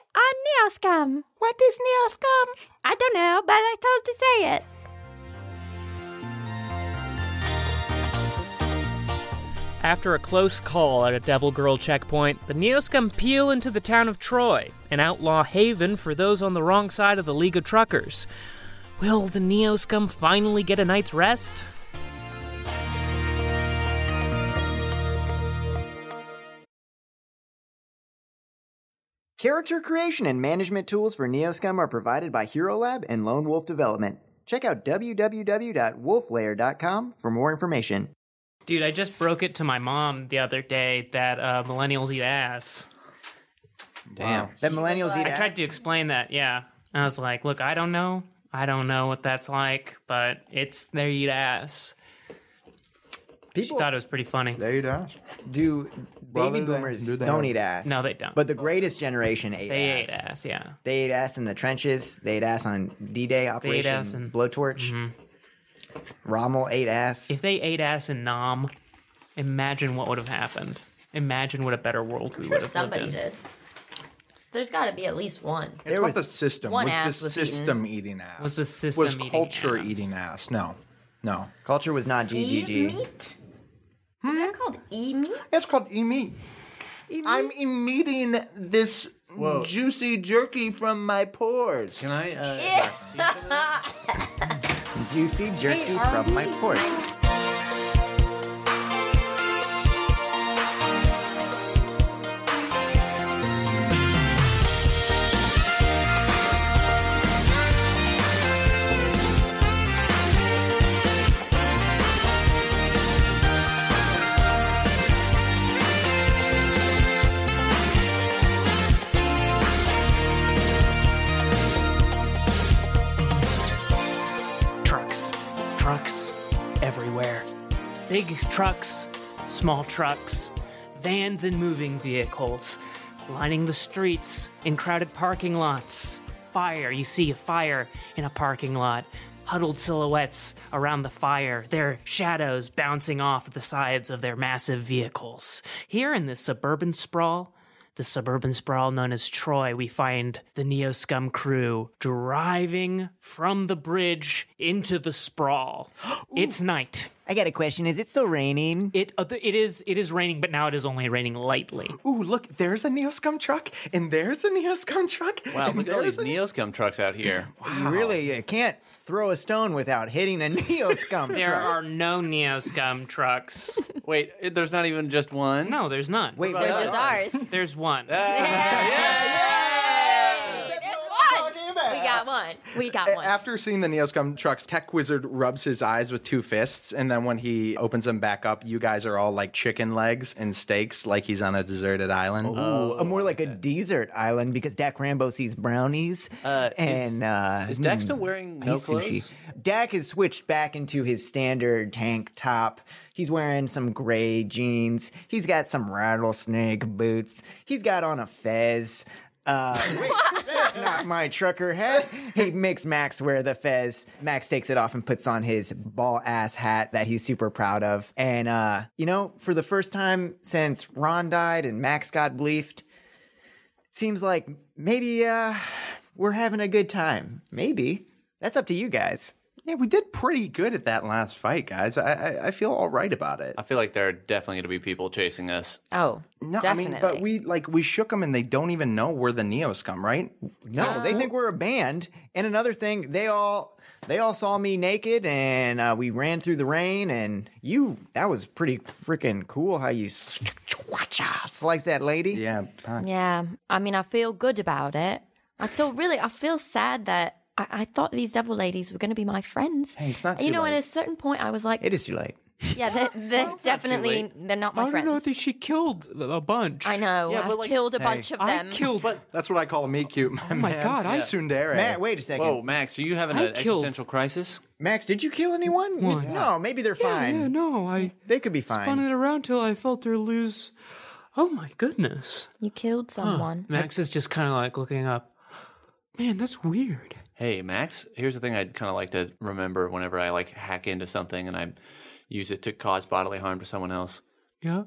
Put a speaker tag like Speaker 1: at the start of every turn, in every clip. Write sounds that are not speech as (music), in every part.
Speaker 1: snail scum?
Speaker 2: What is snail scum?
Speaker 1: I don't know, but I told to say it.
Speaker 3: After a close call at a Devil Girl checkpoint, the Neoscum peel into the town of Troy, an outlaw haven for those on the wrong side of the League of Truckers. Will the Neoscum finally get a night's rest?
Speaker 4: Character creation and management tools for Neoscum are provided by Hero Lab and Lone Wolf Development. Check out www.wolflayer.com for more information.
Speaker 3: Dude, I just broke it to my mom the other day that uh, millennials eat ass.
Speaker 4: Wow. That millennials eat
Speaker 3: I
Speaker 4: ass.
Speaker 3: tried to explain that, yeah. I was like, look, I don't know. I don't know what that's like, but it's they eat ass. She
Speaker 4: People
Speaker 3: thought it was pretty funny.
Speaker 2: They eat ass.
Speaker 4: do baby
Speaker 2: Brother, they-
Speaker 4: boomers
Speaker 2: do they
Speaker 4: don't eat
Speaker 2: have-
Speaker 4: ass.
Speaker 3: No, they don't.
Speaker 4: But the greatest generation ate
Speaker 3: They
Speaker 4: ass.
Speaker 3: ate ass, yeah.
Speaker 4: They ate ass in the trenches. They ate ass on D-Day Operation
Speaker 3: ass in- Mm-hmm.
Speaker 4: Blowtorch. Rommel ate ass.
Speaker 3: If they ate ass in Nam, imagine what would have happened. Imagine what a better world we would have
Speaker 5: Somebody
Speaker 3: lived in.
Speaker 5: did. There's got to be at least one.
Speaker 4: There
Speaker 2: It's about
Speaker 4: was-
Speaker 2: the system.
Speaker 5: one
Speaker 2: was the
Speaker 5: ass was eaten.
Speaker 2: system eating ass?
Speaker 3: Was the system
Speaker 2: Was
Speaker 3: eating
Speaker 2: culture
Speaker 3: ass?
Speaker 2: eating ass? No, no.
Speaker 4: Culture was not
Speaker 5: E
Speaker 4: GGG.
Speaker 5: meat? Is that called e meat?
Speaker 2: It's called eat meat.
Speaker 5: E
Speaker 2: I'm eating this
Speaker 6: Whoa.
Speaker 2: juicy jerky from my pores.
Speaker 6: Can I? Uh,
Speaker 4: Juicy jerky from my porch.
Speaker 3: Trucks, trucks everywhere. Big trucks, small trucks, vans and moving vehicles, lining the streets in crowded parking lots. Fire, you see a fire in a parking lot. Huddled silhouettes around the fire, their shadows bouncing off the sides of their massive vehicles. Here in this suburban sprawl, the suburban sprawl known as Troy, we find the Neo Scum crew driving from the bridge into the sprawl. it's night.
Speaker 4: I got a question. Is it still raining?
Speaker 3: It uh, th- it is it is raining, but now it is only raining lightly.
Speaker 2: Ooh, look, there's a Neoscum truck, and there's a Neoscum truck.
Speaker 6: wow,
Speaker 2: and
Speaker 6: look at all
Speaker 2: there's
Speaker 6: these
Speaker 2: a-
Speaker 6: Neoscum trucks out here.
Speaker 4: You really uh, can't throw a stone without hitting a (laughs) neo scum.
Speaker 3: There are no Neo Scum trucks.
Speaker 6: Wait, it- there's not even just one.
Speaker 3: No, there's none.
Speaker 4: Wait,
Speaker 5: There's
Speaker 4: what?
Speaker 5: just ours.
Speaker 3: there's one.
Speaker 5: There's one. We got one. We
Speaker 2: Uh,
Speaker 5: got one.
Speaker 2: After seeing the Neoscum trucks, Tech Wizard rubs his eyes with two fists, and then when he opens them back up, you guys are all like chicken legs and steaks, like he's on a deserted island.
Speaker 4: Ooh, uh, more like a desert island because Dak Rambo sees brownies.
Speaker 6: Uh,
Speaker 4: and
Speaker 6: is-
Speaker 4: uh,
Speaker 6: Is Dex still wearing no
Speaker 4: he's sushi.
Speaker 6: clothes?
Speaker 4: Dak has switched back into his standard tank top. He's wearing some gray jeans. He's got some rattlesnake boots. He's got on a fez. Uh, wait, that's not my trucker hat. He makes Max wear the fez. Max takes it off and puts on his ball ass hat that he's super proud of. And, uh, you know, for the first time since Ron died and Max got bleefed, seems like maybe uh, we're having a good time. Maybe. That's up to you guys.
Speaker 2: Yeah, we did pretty good at that last fight, guys. I I, I feel all right about it.
Speaker 6: I feel like there are definitely going to be people chasing us.
Speaker 5: oh,
Speaker 2: No,
Speaker 5: definitely.
Speaker 2: I mean, but we like we shook them, and they don't even know we're the Neo Scum, right?
Speaker 4: No, they think we're a band. And another thing, they all they all saw me naked, and uh, we ran through the rain. And you, that was pretty freaking cool how you s- slice that lady.
Speaker 2: Yeah.
Speaker 5: Yeah, I mean, I feel good about it. I still really, I feel sad that I, I thought these devil ladies were going to be my friends. Hey,
Speaker 2: it's not
Speaker 5: You
Speaker 2: too
Speaker 5: know, at
Speaker 2: late.
Speaker 5: a certain point, I was like,
Speaker 4: It is too late.
Speaker 5: yeah, they're, they're definitely, they're not my friends.
Speaker 3: that she killed a bunch.
Speaker 5: I know.
Speaker 6: Yeah, but,
Speaker 5: I've
Speaker 6: like-
Speaker 5: killed a bunch of them.
Speaker 6: But
Speaker 2: That's what I call a meat cute. My oh
Speaker 3: my God, I-
Speaker 2: Sundere.
Speaker 4: Matt, wait a second.
Speaker 6: whoa, Max, are you having
Speaker 3: I
Speaker 6: an
Speaker 3: killed-
Speaker 6: existential crisis?
Speaker 4: Max, did you kill anyone?
Speaker 3: Well,
Speaker 4: No, maybe they're fine.
Speaker 3: no, I
Speaker 4: They could be fine.
Speaker 3: around till I felt her lose. Oh my goodness.
Speaker 5: You killed someone.
Speaker 3: Max is just kind of like looking up. Man, that's weird.
Speaker 6: Hey, Max, here's the thing I'd kind of like to remember whenever I like hack into something and I use it to cause bodily harm to someone else.
Speaker 3: Yeah.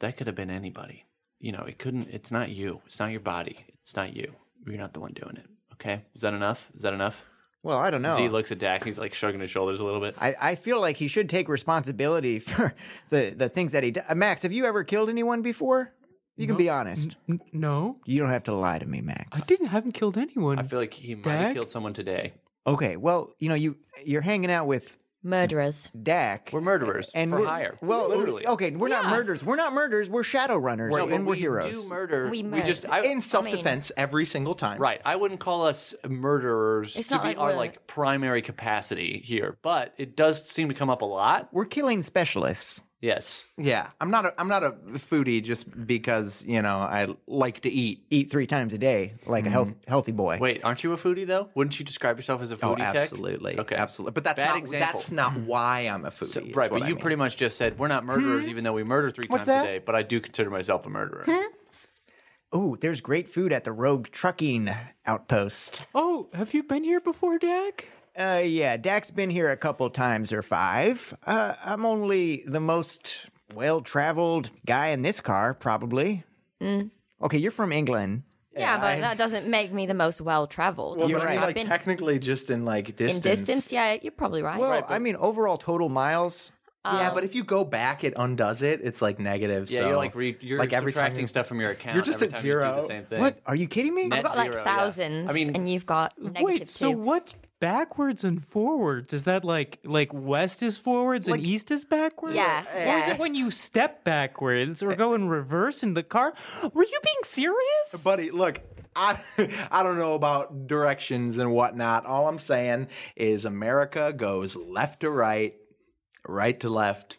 Speaker 6: That could have been anybody. You know, it couldn't, it's not you. It's not your body. It's not you. You're not the one doing it. Okay. Is that enough? Is that enough?
Speaker 4: Well, I don't know.
Speaker 6: Z looks at Dak. He's like shrugging his shoulders a little bit.
Speaker 4: Oh. I, I feel like he should take responsibility (laughs) for the, the things that he does. Max, have you ever killed anyone before? You can be honest.
Speaker 3: N- no,
Speaker 4: You don't have to lie to me, Max.
Speaker 3: I didn't. Haven't killed anyone.
Speaker 6: I feel like he might
Speaker 3: Dak?
Speaker 6: have killed someone today.
Speaker 4: Okay, well, you know, you you're hanging out with
Speaker 5: Murderers.
Speaker 4: Dak.
Speaker 6: We're murderers
Speaker 4: and
Speaker 6: for
Speaker 4: we're-
Speaker 6: hire.
Speaker 4: Well,
Speaker 6: literally.
Speaker 4: Okay, we're not murderers. We're not murderers. We're shadow runners,
Speaker 6: No, but
Speaker 4: and we're
Speaker 6: we
Speaker 4: heroes.
Speaker 6: do murder.
Speaker 5: We
Speaker 6: We,
Speaker 5: murder.
Speaker 6: just I,
Speaker 2: in self defense every single time.
Speaker 6: right. I wouldn't call us murderers
Speaker 5: It's
Speaker 6: to
Speaker 5: not
Speaker 6: be
Speaker 5: like
Speaker 6: our
Speaker 5: we're-
Speaker 6: like primary capacity here, but it does seem to come up a lot.
Speaker 4: we're killing specialists.
Speaker 6: Yes.
Speaker 2: Yeah, I'm not. A, I'm not a foodie just because you know I like to eat.
Speaker 4: Eat three times a day, like a health, healthy boy.
Speaker 6: Wait, aren't you a foodie though? Wouldn't you describe yourself as a
Speaker 2: Oh,
Speaker 6: foodie? tech?
Speaker 2: absolutely.
Speaker 6: Okay.
Speaker 2: absolutely. But that's
Speaker 6: Bad
Speaker 2: not.
Speaker 6: example.
Speaker 2: That's not
Speaker 5: Mm-hmm.
Speaker 2: why I'm a foodie.
Speaker 6: So-
Speaker 2: is
Speaker 6: right,
Speaker 2: what
Speaker 6: but
Speaker 2: I
Speaker 6: you
Speaker 2: mean.
Speaker 6: pretty much just said we're not
Speaker 5: Hmm?
Speaker 6: murderers, even though we murder three
Speaker 2: What's
Speaker 6: times
Speaker 2: that? Hmm?
Speaker 6: a day. But I do consider myself a murderer.
Speaker 4: Ooh, there's great food at the Rogue Trucking Outpost.
Speaker 3: oh, have you been here before, Dak?
Speaker 4: Uh, yeah, Dak's been here a couple times or five. Uh, I'm only the most well-traveled guy in this car, probably. Okay, you're from England.
Speaker 5: Yeah, but that doesn't make me the most well traveled.
Speaker 2: Well,
Speaker 4: You're
Speaker 2: but I
Speaker 4: right.
Speaker 2: mean,
Speaker 5: I've
Speaker 2: like
Speaker 5: been-
Speaker 2: technically, just in like
Speaker 5: in
Speaker 2: distance.
Speaker 5: distance, yeah, you're probably right.
Speaker 4: Well, I mean, overall total miles.
Speaker 2: Yeah, but if you go back, it undoes it. It's like negative.
Speaker 6: Yeah,
Speaker 2: so
Speaker 6: you're like re- you're
Speaker 2: like every time
Speaker 6: subtracting
Speaker 2: you-
Speaker 6: stuff from your account.
Speaker 2: You're just
Speaker 6: every
Speaker 2: at
Speaker 6: time you do
Speaker 2: zero.
Speaker 6: the same thing.
Speaker 4: What? Are you kidding me?
Speaker 5: I've
Speaker 6: Net
Speaker 5: got like
Speaker 6: zero, yeah.
Speaker 5: thousands,
Speaker 6: I mean,
Speaker 5: and you've got negative
Speaker 3: Wait,
Speaker 5: two.
Speaker 3: so what's backwards and forwards? Is that like like west is forwards and east is backwards?
Speaker 5: Yeah,
Speaker 3: Or is
Speaker 5: yeah.
Speaker 3: it when you step backwards or go in reverse in the car? Were you being serious?
Speaker 2: buddy. Look, I (laughs) I don't know about directions and whatnot. All I'm saying is America goes left to right, right to left,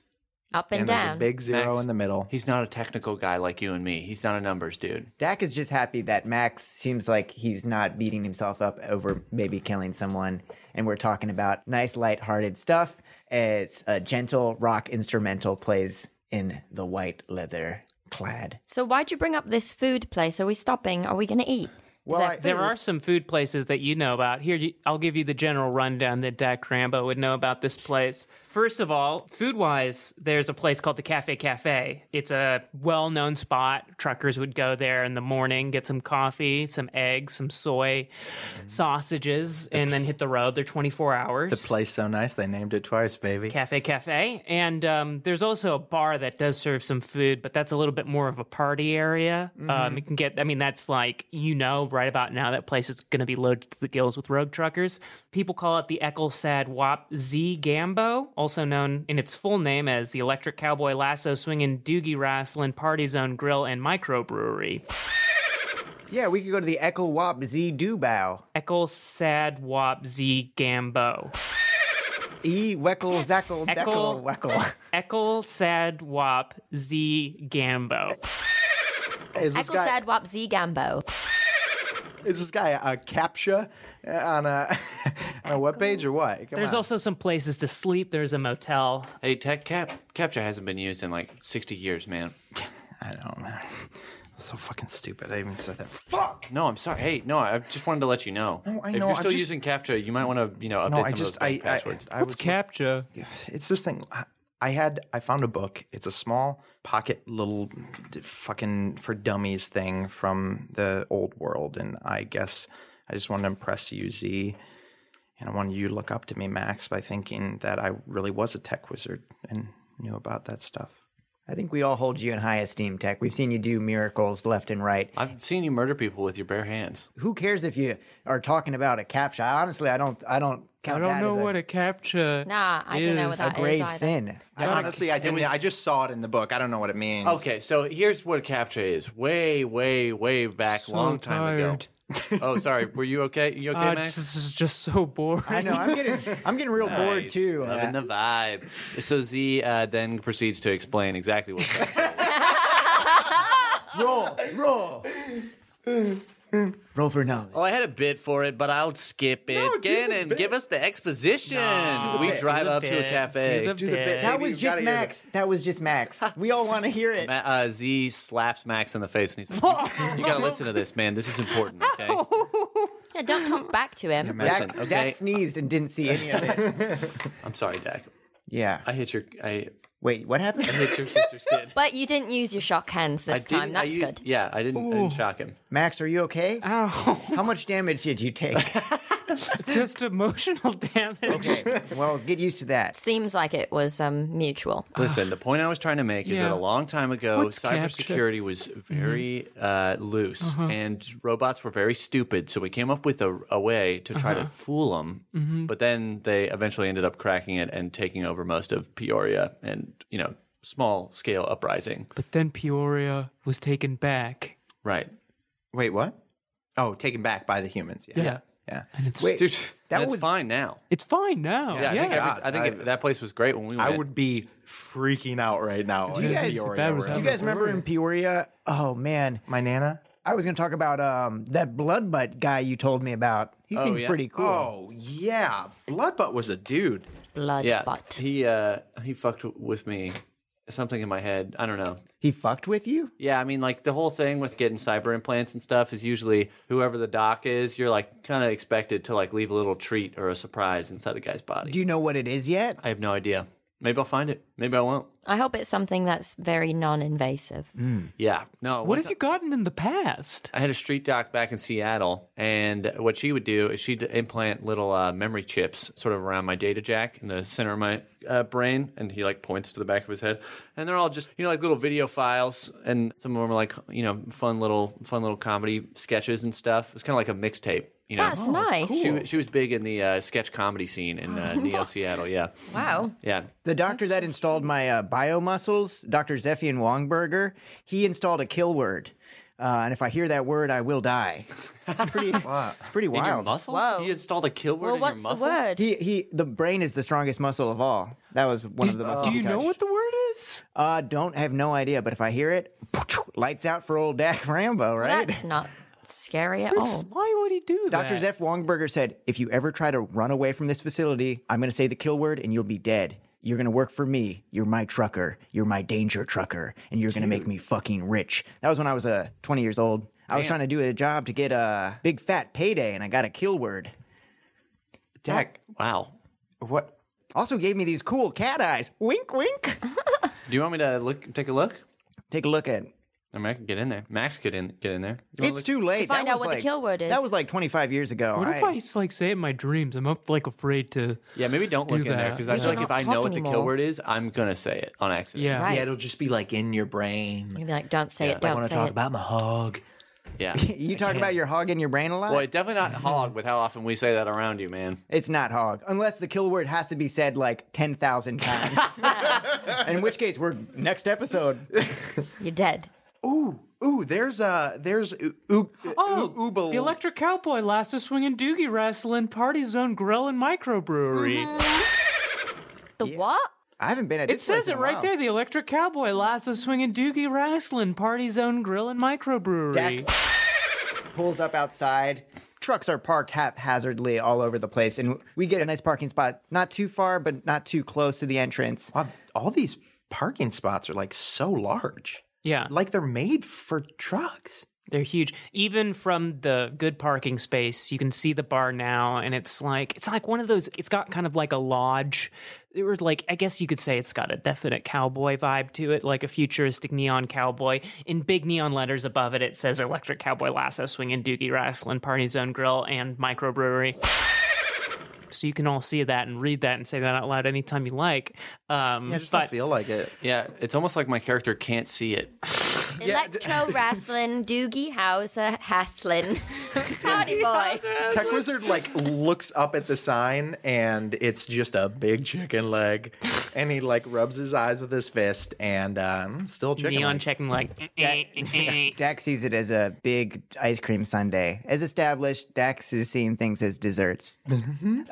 Speaker 5: up and,
Speaker 2: and there's
Speaker 5: down?
Speaker 2: a big zero
Speaker 6: Max.
Speaker 2: in the middle.
Speaker 6: He's not a technical guy like you and me. He's not a numbers dude.
Speaker 4: Dak is just happy that Max seems like he's not beating himself up over maybe killing someone. And we're talking about nice, lighthearted stuff. It's a gentle rock instrumental plays in the white leather clad.
Speaker 5: so why'd you bring up this food place? Are we stopping? Are we going to eat? Well,
Speaker 4: I-
Speaker 3: There are some food places that you know about. Here, you- I'll give you the general rundown that Dak Rambo would know about this place. First of all, food wise, there's a place called the Cafe Cafe. It's a well known spot. Truckers would go there in the morning, get some coffee, some eggs, some soy, sausages, and then hit the road. They're 24 hours.
Speaker 2: The place so nice they named it twice, baby.
Speaker 3: Cafe Cafe. And um, there's also a bar that does serve some food, but that's a little bit more of a party area. Um, you can get, I mean, that's like, you know, right about now, that place is going to be loaded to the gills with rogue truckers. People call it the Ecclesad Wop Z Gambo, also known in its full name as the Electric Cowboy Lasso Swinging Doogie Wrestling Party Zone Grill and Microbrewery.
Speaker 4: Yeah, we could go to the Echo Wop Z Dubow.
Speaker 3: Ecclesad Wop Z Gambo.
Speaker 4: E Weckle Zackle
Speaker 3: Echo-
Speaker 4: Deckle Weckle.
Speaker 3: Ecclesad Wop Z Gambo.
Speaker 2: Is this
Speaker 5: Eccles
Speaker 2: guy
Speaker 5: said Wap Z Gambo.
Speaker 2: is this guy a captcha on a on a web page or what? Come
Speaker 3: There's
Speaker 2: on.
Speaker 3: also some places to sleep. There's a motel.
Speaker 6: Hey, tech cap capture hasn't been used in like sixty years, man.
Speaker 2: I don't know. So fucking stupid. I even said that.
Speaker 6: No, I'm sorry. Hey, no, I just wanted to let you know.
Speaker 2: No, I
Speaker 6: if
Speaker 2: know,
Speaker 6: you're
Speaker 2: I'm
Speaker 6: still
Speaker 2: just-
Speaker 6: using CAPTCHA, you might want to, you know, update
Speaker 2: No,
Speaker 6: some
Speaker 2: I
Speaker 6: of
Speaker 2: just
Speaker 6: those
Speaker 2: I I,
Speaker 6: passwords.
Speaker 2: I was
Speaker 3: captcha?
Speaker 2: it's this thing I- i had i found a book it's a small pocket little d- fucking for dummies thing from the old world and i guess i just wanted to impress you z and i wanted you to look up to me max by thinking that i really was a tech wizard and knew about that stuff
Speaker 4: I think we all hold you in high esteem, Tech. We've seen you do miracles left and right.
Speaker 6: I've seen you murder people with your bare hands.
Speaker 4: Who cares if you are talking about a captcha? Honestly, I don't. I don't count. that as a,
Speaker 3: captcha.
Speaker 5: Nah, I don't know what that is.
Speaker 4: grave
Speaker 5: either.
Speaker 4: sin.
Speaker 2: I honestly i didn't i just saw it in the book i don't know what it means
Speaker 6: Okay, so here's what CAPTCHA is. Way, way, way back, long time
Speaker 3: tired.
Speaker 6: ago. oh, sorry. Were you okay? You okay, (laughs)
Speaker 3: Uh,
Speaker 6: Max?
Speaker 3: this is just so boring.
Speaker 4: I know. I'm getting. I'm getting real bored
Speaker 6: Nice.
Speaker 4: too.
Speaker 6: Loving the vibe. uh, So Z uh, then proceeds to explain exactly (laughs) what.
Speaker 4: roll, roll, roll for knowledge.
Speaker 6: oh, I had a bit for it, but I'll skip it.
Speaker 2: do
Speaker 6: Get
Speaker 2: the
Speaker 6: in,
Speaker 2: bit.
Speaker 6: give us the exposition.
Speaker 3: No.
Speaker 6: we
Speaker 2: bit.
Speaker 6: drive
Speaker 3: Do the
Speaker 6: up to a
Speaker 3: bit.
Speaker 6: cafe.
Speaker 3: Do the bit.
Speaker 4: that was just Max. That was just Max. We all want to hear it.
Speaker 6: Ma- uh, Z slaps Max in the face and he's like, "You
Speaker 5: (laughs)
Speaker 6: gotta listen to this, man. This is important, okay?
Speaker 5: Yeah, don't talk back to him.
Speaker 6: Listen,
Speaker 4: Dak, Dak
Speaker 6: okay.
Speaker 4: sneezed and didn't see any of this.
Speaker 6: I'm sorry, Dak.
Speaker 4: Yeah.
Speaker 6: I hit your. I
Speaker 4: Wait, what happened?
Speaker 6: Hit your sister's kid.
Speaker 5: But you didn't use your shock hands
Speaker 6: I
Speaker 5: this
Speaker 6: didn't-
Speaker 5: time.
Speaker 6: I
Speaker 5: That's
Speaker 6: u-
Speaker 5: good.
Speaker 6: Yeah, I didn't, I didn't shock him.
Speaker 4: Max, are you okay?
Speaker 3: Ow,
Speaker 4: How much damage did you take?
Speaker 3: (laughs) just emotional damage.
Speaker 4: well, get used to that.
Speaker 5: Seems like it was um, mutual.
Speaker 6: Listen, the point I was trying to make is that
Speaker 3: Yeah.
Speaker 6: a long time ago,
Speaker 3: What's
Speaker 6: cybersecurity was very uh, loose, and robots were very stupid. So we came up with a, a way to try to fool them, but then they eventually ended up cracking it and taking over most of Peoria, and you know, small scale uprising.
Speaker 3: But then Peoria was taken back.
Speaker 6: Right?
Speaker 2: Wait, what? Oh, taken back by the humans. Yeah.
Speaker 3: Yeah.
Speaker 2: Yeah.
Speaker 3: And it's
Speaker 4: Wait,
Speaker 2: Dude,
Speaker 4: that
Speaker 6: and it's
Speaker 4: was
Speaker 6: fine now.
Speaker 3: it's fine now. Yeah.
Speaker 6: Yeah, I think, every,
Speaker 2: God,
Speaker 6: I think
Speaker 2: I-
Speaker 6: it- that place was great when we went.
Speaker 2: I would be freaking out right now.
Speaker 4: you
Speaker 2: if
Speaker 4: guys-
Speaker 2: Peoria
Speaker 3: That
Speaker 2: were
Speaker 3: was-
Speaker 2: in-
Speaker 4: Do you guys remember in Peoria? Oh man,
Speaker 2: my nana?
Speaker 4: I was gonna talk about um that blood butt guy you told me about. He seems
Speaker 6: yeah.
Speaker 4: pretty cool.
Speaker 2: Oh yeah, Bloodbutt was a dude.
Speaker 5: Blood
Speaker 6: yeah,
Speaker 5: butt.
Speaker 6: he uh, he fucked with me. Something in my head. I don't know.
Speaker 4: He fucked with you?
Speaker 6: Yeah, I mean, like the whole thing with getting cyber implants and stuff is usually whoever the doc is, you're like kind of expected to like leave a little treat or a surprise inside the guy's body.
Speaker 4: Do you know what it is yet?
Speaker 6: I have no idea. Maybe I'll find it. Maybe I won't.
Speaker 5: I hope it's something that's very non-invasive.
Speaker 6: Yeah. No.
Speaker 3: What
Speaker 6: once
Speaker 3: have you gotten in the past?
Speaker 6: I had a street doc back in Seattle, and what she would do is she'd implant little uh, memory chips sort of around my data jack in the center of my uh, brain, and he like points to the back of his head, and they're all just you know like little video files, and some of them are like you know fun little fun little comedy sketches and stuff. It's kind of like a mixtape, you know.
Speaker 5: That's nice.
Speaker 6: She, she was big in the uh, sketch comedy scene
Speaker 5: (laughs)
Speaker 6: in uh, Neo Seattle. Yeah,
Speaker 5: Wow.
Speaker 6: yeah.
Speaker 4: The doctor that installed my uh, bio muscles, Dr. Zephian Wongberger, he installed a kill word. Uh, and if I hear that word, I will die. It's pretty, (laughs) it's pretty
Speaker 6: In your
Speaker 4: wild.
Speaker 6: muscles?
Speaker 5: Whoa.
Speaker 6: He installed a kill word
Speaker 5: Well,
Speaker 6: in
Speaker 5: what's
Speaker 6: your muscles.
Speaker 5: the word?
Speaker 4: He, he, the brain is the strongest muscle of all. That was one of the muscles.
Speaker 3: Do
Speaker 4: he
Speaker 3: you know
Speaker 4: touched.
Speaker 3: what the word is?
Speaker 4: Uh, don't I have no idea, but if I hear it, (laughs) lights out for old Dak Rambo, right?
Speaker 5: That's not scary at all.
Speaker 3: Why would he do that?
Speaker 4: Dr. Zeph Wongberger said, if you ever try to run away from this facility, I'm going to say the kill word and you'll be dead. You're going to work for me. You're my trucker. You're my danger trucker. And you're going to make me fucking rich. That was when I was uh, 20 years old. I was trying to do a job to get a big fat payday and I got a kill word.
Speaker 2: Dak,
Speaker 6: Wow.
Speaker 2: what?
Speaker 4: Also gave me these cool cat eyes. Wink, wink.
Speaker 6: Do you want me to look? Take a look.
Speaker 4: Take a look at it.
Speaker 6: I mean, I could get in there. Max could in get in there. You wanna
Speaker 4: It's too late.
Speaker 5: find
Speaker 4: That
Speaker 5: out
Speaker 4: was
Speaker 5: what the
Speaker 4: like-
Speaker 5: kill word is.
Speaker 4: That was like 25 years ago.
Speaker 3: What if
Speaker 4: I-
Speaker 3: I like say it in my dreams? I'm up like afraid to.
Speaker 6: Yeah, maybe don't look
Speaker 3: do
Speaker 6: in there
Speaker 3: that.
Speaker 6: because I
Speaker 5: We
Speaker 6: feel
Speaker 5: should
Speaker 6: like if
Speaker 5: not
Speaker 6: I know
Speaker 5: talk
Speaker 6: what the kill
Speaker 5: anymore.
Speaker 6: word is, I'm gonna say it on accident.
Speaker 3: Yeah.
Speaker 5: Right.
Speaker 2: Yeah, it'll just be like in your brain.
Speaker 5: You'd be like, don't say it,
Speaker 2: I
Speaker 5: don't
Speaker 2: want to
Speaker 5: say
Speaker 2: talk
Speaker 5: it.
Speaker 2: about my hog.
Speaker 4: (laughs) (laughs)
Speaker 6: yeah.
Speaker 4: you talk about your hog in your brain a lot?
Speaker 6: Well, it's definitely not hog with how often we say that around you, man.
Speaker 4: It's not hog, unless the kill word has to be said like ten
Speaker 3: (laughs)
Speaker 4: thousand times. In which case, we're next episode.
Speaker 5: You're dead.
Speaker 2: Ooh, ooh, there's a there's oo- oo-
Speaker 3: Oh,
Speaker 2: oo- oobal.
Speaker 3: the electric cowboy, lasso swinging, doogie wrestling, party zone, grill and microbrewery.
Speaker 5: The what?
Speaker 4: I haven't been at
Speaker 3: It
Speaker 4: this. place
Speaker 3: says
Speaker 4: in
Speaker 3: it
Speaker 4: a
Speaker 3: right
Speaker 4: while.
Speaker 3: there. The electric cowboy, lasso swinging, doogie wrestling, party zone, grill and microbrewery.
Speaker 4: Dak pulls up outside. Trucks are parked haphazardly all over the place, and we get a nice parking spot, not too far, but not too close to the entrance.
Speaker 2: Wow, all these parking spots are like so large.
Speaker 3: Yeah,
Speaker 2: Like they're made for trucks.
Speaker 3: they're huge. Even from the good parking space, you can see the bar now, and it's like it's like one of those. It's got kind of like a lodge. It was like I guess you could say it's got a definite cowboy vibe to it, like a futuristic neon cowboy. In big neon letters above it, it says "Electric Cowboy Lasso Swinging Doogie Wrestling Party Zone Grill and Microbrewery." So you can all see that and read that and say that out loud anytime you like. Um,
Speaker 2: I just
Speaker 3: but
Speaker 2: don't feel like it.
Speaker 6: Yeah, it's almost like my character can't see it.
Speaker 5: Electro wrestling, Doogie Howser hassling, party boy.
Speaker 2: Tech Wizard like looks up at the sign and it's just a big chicken leg, and he like rubs his eyes with his fist and um, still chicken.
Speaker 3: neon
Speaker 2: leg.
Speaker 3: checking like. (laughs) eh,
Speaker 4: Dax sees it as a big ice cream sundae. As established, Dax is seeing things as desserts.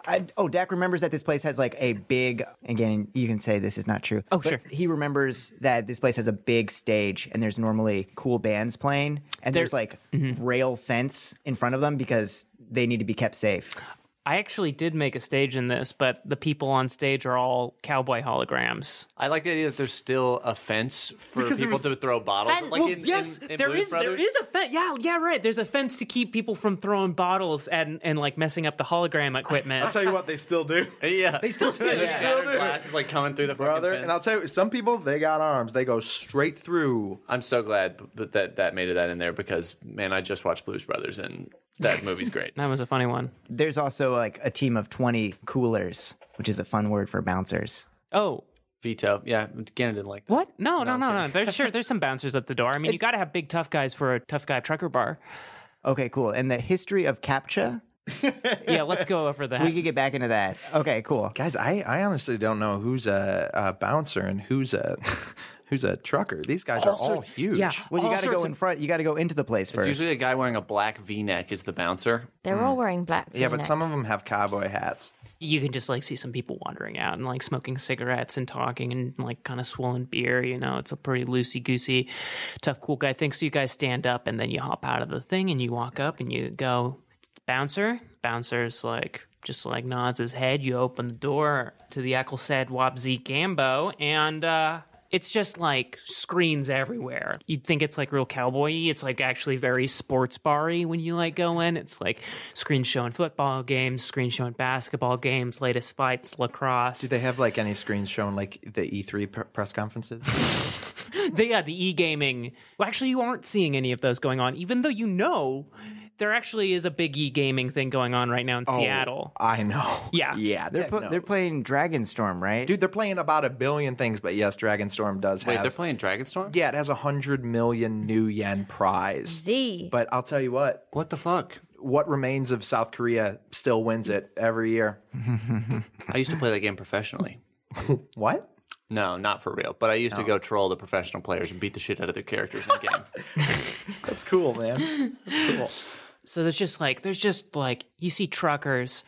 Speaker 4: I, oh, Dax remembers that this place has like a big. Again, you can say this is not true. Oh,
Speaker 3: sure.
Speaker 4: He remembers that this place has a big stage, and there's normally cool bands playing, and there's like rail fence in front of them because they need to be kept safe.
Speaker 3: I actually did make a stage in this, but the people on stage are all cowboy holograms.
Speaker 6: I like the idea that there's still a fence for
Speaker 2: Because there
Speaker 6: people to throw bottles.
Speaker 5: Fence.
Speaker 6: Like
Speaker 5: Well,
Speaker 6: in, in, in
Speaker 3: there
Speaker 6: Blues
Speaker 3: is
Speaker 6: Brothers.
Speaker 3: there is a fence. Yeah, yeah, right. There's a fence to keep people from throwing bottles and and like messing up the hologram equipment.
Speaker 2: tell you what, they still (laughs) do.
Speaker 6: Yeah, they (laughs) still do.
Speaker 2: They still do.
Speaker 6: glass is like coming through the fucking
Speaker 2: Brother,
Speaker 6: fence.
Speaker 2: and I'll tell you, some people they got arms. They go straight through.
Speaker 6: I'm so glad b- but that that made it that in there because man, I just watched Blues Brothers and that movie's great.
Speaker 3: that was a funny one.
Speaker 4: There's also like a team of 20 coolers, which is a fun word for bouncers.
Speaker 3: Oh,
Speaker 6: Vito, yeah, Gannon didn't like that.
Speaker 3: what? No, no, no, no. There's sure there's some bouncers at the door. I mean, you got to have big tough guys for a tough guy trucker bar.
Speaker 4: Okay, cool. And the history of CAPTCHA,
Speaker 3: Yeah, let's go over that.
Speaker 4: we could get back into that. Okay, cool.
Speaker 2: Guys, I, I honestly don't know who's a, a bouncer and who's a (laughs) who's a trucker. These guys are all huge.
Speaker 3: yeah.
Speaker 4: Well, you
Speaker 3: all
Speaker 4: got to
Speaker 3: sorts
Speaker 4: go in front. You got to go into the place first.
Speaker 6: Usually, a guy wearing a black V-neck is the bouncer.
Speaker 5: They're all wearing black.
Speaker 2: Yeah, but
Speaker 5: V-necks.
Speaker 2: some of them have cowboy hats.
Speaker 3: you can just like see some people wandering out and like smoking cigarettes and talking and like kind of swilling beer. You know, it's a pretty loosey goosey, tough, cool guy thing. So you guys stand up and then you hop out of the thing and you walk up and you go, bouncer. Bouncer's like, just like nods his head. You open the door to the Ecclesad Wabzi Gambo and, uh, it's just like screens everywhere. You'd think it's like real cowboy y. It's like actually very sports bar y when you like go in. It's like screen showing football games, screen showing basketball games, latest fights, lacrosse.
Speaker 2: Do they have like any screens showing like the E3 pr-
Speaker 3: (laughs)
Speaker 2: press conferences?
Speaker 3: They, yeah, the e gaming. Well, actually, you aren't seeing any of those going on, even though you know there actually is a big e gaming thing going on right now
Speaker 2: Oh,
Speaker 3: in Seattle.
Speaker 2: I know.
Speaker 3: Yeah.
Speaker 2: Yeah.
Speaker 4: they're, pl- they're playing Dragonstorm, right?
Speaker 2: Dude, they're playing about a billion things, but yes, Dragonstorm does
Speaker 6: Wait,
Speaker 2: have.
Speaker 6: they're playing Dragonstorm.
Speaker 2: yeah, it has a hundred million new yen prize.
Speaker 5: Z.
Speaker 2: But I'll tell you what,
Speaker 6: What the fuck?
Speaker 2: what remains of South Korea still wins it every year.
Speaker 6: I used to play that game professionally.
Speaker 2: What?
Speaker 6: (laughs) No, not for real. But I used to go troll the professional players and beat the shit out of their characters in the game.
Speaker 2: That's cool, man. That's cool.
Speaker 3: So there's just like there's just like you see truckers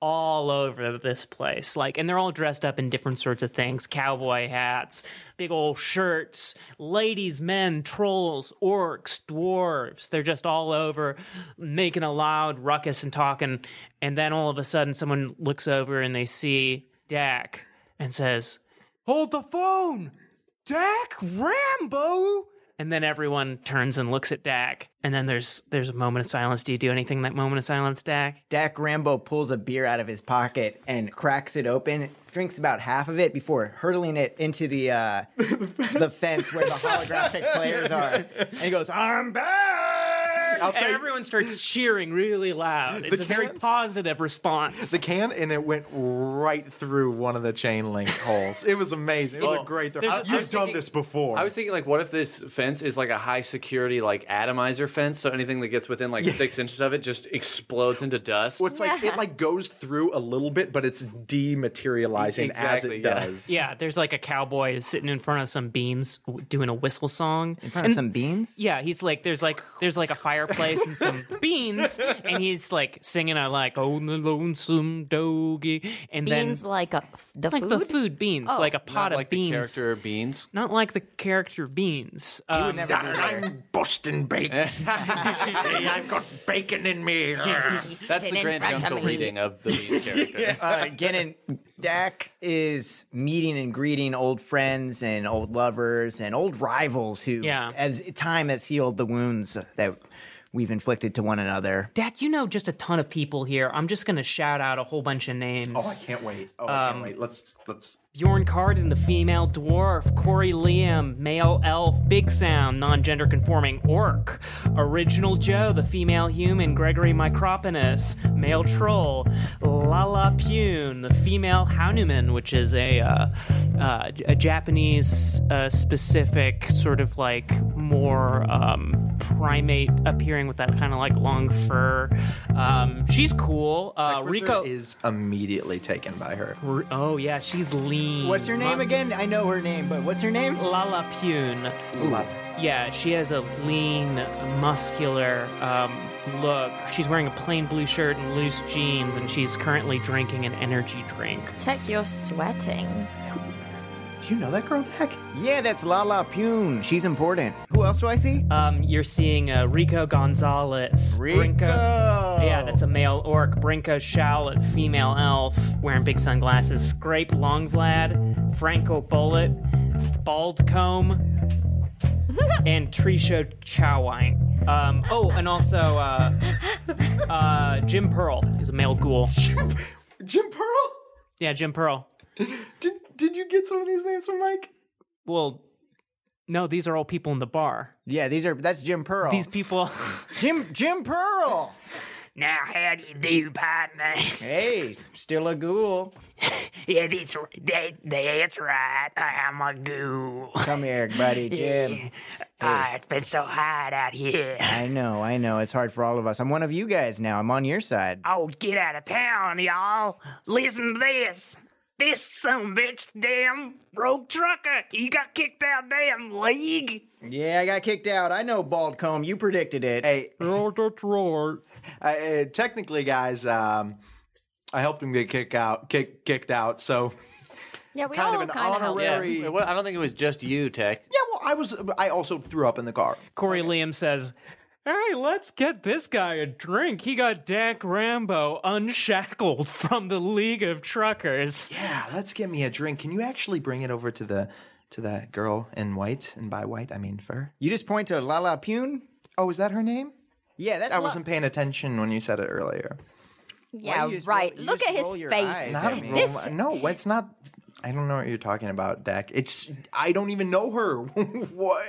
Speaker 3: all over this place like and they're all dressed up in different sorts of things cowboy hats big old shirts ladies men trolls orcs dwarves they're just all over making a loud ruckus and talking and then all of a sudden someone looks over and they see Dak and says hold the phone Dak Rambo. And then everyone turns and looks at Dak. And then there's there's a moment of silence. Do you do anything in that moment of silence, Dak?
Speaker 4: Dak Rambo pulls a beer out of his pocket and cracks it open, drinks about half of it before hurtling it into (laughs) the uh, the fence where the (laughs) holographic players are. And he goes, "I'm back!"
Speaker 2: I'll
Speaker 3: And
Speaker 2: tell you,
Speaker 3: everyone (laughs) starts cheering really loud. It's a very
Speaker 2: can-
Speaker 3: positive response.
Speaker 2: the can and it went right through one of the chain link holes. It was amazing. It was a great throw.
Speaker 3: there's- I
Speaker 2: You've
Speaker 3: was
Speaker 2: done
Speaker 6: thinking-
Speaker 2: this before.
Speaker 6: (laughs) I was thinking, like, what if this fence is like a high security, like atomizer fence? So anything that gets within like six inches of it just explodes into dust.
Speaker 2: Well, it's like it like goes through a little bit, but it's dematerializing
Speaker 6: Exactly,
Speaker 2: as it
Speaker 6: yeah.
Speaker 2: does.
Speaker 3: yeah, there's like a cowboy sitting in front of some beans w- doing a whistle song.
Speaker 4: In front of some beans. (laughs)
Speaker 3: Yeah, he's like there's like there's like a fireplace and (laughs) some beans, and he's like singing a like oh the lonesome doggy, and
Speaker 5: beans
Speaker 3: then
Speaker 5: like a, the
Speaker 3: like
Speaker 5: food.
Speaker 3: the food Oh. beans, like a pot
Speaker 6: Not
Speaker 3: of
Speaker 6: like
Speaker 3: beans.
Speaker 6: the character Beans.
Speaker 3: Not like the character beans. Um,
Speaker 2: I'm Boston (laughs) bacon. I've got bacon in me. Oh,
Speaker 6: That's the Grant Junkel reading of (laughs) the lead character.
Speaker 4: Uh, Gannon, Dak is meeting and greeting old friends and old lovers and old rivals who,
Speaker 3: Yeah.
Speaker 4: as time has healed the wounds that we've inflicted to one another.
Speaker 3: Dak, you know just a ton of people here. I'm just gonna shout out a whole bunch of names.
Speaker 2: Oh, I can't wait. Oh, I can't wait. Let's let's.
Speaker 3: Bjorn Carden, the female dwarf, Corey Liam, male elf, Big Sound, non-gender conforming orc, Original Joe, the female human, Gregory Microponus, male troll, Lala Pune, the female Hanuman, which is a uh, uh, a Japanese uh, specific sort of like more um, primate appearing with that kind of like long fur. Um, she's cool. Uh, Rico.
Speaker 2: is immediately taken by her. (laughs)
Speaker 3: R- oh yeah, she's lean.
Speaker 4: What's her name
Speaker 3: Must-
Speaker 4: again? I know her name, but what's her name?
Speaker 3: Lala Pune. Yeah, she has a lean, muscular um, look. She's wearing a plain blue shirt and loose jeans, and she's currently drinking an energy drink.
Speaker 5: Tech, you're sweating.
Speaker 2: Do you know that girl, Dak?
Speaker 4: Yeah, that's Lala Pune. She's important. Who else do I see?
Speaker 3: Um, you're seeing uh, Rico Gonzalez.
Speaker 4: Rico! Oh.
Speaker 3: Yeah, that's a male orc. Brinka Shalit, female elf, wearing big sunglasses. Scrape Longvlad, Franco Bullet, Baldcomb, and Trisha Chowine. Um, oh, and also uh, uh, Jim Pearl is a male ghoul.
Speaker 2: Jim, Jim Pearl?
Speaker 3: Yeah, Jim Pearl.
Speaker 2: Did, did you get some of these names from Mike?
Speaker 3: Well, no, these are all people in the bar.
Speaker 4: Yeah, these are that's Jim Pearl.
Speaker 3: These people.
Speaker 4: Jim Jim Pearl.
Speaker 3: now, how do you do, partner? (laughs)
Speaker 4: Hey, still a ghoul.
Speaker 3: Yeah, that's, that, that's right. I'm a ghoul.
Speaker 4: Come here,
Speaker 7: (laughs)
Speaker 4: buddy, Jim.
Speaker 3: Ah, it's been so hot out here.
Speaker 4: I know, I know. It's hard for all of us. I'm one of you guys now. I'm on your side.
Speaker 3: Oh, get out of town, y'all. Listen to this. This son of a bitch, damn rogue trucker. He got kicked out, damn league.
Speaker 4: Yeah, I got kicked out. I know, Baldcomb. You predicted it.
Speaker 2: Hey, (laughs) I, uh, technically, guys, um, I helped him get kicked out. Kick, kicked out. So
Speaker 5: Yeah, we
Speaker 2: Kind of
Speaker 5: all
Speaker 2: an
Speaker 5: kind of helped.
Speaker 6: Yeah,
Speaker 2: Very-
Speaker 6: it wa- I don't think it was just you, Tech.
Speaker 2: yeah, well, I was. I also threw up in the car.
Speaker 3: Corey Liam says, All right, let's get this guy a drink. He got Dak Rambo unshackled (laughs) from the League of Truckers.
Speaker 2: Yeah, Ah, let's get me a drink. Can you actually bring it over to the to that girl in white? And by white, I mean fur.
Speaker 4: You just point to Lala Pune?
Speaker 2: Oh, is that her name?
Speaker 4: Yeah, that's
Speaker 2: I
Speaker 4: La-
Speaker 2: wasn't paying attention when you said it earlier.
Speaker 4: Why
Speaker 5: Yeah,
Speaker 4: do you just
Speaker 5: right.
Speaker 4: roll- you
Speaker 5: Look
Speaker 4: just
Speaker 5: at his
Speaker 4: roll your eyes
Speaker 5: face.
Speaker 4: at
Speaker 2: Not
Speaker 4: me.
Speaker 5: this
Speaker 2: no, it's not. I don't know what you're talking about, Dak. It's I don't even know her. (laughs) what?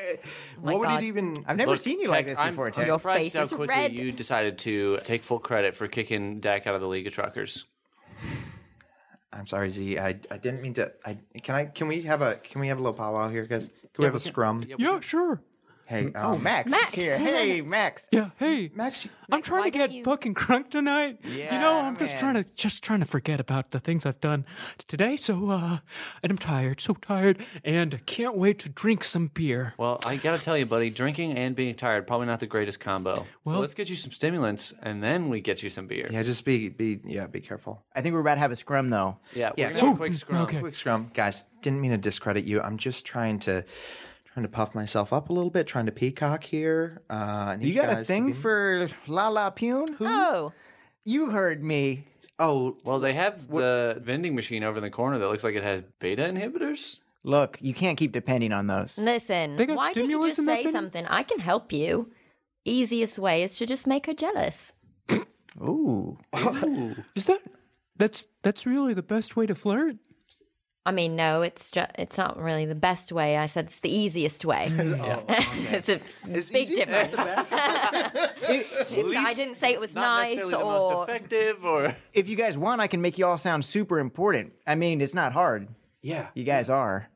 Speaker 2: what would
Speaker 5: God.
Speaker 2: it even?
Speaker 4: I've never
Speaker 6: Look,
Speaker 4: seen you
Speaker 6: Tech,
Speaker 4: like this
Speaker 6: I'm-
Speaker 4: before,
Speaker 6: I'm
Speaker 4: Ted.
Speaker 5: Your
Speaker 6: surprised
Speaker 5: face
Speaker 6: how
Speaker 5: is
Speaker 6: quickly
Speaker 5: red.
Speaker 6: you decided to take full credit for kicking Dak out of the League of Truckers.
Speaker 2: I'm sorry, Z. I, I didn't mean to. I can I can we have a can we have a little powwow here, guys? Can we have a scrum?
Speaker 7: Yeah, sure.
Speaker 2: Hey, um,
Speaker 4: Oh, Max.
Speaker 5: Max.
Speaker 4: Here. Hey, Max.
Speaker 7: Yeah, hey,
Speaker 2: Max.
Speaker 7: I'm trying
Speaker 5: why
Speaker 7: to
Speaker 5: don't
Speaker 7: get
Speaker 5: you-
Speaker 7: fucking crunk tonight. you know,
Speaker 4: Yeah,
Speaker 7: I'm just
Speaker 4: man.
Speaker 7: trying to just trying to forget about the things I've done today. So, uh, and I'm tired, so tired, and I can't wait to drink some beer.
Speaker 6: Well, I gotta tell you, buddy, drinking and being tired probably not the greatest combo. so let's get you some stimulants, and then we get you some beer.
Speaker 2: Yeah, just be be yeah, be careful.
Speaker 4: I think we're about to have a scrum, though.
Speaker 6: yeah.
Speaker 2: Yeah.
Speaker 6: We're gonna have a quick scrum.
Speaker 7: Mm, okay.
Speaker 2: Quick scrum, guys. Didn't mean to discredit you. I'm just trying to trying to puff myself up a little bit, trying to peacock here. Uh, I need
Speaker 4: You got a
Speaker 2: guys to
Speaker 4: thing
Speaker 2: be-
Speaker 4: for Lala Pune?
Speaker 5: Oh,
Speaker 4: You heard me.
Speaker 2: Oh,
Speaker 6: Well, they have the vending machine over in the corner that looks like it has beta inhibitors.
Speaker 4: Look, you can't keep depending on those.
Speaker 5: listen.
Speaker 7: They got
Speaker 5: Why didn't you
Speaker 7: stimulants
Speaker 5: just
Speaker 7: in that
Speaker 5: say
Speaker 7: thing?
Speaker 5: something? I can help you. Easiest way is to just make her jealous.
Speaker 4: Ooh.
Speaker 7: Is that that's that's really the best way to flirt?
Speaker 5: I mean, no, it's just, it's not really the best way. I said it's the easiest way. it's a
Speaker 2: is
Speaker 5: big
Speaker 2: easiest not
Speaker 5: difference.
Speaker 2: the best?
Speaker 5: (laughs) I didn't say it was
Speaker 6: Not
Speaker 5: nice
Speaker 6: necessarily the most
Speaker 5: or
Speaker 6: effective, or
Speaker 4: If you guys want, I can make you all sound super important. I mean, it's not hard.
Speaker 2: yeah,
Speaker 4: You guys are.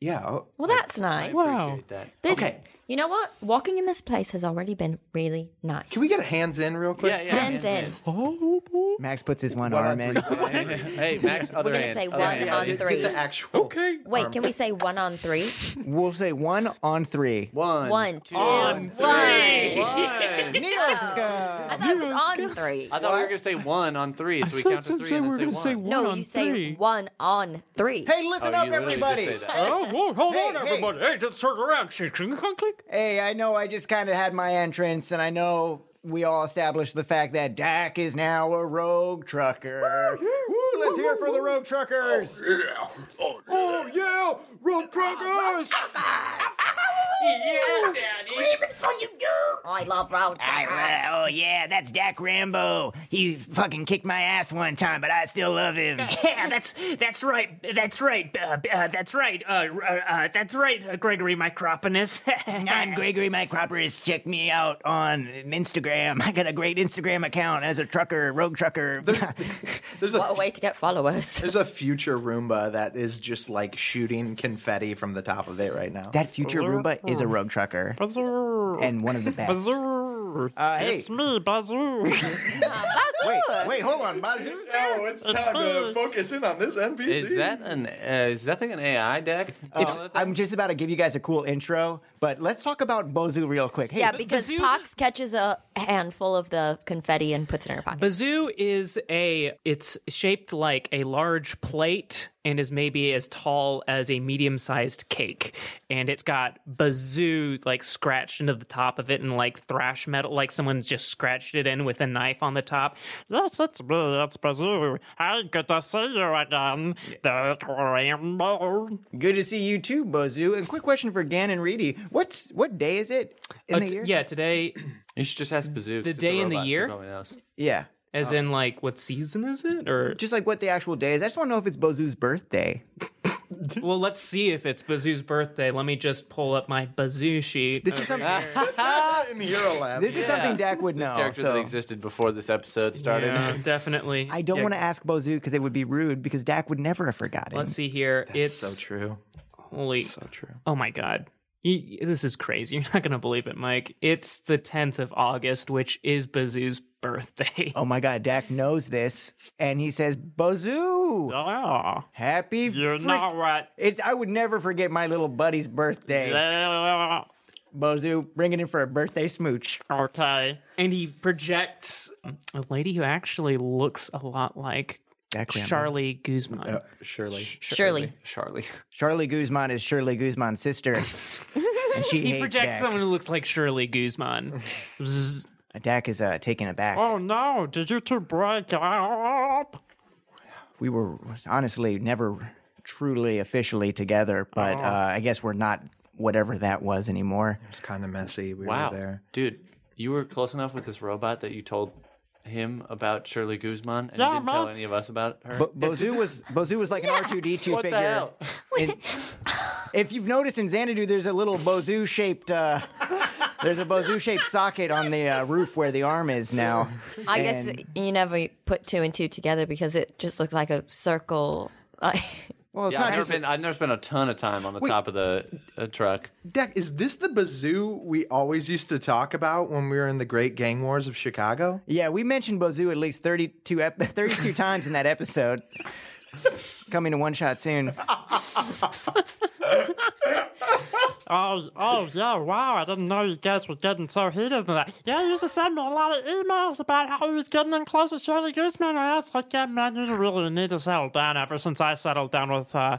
Speaker 2: yeah. Oh,
Speaker 5: well. That's nice.
Speaker 6: (laughs)
Speaker 7: Wow.
Speaker 6: Appreciate that.
Speaker 5: This-
Speaker 2: Okay.
Speaker 5: You know what? Walking in this place has already been really nice.
Speaker 2: can we get hands in real quick?
Speaker 6: Yeah, yeah.
Speaker 5: Hands in.
Speaker 7: Oh, boy.
Speaker 4: Max puts his one
Speaker 2: One
Speaker 4: arm
Speaker 2: on
Speaker 4: in.
Speaker 2: three. (laughs)
Speaker 6: Hey, Max, other
Speaker 5: We're gonna
Speaker 6: hand,
Speaker 5: say
Speaker 6: other
Speaker 5: one
Speaker 6: hand.
Speaker 5: on
Speaker 2: Get-
Speaker 5: three.
Speaker 2: Get the actual.
Speaker 7: okay.
Speaker 5: Wait, can we say one on three?
Speaker 4: We'll say one on three.
Speaker 6: One,
Speaker 5: One, two,
Speaker 6: on
Speaker 5: one.
Speaker 6: three. One.
Speaker 5: I thought it was on three.
Speaker 6: I thought we were gonna say one on three, so we
Speaker 7: So-
Speaker 6: count
Speaker 7: so-
Speaker 6: to three
Speaker 7: so
Speaker 6: and
Speaker 7: we're
Speaker 6: then
Speaker 7: gonna
Speaker 6: say
Speaker 7: say
Speaker 6: one.
Speaker 7: one.
Speaker 5: No,
Speaker 7: on
Speaker 5: you say
Speaker 7: three.
Speaker 5: one on three.
Speaker 4: Hey, listen
Speaker 6: Oh,
Speaker 4: up,
Speaker 6: you literally just
Speaker 4: everybody.
Speaker 6: say that.
Speaker 7: Oh, whoa, hold
Speaker 4: Hey,
Speaker 7: on,
Speaker 4: hey.
Speaker 7: everybody. Hey, just turn around. Shake, shake, clunk, clunk.
Speaker 4: Hey, I know I just kind of had my entrance, and I know we all established the fact that Dak is now a rogue trucker. Woo, let's hear it for the rogue truckers.
Speaker 7: Oh yeah, road truckers.
Speaker 5: (laughs) I love round.
Speaker 4: oh, yeah, that's Dak Rambo. He fucking kicked my ass one time, but I still love
Speaker 5: (laughs)
Speaker 4: him.
Speaker 3: Yeah, that's that's right. That's right. Uh, uh, that's right. Uh, uh, uh, that's right, uh, Gregory Microponus. (laughs)
Speaker 4: I'm Gregory Micropolis. Check me out on Instagram. I got a great Instagram account as a trucker, rogue trucker.
Speaker 2: (laughs) There's a
Speaker 5: What a way to get
Speaker 7: (laughs)
Speaker 5: followers.
Speaker 2: there's a future Roomba that is just like shooting confetti from the top of it right now.
Speaker 4: (laughs) that future Roomba is a rogue trucker and one of the best.
Speaker 7: Bazoo.
Speaker 4: Uh, hey.
Speaker 7: It's me, Bazoo.
Speaker 4: Wait, wait, hold on. Bazoo's there?
Speaker 2: oh, it's time to focus in on this NPC.
Speaker 6: Is that an uh, is that thing an AI deck?
Speaker 4: It's- I'm just about to give you guys a cool intro, But let's talk about Bozu real quick. Hey,
Speaker 5: Yeah, because
Speaker 3: Bazoo-
Speaker 5: Pox catches a handful of the confetti and puts it in her pocket.
Speaker 3: Bazoo is a it's shaped like a large plate and is maybe as tall as a medium-sized cake and it's got bazoo like scratched into the top of it and like thrash metal like someone's just scratched it in with a knife on the top. Yes, that's that's bazoo. I get to see you again. That's where I am born.
Speaker 4: good to see you too, Bozu. And quick question for Gan and Reedy: What's what day is it in
Speaker 3: Uh,
Speaker 4: the
Speaker 3: t-
Speaker 4: year?
Speaker 3: yeah, today
Speaker 6: You should just ask Bazoo. 'cause it's a
Speaker 3: day and the
Speaker 6: robot, so
Speaker 3: year?
Speaker 6: he probably knows.
Speaker 4: yeah.
Speaker 3: as in like what season is it or
Speaker 4: Just like what the actual day is. I just want to know if it's Bozu's birthday.
Speaker 3: well let's see if it's Bazoo's birthday. Let me just pull up my Bazoo sheet.
Speaker 4: This is something.
Speaker 2: in the Eurolab.
Speaker 4: This is something Dak would
Speaker 6: This
Speaker 4: know.
Speaker 6: character that
Speaker 4: So
Speaker 6: existed before this episode started.
Speaker 3: Yeah, (laughs) definitely.
Speaker 4: I don't want to ask Bozu because it would be rude because Dak would never have forgotten.
Speaker 3: Let's see here. it's
Speaker 2: so true.
Speaker 3: holy.
Speaker 2: So true.
Speaker 3: oh my god. You, this is crazy. (laughs) You're not going to believe it, Mike. It's the 10th of August, which is Bazoo's birthday. (laughs)
Speaker 4: Oh my God, Dak knows this, and he says, "Bozu,
Speaker 3: Oh,
Speaker 4: happy."
Speaker 3: you're
Speaker 4: frick-
Speaker 3: not right.
Speaker 4: It's. I would never forget my little buddy's birthday. Bozu, bring it in for a birthday smooch.
Speaker 3: Okay. And he projects a lady who actually looks a lot like
Speaker 4: Jack Rambo.
Speaker 3: Charlie Guzman.
Speaker 2: Surely.
Speaker 5: Surely.
Speaker 6: (laughs) Charlie.
Speaker 4: Charlie Guzman is Shirley Guzman's
Speaker 3: (laughs)
Speaker 4: sister, and she
Speaker 3: he
Speaker 4: hates
Speaker 3: projects
Speaker 4: Dak.
Speaker 3: someone who looks like Shirley Guzman. Zzz.
Speaker 4: Dak is uh, taken aback.
Speaker 3: (laughs) oh no, did you two break up?
Speaker 4: We were honestly never truly officially together, but
Speaker 3: Oh.
Speaker 4: uh, I guess we're not whatever that was anymore.
Speaker 2: It's kind of messy. We
Speaker 6: Wow.
Speaker 2: were there.
Speaker 6: Dude, you were close enough with this robot that you told him about Shirley Guzman and
Speaker 3: Yeah,
Speaker 6: you didn't
Speaker 3: man.
Speaker 6: tell any of us about her.
Speaker 4: Bo- Bozu
Speaker 3: (laughs)
Speaker 4: was Bozu was like an R two D two
Speaker 6: what
Speaker 4: figure.
Speaker 6: the hell?
Speaker 4: And if you've noticed in Xanadu, there's a little Bozu shaped. Uh, there's a Bozu shaped socket on the uh, roof where the arm is now.
Speaker 5: I guess
Speaker 4: And-
Speaker 5: you never put two and two together because it just looked like a circle. (laughs) Like,
Speaker 4: Well, it's
Speaker 6: Yeah, I've
Speaker 4: not
Speaker 6: never,
Speaker 4: just.
Speaker 6: been, I've never spent a ton of time on the top of the uh, truck.
Speaker 2: Dak, is this the bazoo we always used to talk about when we were in the Great Gang Wars of Chicago?
Speaker 4: Yeah, we mentioned Bozu at least 32, ep- (laughs) 32 times in that episode. Coming to one shot
Speaker 5: (laughs)
Speaker 4: soon.
Speaker 3: Oh, oh, yeah, wow. I didn't know you guys were getting so heated tonight. Yeah, you used to send me a lot of emails about how he was getting in close with Shirley Guzman. And I was like, yeah, man, you really need to settle down ever since I settled down with, uh,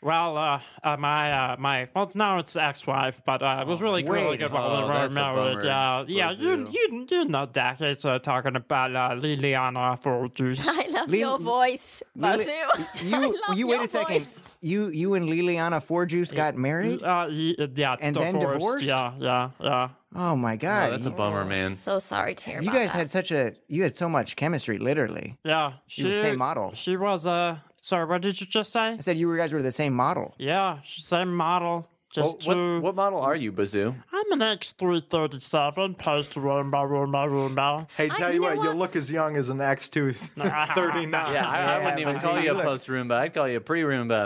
Speaker 3: well, uh, uh my, uh, my, well, now it's ex-wife, but, uh, it was really, really
Speaker 4: wait.
Speaker 3: good when we
Speaker 6: Oh,
Speaker 3: were
Speaker 6: that's a
Speaker 3: married.
Speaker 6: bummer.
Speaker 3: Uh, yeah, you,
Speaker 6: Brazil.
Speaker 3: you, you know, Dak, it's, uh, talking about, uh, Liliana for juice.
Speaker 5: I love
Speaker 4: Lil-
Speaker 5: your voice,
Speaker 4: Lili-
Speaker 5: Bazoo. (laughs) I
Speaker 4: You,
Speaker 5: love
Speaker 4: you
Speaker 5: your
Speaker 4: wait a second.
Speaker 5: voice.
Speaker 4: You, you and Liliana Forjuice got married.
Speaker 3: Uh, y- yeah,
Speaker 4: And then divorced?
Speaker 3: Yeah, yeah, yeah.
Speaker 4: Oh my
Speaker 6: Oh,
Speaker 4: god!
Speaker 6: that's a bummer, man.
Speaker 5: So sorry to hear
Speaker 4: you
Speaker 5: about
Speaker 4: guys
Speaker 5: that.
Speaker 4: had such a you had so much chemistry. Literally,
Speaker 3: Yeah, she
Speaker 4: the same model.
Speaker 3: She was uh sorry, what did you just say?
Speaker 4: I said you guys were the same model.
Speaker 3: Yeah, she's same model.
Speaker 6: Well,
Speaker 3: Just two.
Speaker 6: Oh, what, what model are you, Bazoo?
Speaker 3: I'm an X three thirty seven post Roomba Roomba Roomba.
Speaker 2: Hey, tell
Speaker 5: you
Speaker 2: you
Speaker 5: know
Speaker 2: what,
Speaker 5: what?
Speaker 2: you look as young as an axe tooth.
Speaker 5: (laughs)
Speaker 2: 39.
Speaker 6: Yeah, I, I wouldn't even call you a post Roomba. I'd call you a pre Roomba.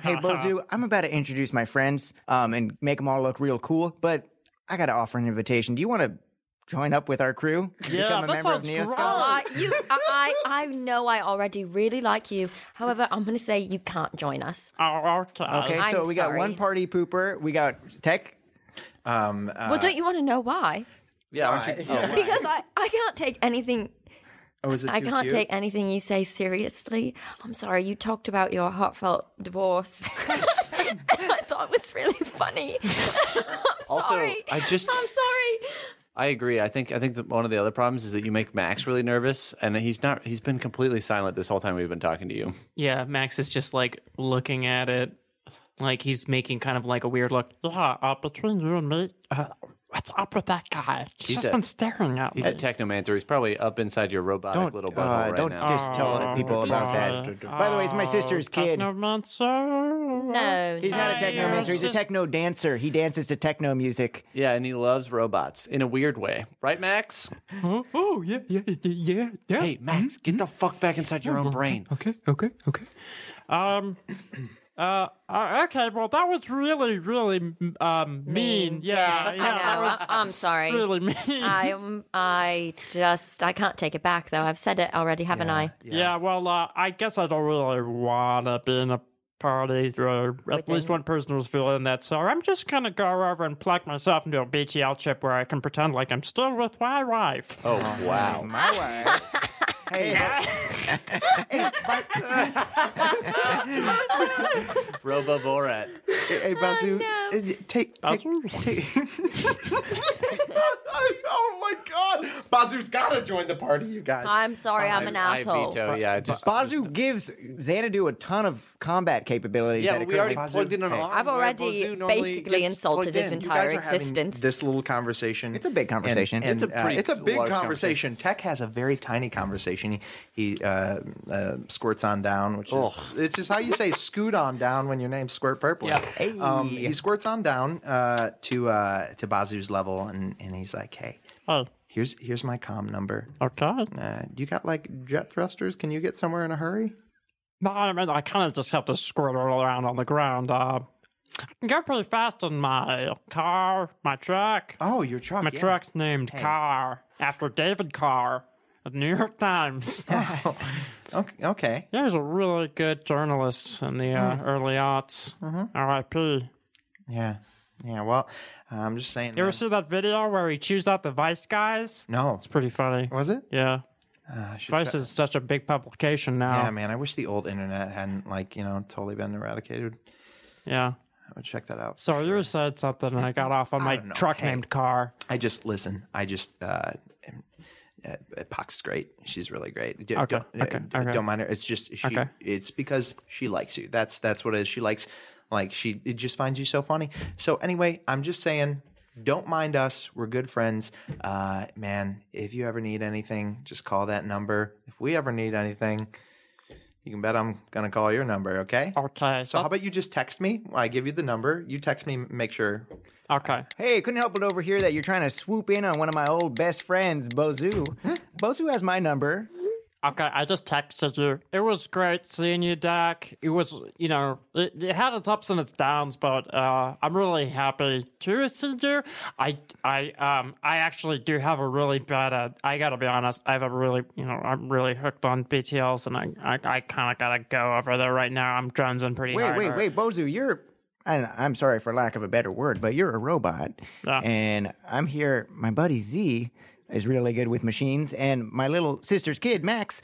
Speaker 3: (laughs)
Speaker 4: Hey Bozu, I'm about to introduce my friends um, and make them all look real cool, but I got to offer an invitation. Do you want to join up with our crew? and
Speaker 3: Yeah,
Speaker 4: become a
Speaker 3: that
Speaker 4: member of
Speaker 3: sounds
Speaker 4: Neoscott?
Speaker 5: Oh, I, you, I, I, I know I already really like you. However, I'm going to say you can't join us.
Speaker 3: Oh, okay.
Speaker 4: Okay,
Speaker 5: I'm
Speaker 4: so we got
Speaker 5: sorry.
Speaker 4: one party pooper. We got Tech.
Speaker 2: Um, uh,
Speaker 5: well, don't you want to know why?
Speaker 6: yeah, aren't you?
Speaker 5: (laughs)
Speaker 6: Oh,
Speaker 5: Because I, I can't take anything.
Speaker 2: oh, is it
Speaker 5: I
Speaker 2: too
Speaker 5: can't
Speaker 2: cute?
Speaker 5: take anything you say seriously. I'm sorry. You talked about your heartfelt divorce. (laughs) And I thought it was really funny. I'm
Speaker 6: Oh, Also,
Speaker 5: sorry.
Speaker 6: I just-
Speaker 5: I'm sorry. (laughs)
Speaker 6: I agree. I think I think that one of the other problems is that you make Max really nervous, and he's not. He's been completely silent this whole time we've been talking to you.
Speaker 3: Yeah, Max is just like looking at it, like he's making kind of like a weird look. Yeah, uh, between you and me, uh, what's up with that guy? He's, just
Speaker 6: a-
Speaker 3: been staring at me.
Speaker 6: He's a technomancer. He's probably up inside your robotic
Speaker 4: Don't
Speaker 6: little
Speaker 4: uh,
Speaker 6: butthole right
Speaker 4: don't
Speaker 6: now.
Speaker 4: just tell the people about that. By the way, it's
Speaker 3: uh,
Speaker 4: my sister's kid.
Speaker 3: Technomancer.
Speaker 5: No,
Speaker 4: He's not a
Speaker 3: Hi,
Speaker 4: techno
Speaker 3: yes.
Speaker 4: dancer. He's a techno dancer. He dances to techno music.
Speaker 6: yeah, and he loves robots in a weird way, right, Max?
Speaker 7: Oh, oh yeah, yeah, yeah, yeah, yeah.
Speaker 6: Hey, Max,
Speaker 4: Hmm?
Speaker 6: get the fuck back inside your own brain.
Speaker 7: Okay, okay, okay.
Speaker 3: Um. Uh, uh, okay, well, that was really, really mm, um, mean. Yeah, yeah,
Speaker 5: I
Speaker 3: that
Speaker 5: know.
Speaker 3: was
Speaker 5: I, am sorry.
Speaker 3: really mean.
Speaker 5: I, um, I just, I can't take it back though. I've said it already, haven't I?
Speaker 3: yeah. well, uh, I guess I don't really want to be in a party, or at least one person was feeling that. So I'm just gonna go over and plug myself into a BTL chip where I can pretend like I'm still with my wife.
Speaker 6: (laughs) Oh, wow.
Speaker 4: (laughs) My
Speaker 2: (laughs)
Speaker 4: wife. Hey, hey, but,
Speaker 6: Robo Borat.
Speaker 2: Hey, Bazu,
Speaker 5: Oh,
Speaker 2: uh, take, take,
Speaker 3: Bazu?
Speaker 2: take- (laughs) oh my God, Bazu's gotta join the party, you guys.
Speaker 5: I'm sorry, I'm an
Speaker 6: I
Speaker 5: asshole.
Speaker 6: veto, yeah. I Just,
Speaker 4: Bazu gives Xanadu a ton of combat capabilities. that
Speaker 6: yeah, but
Speaker 4: occur
Speaker 6: we already
Speaker 4: to Bazu.
Speaker 6: plugged in an arm.
Speaker 5: I've
Speaker 6: where
Speaker 5: already
Speaker 6: Bazu normally
Speaker 5: basically
Speaker 6: gets
Speaker 5: insulted
Speaker 6: plugged
Speaker 5: his
Speaker 6: in.
Speaker 2: You guys
Speaker 5: entire
Speaker 2: are having
Speaker 5: existence.
Speaker 2: This little conversation.
Speaker 4: It's a big conversation.
Speaker 2: And, and,
Speaker 6: It's a
Speaker 2: uh,
Speaker 6: pretty
Speaker 2: it's a big
Speaker 6: large
Speaker 2: conversation. Tech has a very tiny conversation. He, he uh, uh, squirts on down, which is it's just how you say scoot on down when your name's Squirt Purple.
Speaker 3: Yeah.
Speaker 2: Um, he squirts on down uh, to uh, to Bazu's level, and, and he's like, "Hey,
Speaker 3: Oh,
Speaker 2: here's here's my com number.
Speaker 3: okay.
Speaker 2: Uh, you got like jet thrusters? Can you get somewhere in a hurry?"
Speaker 3: No, I mean, I kind of just have to squirt all around on the ground. Uh, I can go pretty fast in my car, my truck.
Speaker 2: Oh, your truck.
Speaker 3: My
Speaker 2: yeah.
Speaker 3: truck's named Carr after David Carr of the New York Times.
Speaker 2: Okay. okay.
Speaker 3: he was a really good journalist in the
Speaker 2: Mm.
Speaker 3: uh, early aughts.
Speaker 2: Mm-hmm.
Speaker 3: R.I.P.
Speaker 2: Yeah. Yeah. Well, I'm just saying.
Speaker 3: You ever
Speaker 2: man.
Speaker 3: see that video where he chews out the Vice guys?
Speaker 2: no.
Speaker 3: It's pretty funny.
Speaker 2: Was it?
Speaker 3: Yeah.
Speaker 2: Uh, I should
Speaker 3: Vice
Speaker 2: check-
Speaker 3: is such a big publication now.
Speaker 2: Yeah, man. I wish the old internet hadn't like you know totally been eradicated.
Speaker 3: Yeah.
Speaker 2: I would check that out.
Speaker 3: So you said something and I got off on my
Speaker 2: don't know.
Speaker 3: truck
Speaker 2: Hey.
Speaker 3: named Carr.
Speaker 2: I just listen. I just uh, am- uh, uh, Pac's great. She's really great. D-
Speaker 3: Okay,
Speaker 2: Don't, uh,
Speaker 3: okay,
Speaker 2: d-
Speaker 3: okay.
Speaker 2: don't mind her. It's just she.
Speaker 3: Okay.
Speaker 2: It's because she likes you. That's that's what it is. She likes like she it just finds you so funny. So anyway, I'm just saying. Don't mind us. We're good friends. Uh, man, if you ever need anything, just call that number. If we ever need anything, you can bet I'm going to call your number, okay?
Speaker 3: Okay.
Speaker 2: So how about you just text me? I give you the number. You text me. Make sure.
Speaker 3: okay.
Speaker 4: Hey, couldn't help but over here that you're trying to swoop in on one of my old best friends, Bozu. Bozu has my number.
Speaker 3: Okay, I just texted you. It was great seeing you, Dak. It was, you know, it, it had its ups and its downs, but uh, I'm really happy to see you. I, I, um, I actually do have a really bad. Uh, I gotta be honest. I have a really, you know, I'm really hooked on BTLs, and I, I, I kind of gotta go over there right now. I'm jonesing pretty
Speaker 4: Wait,
Speaker 3: hard.
Speaker 4: wait, wait, Bozu, you're. I don't know, I'm sorry for lack of a better word, but you're a robot.
Speaker 3: Yeah.
Speaker 4: And I'm here. My buddy Z is really good with machines, and my little sister's kid, Max.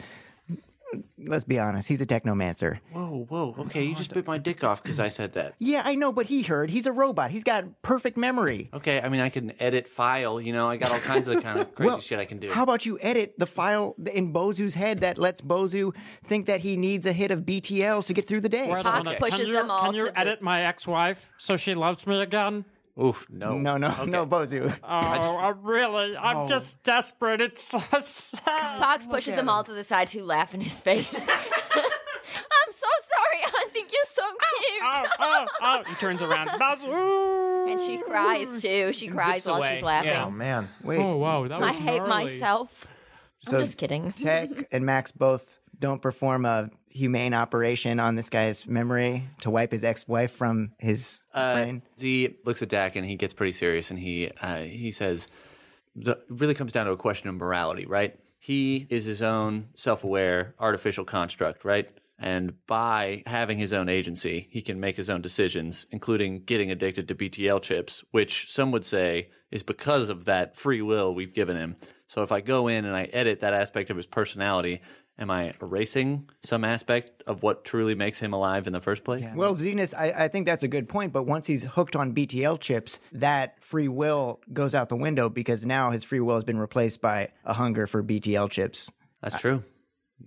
Speaker 4: Let's be honest, he's a technomancer.
Speaker 6: Whoa, Oh, whoa.
Speaker 4: Oh,
Speaker 6: Okay, you just bit my dick off because I
Speaker 4: (clears throat)
Speaker 6: said that.
Speaker 4: Yeah, I know, but he heard. He's a robot. He's got perfect memory.
Speaker 6: Okay, I mean, I can edit file. You know, I got all kinds
Speaker 4: (laughs)
Speaker 6: of kind of crazy shit I can do.
Speaker 4: How about you edit the file in Bozu's head that lets Bozu think that he needs a hit of BTLs to get through the day?
Speaker 3: Wait,
Speaker 5: Pox pushes
Speaker 3: can you,
Speaker 5: them all
Speaker 3: Can you
Speaker 5: to the-
Speaker 3: edit my ex-wife so she loves me again?
Speaker 6: Oof, no.
Speaker 4: No, (laughs) no, no, Bozu.
Speaker 3: Oh, I'm really, I'm
Speaker 4: Oh.
Speaker 3: just desperate. It's so sad.
Speaker 5: Fox pushes them all to the side who laugh in his face. I'm so sorry. I think you're so cute.
Speaker 3: oh, oh, oh. He turns
Speaker 5: (laughs)
Speaker 3: around. Bazoo!
Speaker 5: And she cries too. She cries while
Speaker 3: away.
Speaker 5: she's laughing.
Speaker 2: Oh man.
Speaker 4: Wait,
Speaker 3: Oh, wow. That was
Speaker 5: I hate
Speaker 3: gnarly.
Speaker 5: myself.
Speaker 4: So-
Speaker 5: I'm just kidding. (laughs)
Speaker 4: Tech and Max both don't perform a humane operation on this guy's memory to wipe his ex-wife from his
Speaker 6: Uh,
Speaker 4: brain.
Speaker 6: Z looks at Dak and he gets pretty serious and he uh, he says, the, it really comes down to a question of morality, right? He is his own self-aware artificial construct, right? And by having his own agency, he can make his own decisions, including getting addicted to BTL chips, which some would say is because of that free will we've given him. So if I go in and I edit that aspect of his personality, am I erasing some aspect of what truly makes him alive in the first place?
Speaker 4: Well, Zenas, I, I think that's a good point, but once he's hooked on BTL chips, that free will goes out the window because now his free will has been replaced by a hunger for BTL chips.
Speaker 6: That's true.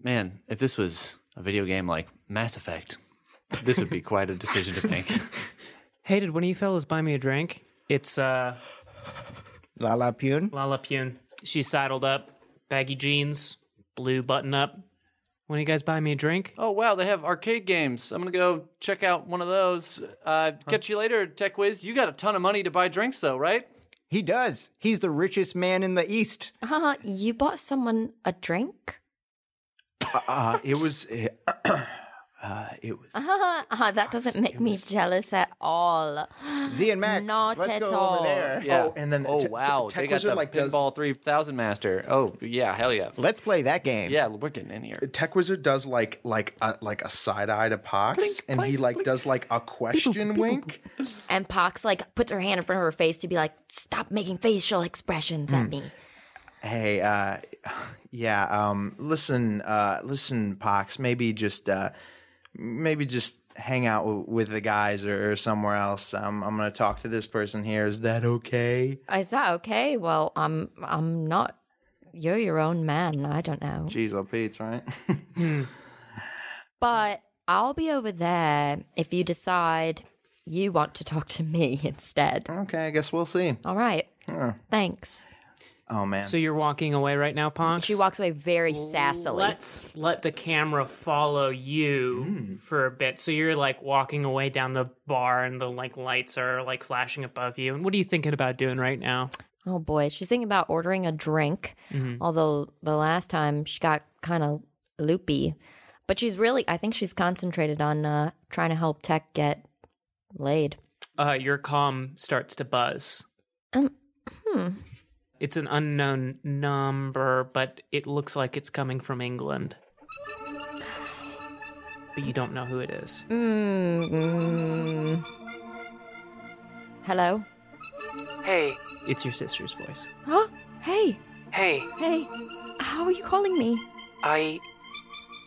Speaker 6: Man, if this was a video game like Mass Effect, this would be quite a decision to make.
Speaker 8: Hey, did one of you fellas buy me a drink? It's uh,
Speaker 4: La La Pune?
Speaker 8: Lala Pune. She's saddled up, baggy jeans, blue button up. One of you guys buy me a drink?
Speaker 6: (laughs) oh, wow, they have arcade games. I'm going to go check out one of those. Uh, Catch you later, Tech Whiz. You got a ton of money to buy drinks, though, right?
Speaker 4: He does. He's the richest man in the East.
Speaker 5: Uh, you bought someone a drink?
Speaker 2: eh, (laughs) Uh, it was. Uh, it was
Speaker 5: Uh-huh, uh-huh, that doesn't make me jealous at all.
Speaker 4: Z and Max,
Speaker 5: Not
Speaker 4: let's
Speaker 5: at
Speaker 4: go
Speaker 5: all.
Speaker 4: over there.
Speaker 6: Yeah.
Speaker 2: Oh, and then
Speaker 6: oh
Speaker 2: Te- Te-
Speaker 6: wow, they
Speaker 2: Techlizard,
Speaker 6: got the
Speaker 2: like, does-
Speaker 6: pinball three thousand master. Oh yeah, hell yeah,
Speaker 4: Let's play that game.
Speaker 6: yeah. We're getting in here.
Speaker 2: Tech Wizard does like like a, like a side eye to Pox, and he like does like a
Speaker 6: (laughs)
Speaker 2: question wink.
Speaker 5: And Pox like puts her hand in front of her face to be like, "Stop making facial expressions at me."
Speaker 2: Hey, uh, (sighs) yeah, um, listen, uh, listen, Pox, maybe just uh, maybe just hang out w- with the guys or, or somewhere else. Um, I'm gonna talk to this person here. Is that okay?
Speaker 5: Is that okay? Well, I'm I'm not. You're your own man. I don't know,
Speaker 2: Jeez, oh Pete's right. (laughs)
Speaker 5: but I'll be over there if you decide you want to talk to me (laughs) instead.
Speaker 2: okay, I guess we'll see.
Speaker 5: All right. Thanks.
Speaker 2: Oh man,
Speaker 3: So you're walking away right now, Ponce?
Speaker 5: She walks away very sassily.
Speaker 3: Let's let the camera follow you for a bit. So you're like walking away down the bar and the like lights are like flashing above you. And what are you thinking about doing right now?
Speaker 5: Oh boy, she's thinking about ordering a drink.
Speaker 3: Mm-hmm.
Speaker 5: Although the last time she got kind of loopy, but she's really I think she's concentrated on uh, trying to help Tech get laid.
Speaker 3: Uh, your comm starts to buzz.
Speaker 5: Um,
Speaker 3: It's an unknown number, but it looks like it's coming from England. But you don't know who it is.
Speaker 5: Mm. Hello.
Speaker 3: Hey, it's your sister's voice.
Speaker 5: Huh? Hey,
Speaker 3: Hey,
Speaker 5: hey. How are you calling me?
Speaker 3: I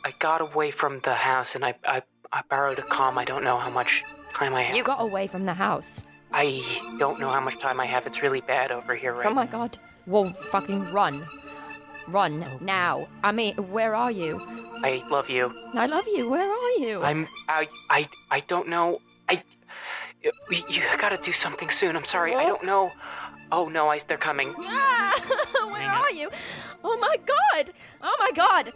Speaker 3: I got away from the house and I I, I borrowed a comm. I don't know how much time I have.
Speaker 5: You got away from the house.
Speaker 3: I don't know how much time I have. It's really bad over here right
Speaker 5: Oh my god. Well, fucking run. Run now. I mean, where are you?
Speaker 3: I love you.
Speaker 5: I love you. Where are you? (laughs)
Speaker 3: I'm I I I don't know. I you, you got to do something soon. I'm sorry. I don't know. Oh no, I, they're coming.
Speaker 5: Ah, where are you? Oh my god! Oh my god!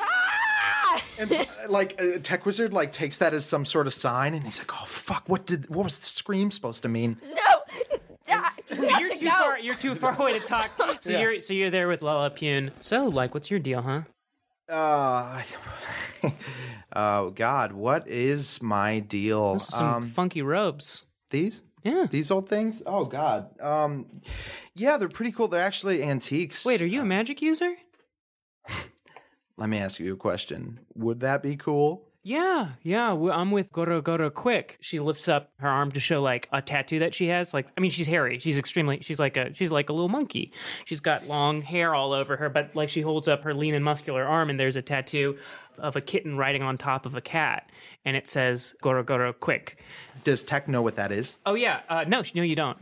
Speaker 5: Ah! (laughs)
Speaker 2: and (laughs) like uh, Tech Wizard like takes that as some sort of sign, and he's like, "Oh fuck, what did what was the scream supposed to mean?"
Speaker 5: No! Ah, you have
Speaker 3: You're
Speaker 5: to
Speaker 3: too
Speaker 5: go.
Speaker 3: far. You're too far away to
Speaker 5: (laughs)
Speaker 3: talk. So you're so you're there with Lola Pune. So like, what's your deal, huh?
Speaker 2: Uh, (laughs) oh God, what is my deal?
Speaker 3: Some
Speaker 2: um,
Speaker 3: funky robes.
Speaker 2: these.
Speaker 3: Yeah.
Speaker 2: These old things? Oh God! Um, yeah, they're pretty cool. They're actually antiques.
Speaker 3: Wait, are you a magic user?
Speaker 2: Let me ask you a question. Would that be cool?
Speaker 3: Yeah, yeah, we- I'm with Goro Goro Quick. She lifts up her arm to show like a tattoo that she has. Like, I mean, she's hairy. She's extremely. She's like a. She's like a little monkey. She's got long hair all over her, but like she holds up her lean and muscular arm, and there's a tattoo of a kitten riding on top of a cat, and it says Goro Goro Quick.
Speaker 2: Does Tech know what that is?
Speaker 3: Oh yeah, uh, no, sh- no, you don't.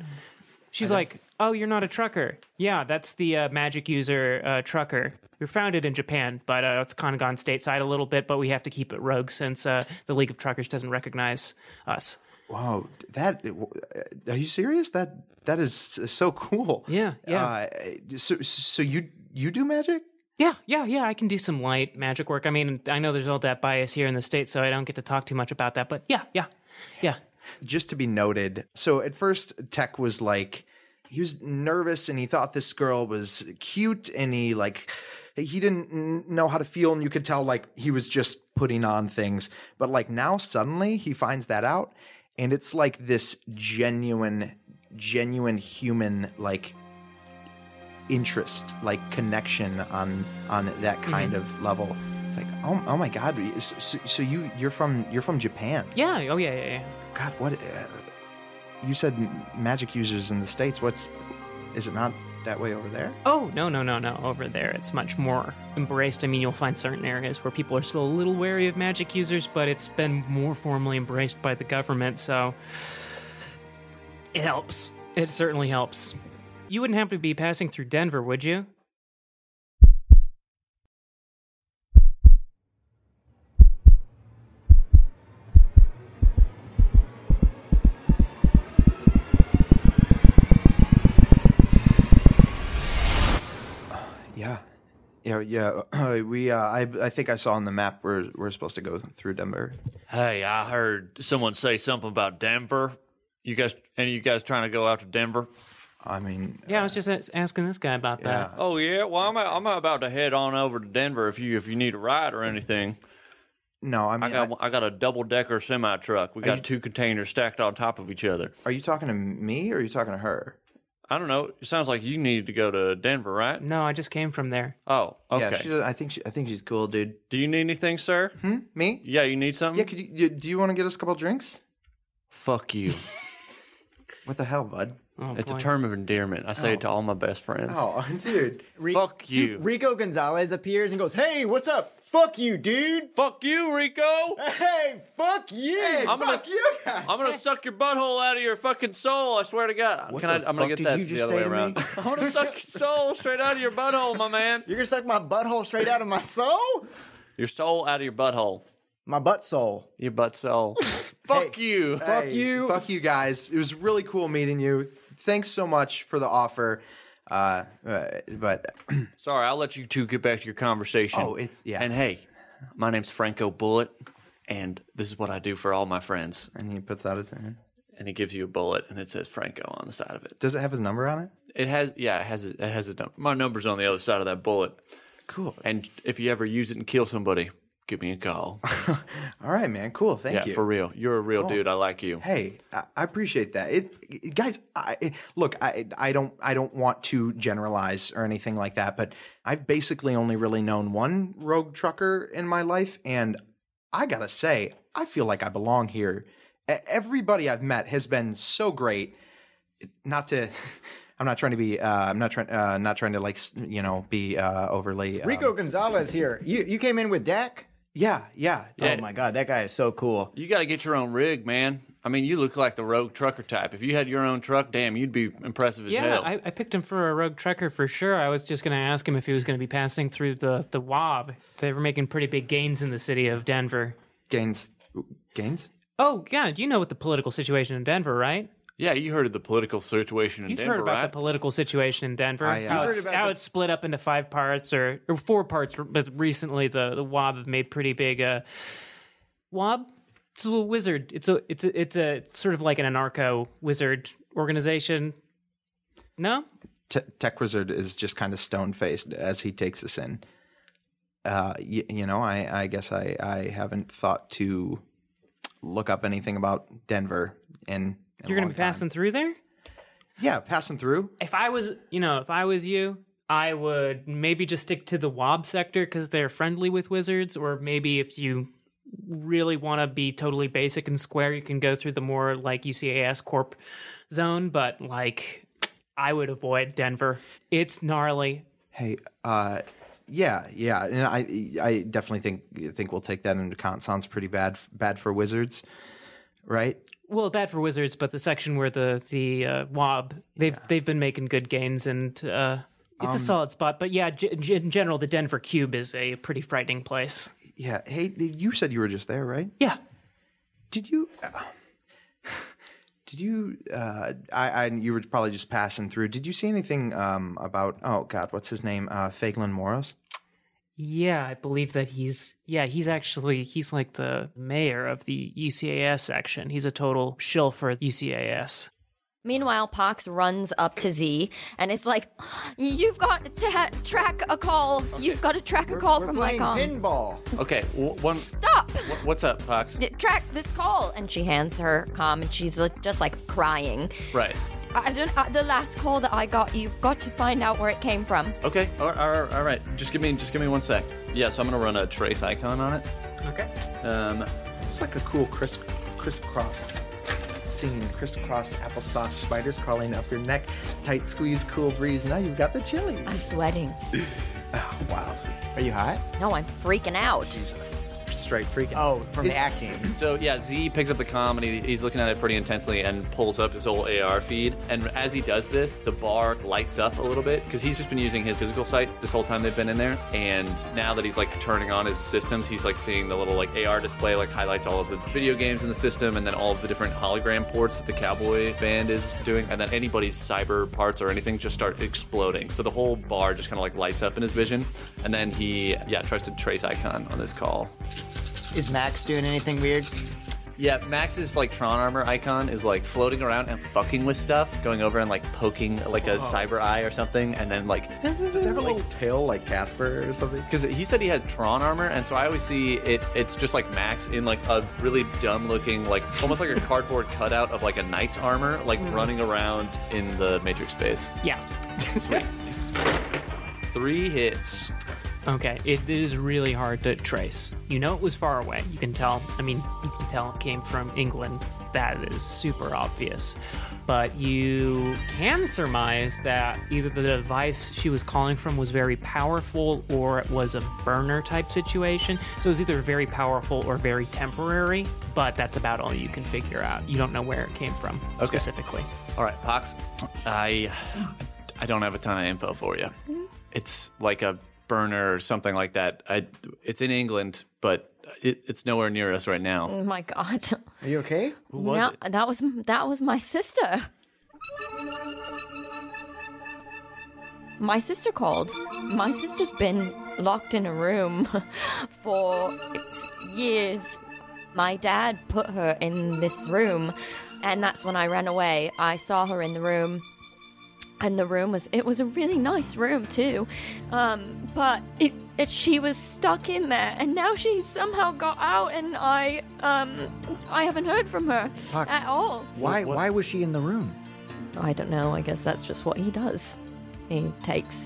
Speaker 3: She's like, oh, you're not a trucker. Yeah, that's the uh, magic user uh, trucker. We are founded in Japan, but uh, it's kind of gone stateside a little bit. But we have to keep it rogue since uh, the League of Truckers doesn't recognize us.
Speaker 2: Wow, that uh, are you serious? That that is so cool.
Speaker 3: Yeah, yeah.
Speaker 2: Uh, so so you you do magic?
Speaker 3: Yeah, yeah, yeah. I can do some light magic work. I mean, I know there's all that bias here in the states, so I don't get to talk too much about that. But yeah, yeah, yeah.
Speaker 2: just to be noted. So at first, Tech was like, he was nervous and he thought this girl was cute and he like, he didn't n- know how to feel and you could tell like he was just putting on things. But like now suddenly he finds that out and it's like this genuine, genuine human like interest, like connection on on that kind of level. It's like, oh, oh my god! So, so- so you you're from you're from Japan?
Speaker 3: Yeah, oh, yeah, yeah, yeah.
Speaker 2: God, what? Uh, you said m- magic users in the states. What's? Is it not that way over there?
Speaker 3: Oh, no, no, no, no. Over there, it's much more embraced. I mean, you'll find certain areas where people are still a little wary of magic users, but it's been more formally embraced by the government, so it helps. It certainly helps. You wouldn't have to be passing through Denver, would you?
Speaker 2: Yeah, yeah, yeah. (clears throat) we, uh, I, I think I saw on the map we're we're supposed to go through Denver.
Speaker 6: Hey, I heard someone say something about Denver. You guys, any of you guys trying to go out to Denver?
Speaker 2: I mean, uh,
Speaker 3: Yeah, I was just as- asking this guy about that.
Speaker 6: Oh yeah, well I'm I'm about to head on over to Denver if you if you need a ride or anything.
Speaker 2: No, I mean,
Speaker 6: I got I got a double decker semi truck. We got two containers stacked on top of each other.
Speaker 2: are you talking to me or are you talking to her?
Speaker 6: I don't know. It sounds like you needed to go to Denver,
Speaker 4: Mm-hmm.
Speaker 6: right?
Speaker 3: No, I just came from there.
Speaker 6: Oh, okay.
Speaker 2: Yeah, she, does- I think she, I think she's cool, dude.
Speaker 6: Do you need anything, sir?
Speaker 4: Mm-hmm.
Speaker 2: Me?
Speaker 6: Yeah, you need something?
Speaker 2: Yeah. Could you, you do you want to get us a couple drinks?
Speaker 6: Fuck you.
Speaker 2: (laughs) What the hell, bud?
Speaker 3: Oh,
Speaker 6: it's a
Speaker 3: boy.
Speaker 6: term of endearment. I say it to all my best
Speaker 2: (laughs)
Speaker 6: friends.
Speaker 2: Oh, dude.
Speaker 6: Fuck you.
Speaker 4: Rico Gonzalez appears and goes, "Hey, what's up? Fuck you, dude. (laughs)
Speaker 6: Fuck you, Rico.
Speaker 4: Hey, fuck you.
Speaker 6: I'm gonna-
Speaker 4: fuck you guys."
Speaker 6: I'm gonna suck your butthole out of your fucking soul. I swear to God.
Speaker 4: What
Speaker 6: Can
Speaker 4: the
Speaker 6: I?
Speaker 4: fuck
Speaker 6: I'm gonna get
Speaker 4: did you
Speaker 6: that
Speaker 4: just
Speaker 6: the other
Speaker 4: say
Speaker 6: way
Speaker 4: to me?
Speaker 6: around.
Speaker 4: (laughs)
Speaker 6: I'm gonna suck your soul straight out of your butthole, my man.
Speaker 4: You're gonna suck my butthole straight out of my soul?
Speaker 6: Your soul out of your butthole.
Speaker 4: My butt soul. Uh,
Speaker 6: Your butt soul. (laughs) Fuck you.
Speaker 4: Fuck you.
Speaker 2: Fuck you guys. It was really cool meeting you. Thanks so much for the offer. Uh, uh, but
Speaker 6: Sorry, I'll let you two get back to your conversation.
Speaker 2: Oh, it's- yeah.
Speaker 6: And hey, my name's Franco Bullet, and this is what I do for all my friends.
Speaker 2: and he puts out his hand.
Speaker 6: And he gives you a bullet, and it says Franco on the side of it.
Speaker 2: Does it have his number on it?
Speaker 6: It has, yeah, it has, it has a number. My number's on the other side of that bullet.
Speaker 2: Cool.
Speaker 6: And if you ever use it and kill somebody, give me a call.
Speaker 2: (laughs) All right, man. Cool. Thank
Speaker 6: yeah,
Speaker 2: you. Oh.
Speaker 6: for real. You're a real dude. I like you.
Speaker 2: Hey, I I appreciate that. It, it- guys, I, it- look, I, I don't, I don't want to generalize or anything like that, but I've basically only really known one rogue trucker in my life, and I gotta say, I feel like I belong here. E- Everybody I've met has been so great. Not to, (laughs) I'm not trying to be, uh, I'm not trying, uh, not trying to like, s- you know, be uh, overly. um,
Speaker 4: Rico Gonzalez here. You you came in with Dak?
Speaker 2: yeah, yeah,
Speaker 6: Yeah.
Speaker 4: Oh my god, that guy is so cool.
Speaker 6: You got to get your own rig, man. I mean, you look like the rogue trucker type. If you had your own truck, damn, you'd be impressive as
Speaker 3: Yeah,
Speaker 6: hell.
Speaker 3: I, I picked him for a rogue trekker for sure. I was just going to ask him if he was going to be passing through the, the Wob. They were making pretty big gains in the city of Denver.
Speaker 2: Gaines, Gaines.
Speaker 3: Oh, yeah, you know what the political situation in Denver, right?
Speaker 6: yeah, you heard of the political situation in
Speaker 3: You've
Speaker 6: Denver,
Speaker 3: heard about
Speaker 6: right?
Speaker 3: the political situation in Denver.
Speaker 2: I, uh,
Speaker 3: how
Speaker 2: You've
Speaker 3: it's, how it's split up into five parts or, or four parts, but recently the, the Wob have made pretty big. Uh, Wob, it's a little wizard. It's a it's a, it's a it's sort of like an anarcho wizard organization. No,
Speaker 2: Te- Tech Wizard is just kind of stone faced as he takes this in. Uh, y- you know, I, I guess I, I haven't thought to look up anything about Denver. And
Speaker 3: you're going to be passing through there.
Speaker 2: yeah, passing through.
Speaker 3: if I was, you know, if I was you, I would maybe just stick to the Wob sector because they're friendly with wizards, or maybe if you really want to be totally basic and square, you can go through the more like UCAS Corp zone. But like, I would avoid Denver. It's gnarly.
Speaker 2: Hey, uh, yeah, yeah, and I, I definitely think think we'll take that into account. Sounds pretty bad, bad for wizards, right?
Speaker 3: Well, bad for wizards, but the section where the the uh, Wob they've they've been making good gains and. uh it's a solid spot, but yeah, g- g- in general, the Denver Cube is a pretty frightening place.
Speaker 2: Yeah. Hey, you said you were just there, right?
Speaker 3: Yeah,
Speaker 2: Did you? Uh, (sighs) did you? Uh, I, I. You were probably just passing through. Did you see anything um, about? Oh God, what's his name? Uh, Fagelin Moros.
Speaker 3: Yeah, I believe that he's yeah, he's actually he's like the mayor of the UCAS section. He's a total shill for UCAS.
Speaker 5: Meanwhile, Pox runs up to Z and it's like, You've got to ha- track a call. You've got to track a call
Speaker 4: We're
Speaker 5: from my
Speaker 4: playing
Speaker 5: call.
Speaker 4: pinball.
Speaker 6: okay, w- one.
Speaker 5: Stop!
Speaker 6: wh- What's up, Fox?
Speaker 5: D- Track this call. And she hands her com and she's like- just like crying.
Speaker 6: Right.
Speaker 5: I don't, uh, the last call that I got, you've got to find out where it came from.
Speaker 6: Okay. All, all, all, all right. Just give me. Just give me one sec. Yeah. So I'm gonna run a trace icon on it.
Speaker 3: Okay.
Speaker 6: Um.
Speaker 2: It's like a cool cris- crisscross scene. Crisscross applesauce. Spiders crawling up your neck. Tight squeeze. Cool breeze. Now you've got the chili.
Speaker 5: I'm sweating.
Speaker 2: wow.
Speaker 4: Are you hot?
Speaker 5: No, I'm freaking out.
Speaker 2: She's straight freaking.
Speaker 4: Oh, from acting.
Speaker 6: So yeah, Z picks up the comedy. He's looking at it pretty intensely and pulls up his old AR feed. And as he does this, the bar lights up a little bit because he's just been using his physical sight this whole time they've been in there. And now that he's like turning on his systems, he's like seeing the little like AR display like highlights all of the video games in the system and then all of the different hologram ports that the cowboy band is doing. And then anybody's cyber parts or anything just start exploding. So the whole bar just kind of like lights up in his vision. And then he yeah tries to trace icon on this call.
Speaker 4: Is Max doing anything weird?
Speaker 6: Yeah, Max's like Tron armor icon is like floating around and fucking with stuff, going over and like poking like a cyber eye or something, and then like (laughs)
Speaker 2: Does it have a little tail like Casper or something?
Speaker 6: because he said he had Tron armor, and so I always see it. It's just like Max in like a really dumb looking, like almost like a cardboard cutout of like a knight's armor, like running around in the Matrix space.
Speaker 3: Yeah.
Speaker 6: Three hits.
Speaker 3: Okay, it is really hard to trace. You know it was far away. You can tell. I mean, you can tell it came from England. That is super obvious. But you can surmise that either the device she was calling from was very powerful or it was a burner type situation. So it was either very powerful or very temporary, but that's about all you can figure out. You don't know where it came from specifically.
Speaker 6: All right, Pox. I I don't have a ton of info for you. It's like a burner or something like that. I, it's in England, but it, it's nowhere near us right now.
Speaker 1: Oh my god.
Speaker 4: Are you okay?
Speaker 6: Who was
Speaker 1: No,
Speaker 6: it?
Speaker 1: that was that was my sister. My sister called. My sister's been locked in a room (laughs) for years. My dad put her in this room, and that's when I ran away. I saw her in the room, and the room was it was a really nice room too, um, but it, it she was stuck in there, and now she somehow got out, and I um I haven't heard from her
Speaker 4: Fuck.
Speaker 1: at all.
Speaker 4: Why? Why was she in the room?
Speaker 1: I don't know. I guess that's just what he does. He takes.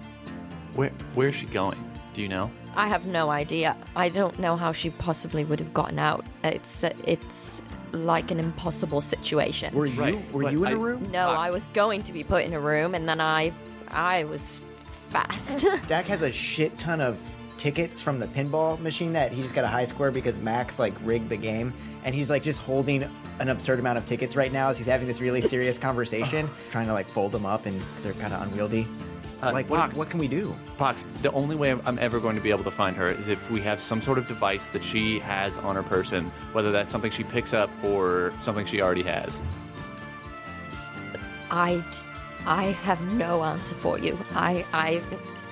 Speaker 6: Where Where's she going? Do you know?
Speaker 1: I have no idea. I don't know how she possibly would have gotten out. It's it's like an impossible situation.
Speaker 4: Were you?
Speaker 6: Right,
Speaker 4: Were
Speaker 6: but
Speaker 4: you in
Speaker 6: I-
Speaker 4: the room?
Speaker 1: no,
Speaker 6: Fox.
Speaker 1: I was going to be put in a room, and then I I was
Speaker 4: (laughs)
Speaker 1: fast.
Speaker 4: Dak has a shit ton of tickets from the pinball machine that he just got a high score because Max like rigged the game, and he's like just holding an absurd amount of tickets right now as he's having this really serious
Speaker 3: (laughs)
Speaker 4: conversation, trying to like fold them up, and because they're kind of unwieldy.
Speaker 3: Uh,
Speaker 4: like, what,
Speaker 6: Pox.
Speaker 4: what can we do?
Speaker 6: Pox, the only way I'm ever going to be able to find her is if we have some sort of device that she has on her person, whether that's something she picks up or something she already has.
Speaker 1: I just- I have no answer for you. I I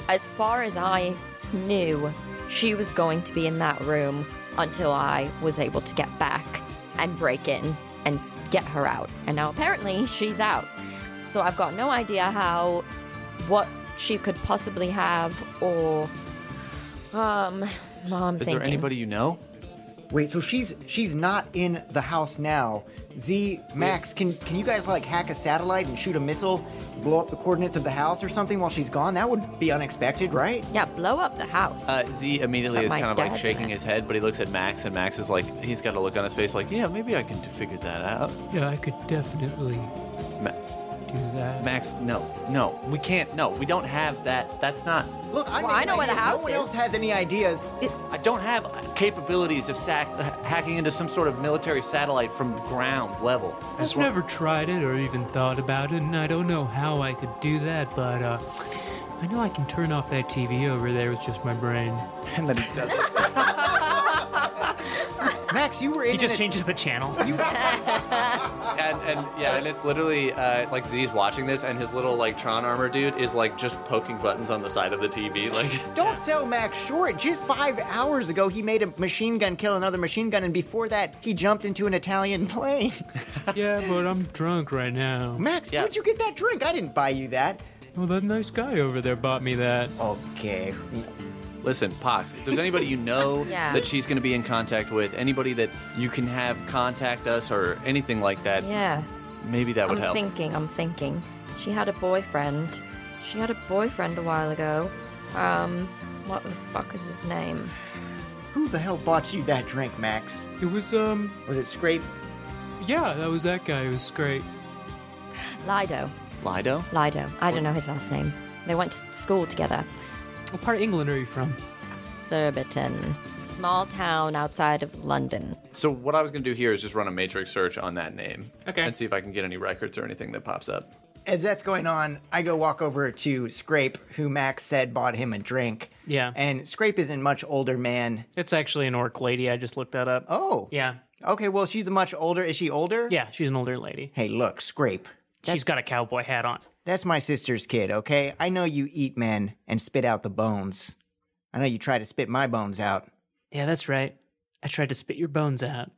Speaker 1: as far as I knew, she was going to be in that room until I was able to get back and break in and get her out. And now apparently she's out. So I've got no idea how what she could possibly have or um no, I'm
Speaker 6: Is
Speaker 1: thinking.
Speaker 6: there anybody you know?
Speaker 4: Wait, so she's she's not in the house now. Z Max, can can you guys like hack a satellite and shoot a missile, blow up the coordinates of the house or something while she's gone? That would be unexpected, right?
Speaker 1: yeah, blow up the house.
Speaker 6: Uh, Z immediately
Speaker 1: Except my
Speaker 6: is kind of like
Speaker 1: dad's
Speaker 6: shaking
Speaker 1: in it.
Speaker 6: his head, but he looks at Max, and Max is like, he's got a look on his face like, yeah, maybe I can figure that out.
Speaker 7: Yeah, I could definitely
Speaker 6: Ma-
Speaker 7: do that.
Speaker 6: Max, no, no, we can't, no, we don't have that. That's not.
Speaker 4: Look, I'm
Speaker 1: Well, I
Speaker 4: making
Speaker 1: know where the
Speaker 4: ideas.
Speaker 1: house
Speaker 4: No one
Speaker 1: is.
Speaker 4: else has any ideas.
Speaker 6: I don't have capabilities of sac- hacking into some sort of military satellite from ground level.
Speaker 7: I've never tried it or even thought about it, and I don't know how I could do that, but uh, I know I can turn off that TV over there with just my brain.
Speaker 6: And then he does it.
Speaker 4: Max, you were in
Speaker 3: He just
Speaker 4: an-
Speaker 3: changes the channel.
Speaker 6: (laughs) and, and yeah, and it's literally uh, like Z's watching this, and his little like Tron armor dude is like just poking buttons on the side of the TV. Like,
Speaker 4: Don't sell Max short. Just five hours ago, he made a machine gun kill another machine gun, and before that, he jumped into an Italian (laughs) plane.
Speaker 7: yeah, but I'm drunk right now.
Speaker 4: Max,
Speaker 6: Yeah.
Speaker 4: where'd you get that drink? I didn't buy you that.
Speaker 7: Well, that nice guy over there bought me that.
Speaker 4: Okay.
Speaker 6: listen, Pox, if there's anybody you know
Speaker 1: (laughs) Yeah.
Speaker 6: that she's going to be in contact with, anybody that you can have contact us or anything like that,
Speaker 1: yeah.
Speaker 6: maybe that would
Speaker 1: I'm
Speaker 6: help.
Speaker 1: thinking, I'm thinking. She had a boyfriend. She had a boyfriend a while ago. Um, what the fuck is his name?
Speaker 4: Who the hell bought you that drink, Max?
Speaker 7: It was, um,
Speaker 4: Was it Scrape?
Speaker 7: yeah, that was that guy. It was great.
Speaker 1: Lido.
Speaker 6: Lido?
Speaker 1: Lido. I don't know his last name. They went to school together.
Speaker 7: What part of England are you from?
Speaker 1: Surbiton. Small town outside of London.
Speaker 6: So what I was going to do here is just run a matrix search on that name.
Speaker 3: Okay.
Speaker 6: And see if I can get any records or anything that pops up.
Speaker 4: As that's going on, I go walk over to Scrape, who Max said bought him a drink.
Speaker 3: Yeah.
Speaker 4: And Scrape is a much older man.
Speaker 3: It's actually an orc lady. I just looked that up.
Speaker 4: Oh.
Speaker 3: Yeah.
Speaker 4: Okay, well, she's a much older. Is she older?
Speaker 3: Yeah, she's an older lady.
Speaker 4: Hey, look, Scrape.
Speaker 3: She's got a cowboy hat on.
Speaker 4: That's my sister's kid, okay? I know you eat men and spit out the bones. I know you try to spit my bones out.
Speaker 3: Yeah, that's right. I tried to spit your bones out.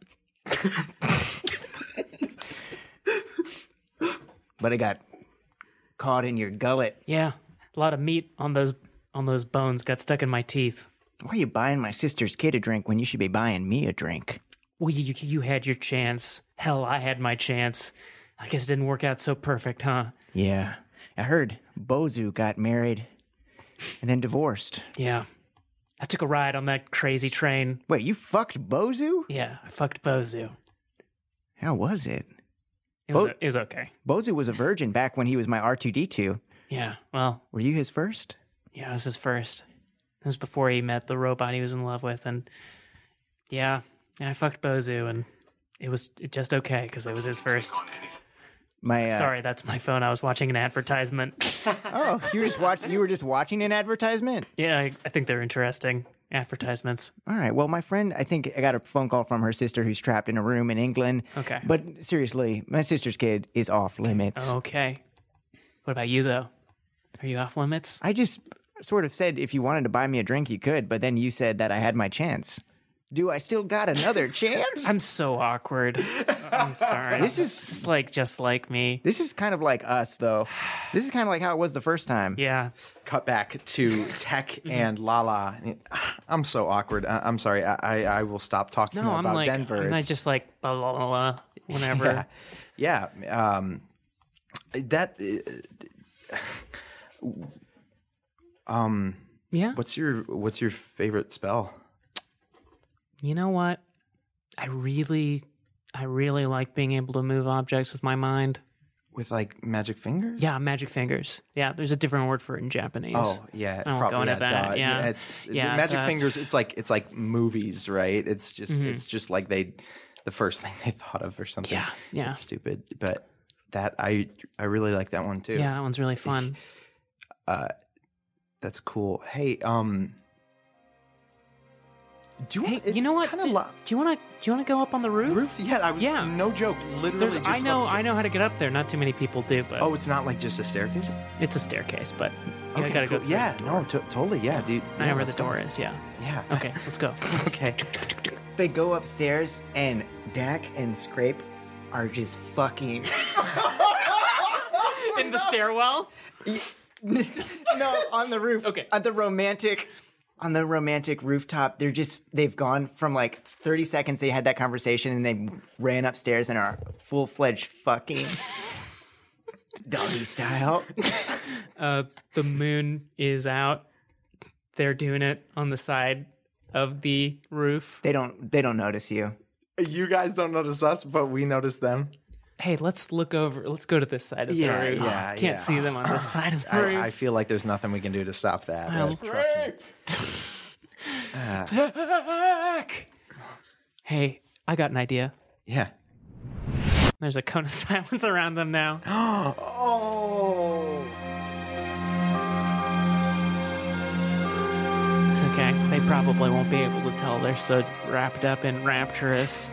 Speaker 4: But I got caught in your gullet.
Speaker 3: Yeah, a lot of meat on those on those bones got stuck in my teeth.
Speaker 4: Why are you buying my sister's kid a drink when you should be buying me a drink?
Speaker 3: Well, you, you had your chance. Hell, I had my chance. I guess it didn't work out so perfect, huh?
Speaker 4: Yeah. I heard Bozu got married and then divorced.
Speaker 3: Yeah. I took a ride on that crazy train.
Speaker 4: Wait, you fucked Bozu?
Speaker 3: Yeah, I fucked Bozu.
Speaker 4: How was it?
Speaker 3: It was,
Speaker 4: Bo-
Speaker 3: it was okay.
Speaker 4: Bozu was a virgin back when he was my R2D2.
Speaker 3: Yeah, well,
Speaker 4: Were you his first?
Speaker 3: yeah, it was his first. It was before he met the robot he was in love with, and yeah, yeah, I fucked Bozu, and it was just okay because it was his first.
Speaker 4: My uh,
Speaker 3: Sorry, that's my phone. I was watching an advertisement. (laughs)
Speaker 4: Oh, you were just watch you were just watching an advertisement.
Speaker 3: yeah, I, I think they're interesting advertisements.
Speaker 4: All right. Well, my friend, I think I got a phone call from her sister who's trapped in a room in England.
Speaker 3: Okay.
Speaker 4: But seriously, my sister's kid is off limits.
Speaker 3: Okay. Oh. What about you though? Are you off limits?
Speaker 4: I just sort of said if you wanted to buy me a drink, you could, but then you said that I had my chance. Do I still got
Speaker 3: (laughs)
Speaker 4: another chance?
Speaker 3: I'm so
Speaker 2: (laughs)
Speaker 3: awkward. I'm sorry. this is like just like me.
Speaker 4: This is kind of like us, though. This is kind of like how it was the first time.
Speaker 3: Yeah. Mm-hmm.
Speaker 2: Cut back
Speaker 3: (laughs)
Speaker 2: to Tech and Lala. I'm so awkward. I- I'm sorry. I, I I will stop talking
Speaker 3: No, I'm
Speaker 2: about
Speaker 3: like
Speaker 2: Denver.
Speaker 3: I'm not
Speaker 2: It's-
Speaker 3: just like blah blah blah, blah whenever.
Speaker 2: Yeah. Yeah. Um, that. uh, Um.
Speaker 3: Yeah.
Speaker 2: What's your What's your favorite spell?
Speaker 3: You know what? I really I really like being able to move objects with my mind.
Speaker 2: With like magic fingers?
Speaker 3: Yeah, magic fingers. Yeah, there's a different word for it in Japanese.
Speaker 2: Oh yeah,
Speaker 3: I won't go
Speaker 2: probably
Speaker 3: into
Speaker 2: yeah,
Speaker 3: that,
Speaker 2: duh.
Speaker 3: yeah.
Speaker 2: It's
Speaker 3: Yeah,
Speaker 2: magic
Speaker 3: duh. Mm-hmm.
Speaker 2: fingers. It's like it's like movies, right? It's just it's just like they, the first (laughs) thing they thought of or something.
Speaker 3: Yeah, yeah.
Speaker 2: It's stupid, but that I I really like that one too.
Speaker 3: Yeah, that one's really
Speaker 2: (laughs)
Speaker 3: fun.
Speaker 2: That's cool. Hey, um, do you,
Speaker 3: Hey,
Speaker 2: want- it's
Speaker 3: you know what?
Speaker 2: Kind
Speaker 3: Th-
Speaker 2: of lo-
Speaker 3: do you want to do you want to go up on the roof?
Speaker 2: roof? Yeah, I was,
Speaker 3: Yeah.
Speaker 2: No joke. Literally,
Speaker 3: There's-
Speaker 2: just
Speaker 3: I
Speaker 2: about
Speaker 3: know
Speaker 2: to say-
Speaker 3: I know how to get up there. Not too many people do, but
Speaker 2: Oh, it's not like just a staircase.
Speaker 3: it's a staircase, but you
Speaker 2: Okay,
Speaker 3: gotta
Speaker 2: cool.
Speaker 3: go. through
Speaker 2: yeah,
Speaker 3: the door.
Speaker 2: no, to- totally. Yeah, dude.
Speaker 3: I
Speaker 2: yeah,
Speaker 3: know where the
Speaker 2: let's go.
Speaker 3: door is. Yeah.
Speaker 2: Yeah.
Speaker 3: Okay, let's
Speaker 2: (laughs)
Speaker 3: go.
Speaker 2: okay.
Speaker 4: They go upstairs, and Dak and Scrape are just fucking. (laughs)
Speaker 3: In the stairwell.
Speaker 4: no, on the roof.
Speaker 3: Okay.
Speaker 4: On the romantic. On the romantic rooftop, they're just, they've gone from like 30 seconds they had that conversation and they ran upstairs and are full fledged fucking (laughs) doggy style.
Speaker 3: Uh, the moon is out. They're doing it on the side of the roof.
Speaker 4: They don't, they don't notice you.
Speaker 2: You guys don't notice us, but we notice them.
Speaker 3: Hey, let's look over. Let's go to this side of
Speaker 2: Yeah,
Speaker 3: the roof.
Speaker 2: yeah,
Speaker 3: Can't
Speaker 2: yeah.
Speaker 3: see them on
Speaker 2: (sighs)
Speaker 3: this side of the roof. (laughs)
Speaker 2: I, I feel like there's nothing we can do to stop that. Uh, trust me.
Speaker 3: Attack! Hey, I got an idea.
Speaker 2: Yeah.
Speaker 3: There's a cone of (laughs) silence around them now.
Speaker 2: Oh.
Speaker 3: It's okay. They probably won't be able to tell. They're so wrapped up in rapturous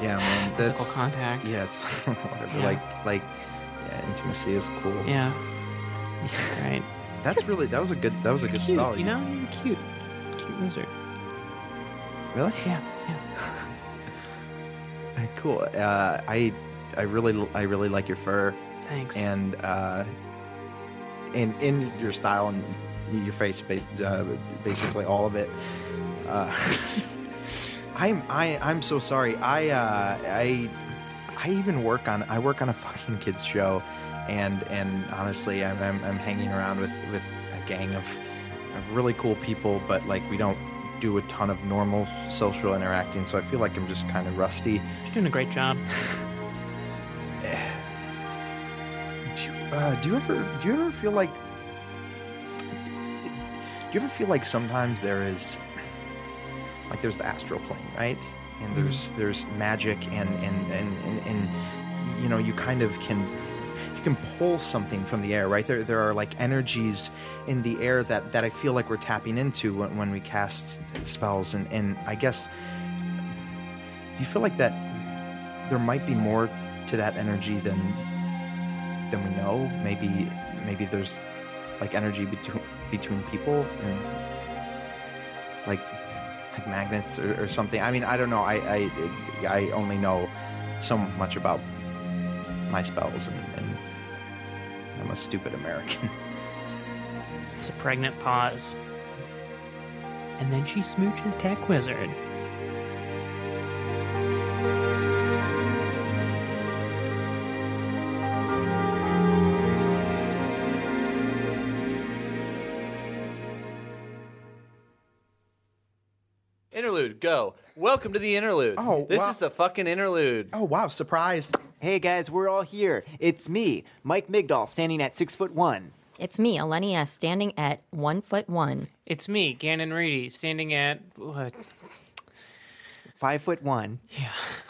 Speaker 2: Yeah, man.
Speaker 3: physical
Speaker 2: that's-
Speaker 3: contact.
Speaker 2: Yeah, it's (laughs) whatever.
Speaker 3: Yeah.
Speaker 2: Like, like, yeah, intimacy is cool. (laughs)
Speaker 3: Yeah. right.
Speaker 2: That's really that was a good that was a good
Speaker 3: Cute.
Speaker 2: spell.
Speaker 3: you know, you're cute. Cute lizard.
Speaker 2: really?
Speaker 3: Yeah, yeah.
Speaker 2: Uh, Cool. Uh, I, I really, I really like your fur
Speaker 3: Thanks.
Speaker 2: and uh, and in your style and your face, ba- uh, basically all of it. Uh, (laughs) I'm I I'm so sorry. I uh, I I even work on I work on a fucking kids show, and and honestly, I'm I'm, I'm hanging around with with a gang of of really cool people, but like we don't do a ton of normal social interacting, so I feel like I'm just kind of rusty.
Speaker 3: You're doing a great job.
Speaker 2: Do you, uh, do you ever do you ever feel like do you ever feel like sometimes there is like there's the astral plane, right? And there's there's magic and and and and, and you know you kind of can you can pull something from the air, right? There there are like energies in the air that that I feel like we're tapping into when, when we cast spells, and and I guess do you feel like that there might be more to that energy than than we know. Maybe maybe there's like energy between between people and like like magnets or, or something. I mean, I don't know. I I, I only know so much about my spells, and, and I'm a stupid American. (laughs)
Speaker 3: It's a pregnant pause. And then she smooches Tech Wizard.
Speaker 6: Interlude, go. Welcome to the interlude.
Speaker 2: Oh,
Speaker 6: this
Speaker 2: wow.
Speaker 6: is the fucking interlude.
Speaker 2: Oh wow, surprise!
Speaker 4: Hey guys, we're all here. It's me, Mike Migdal, standing at six foot one.
Speaker 5: It's me, Alenia, standing at one foot one.
Speaker 3: It's me, Gannon Reedy, standing at. What?
Speaker 4: Five foot one.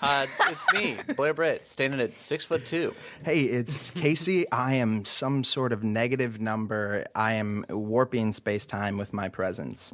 Speaker 6: Uh, it's
Speaker 2: (laughs)
Speaker 6: me, Blair Britt, standing at six foot two.
Speaker 2: Hey, it's Casey. I am some sort of negative number. I am warping space time with my presence.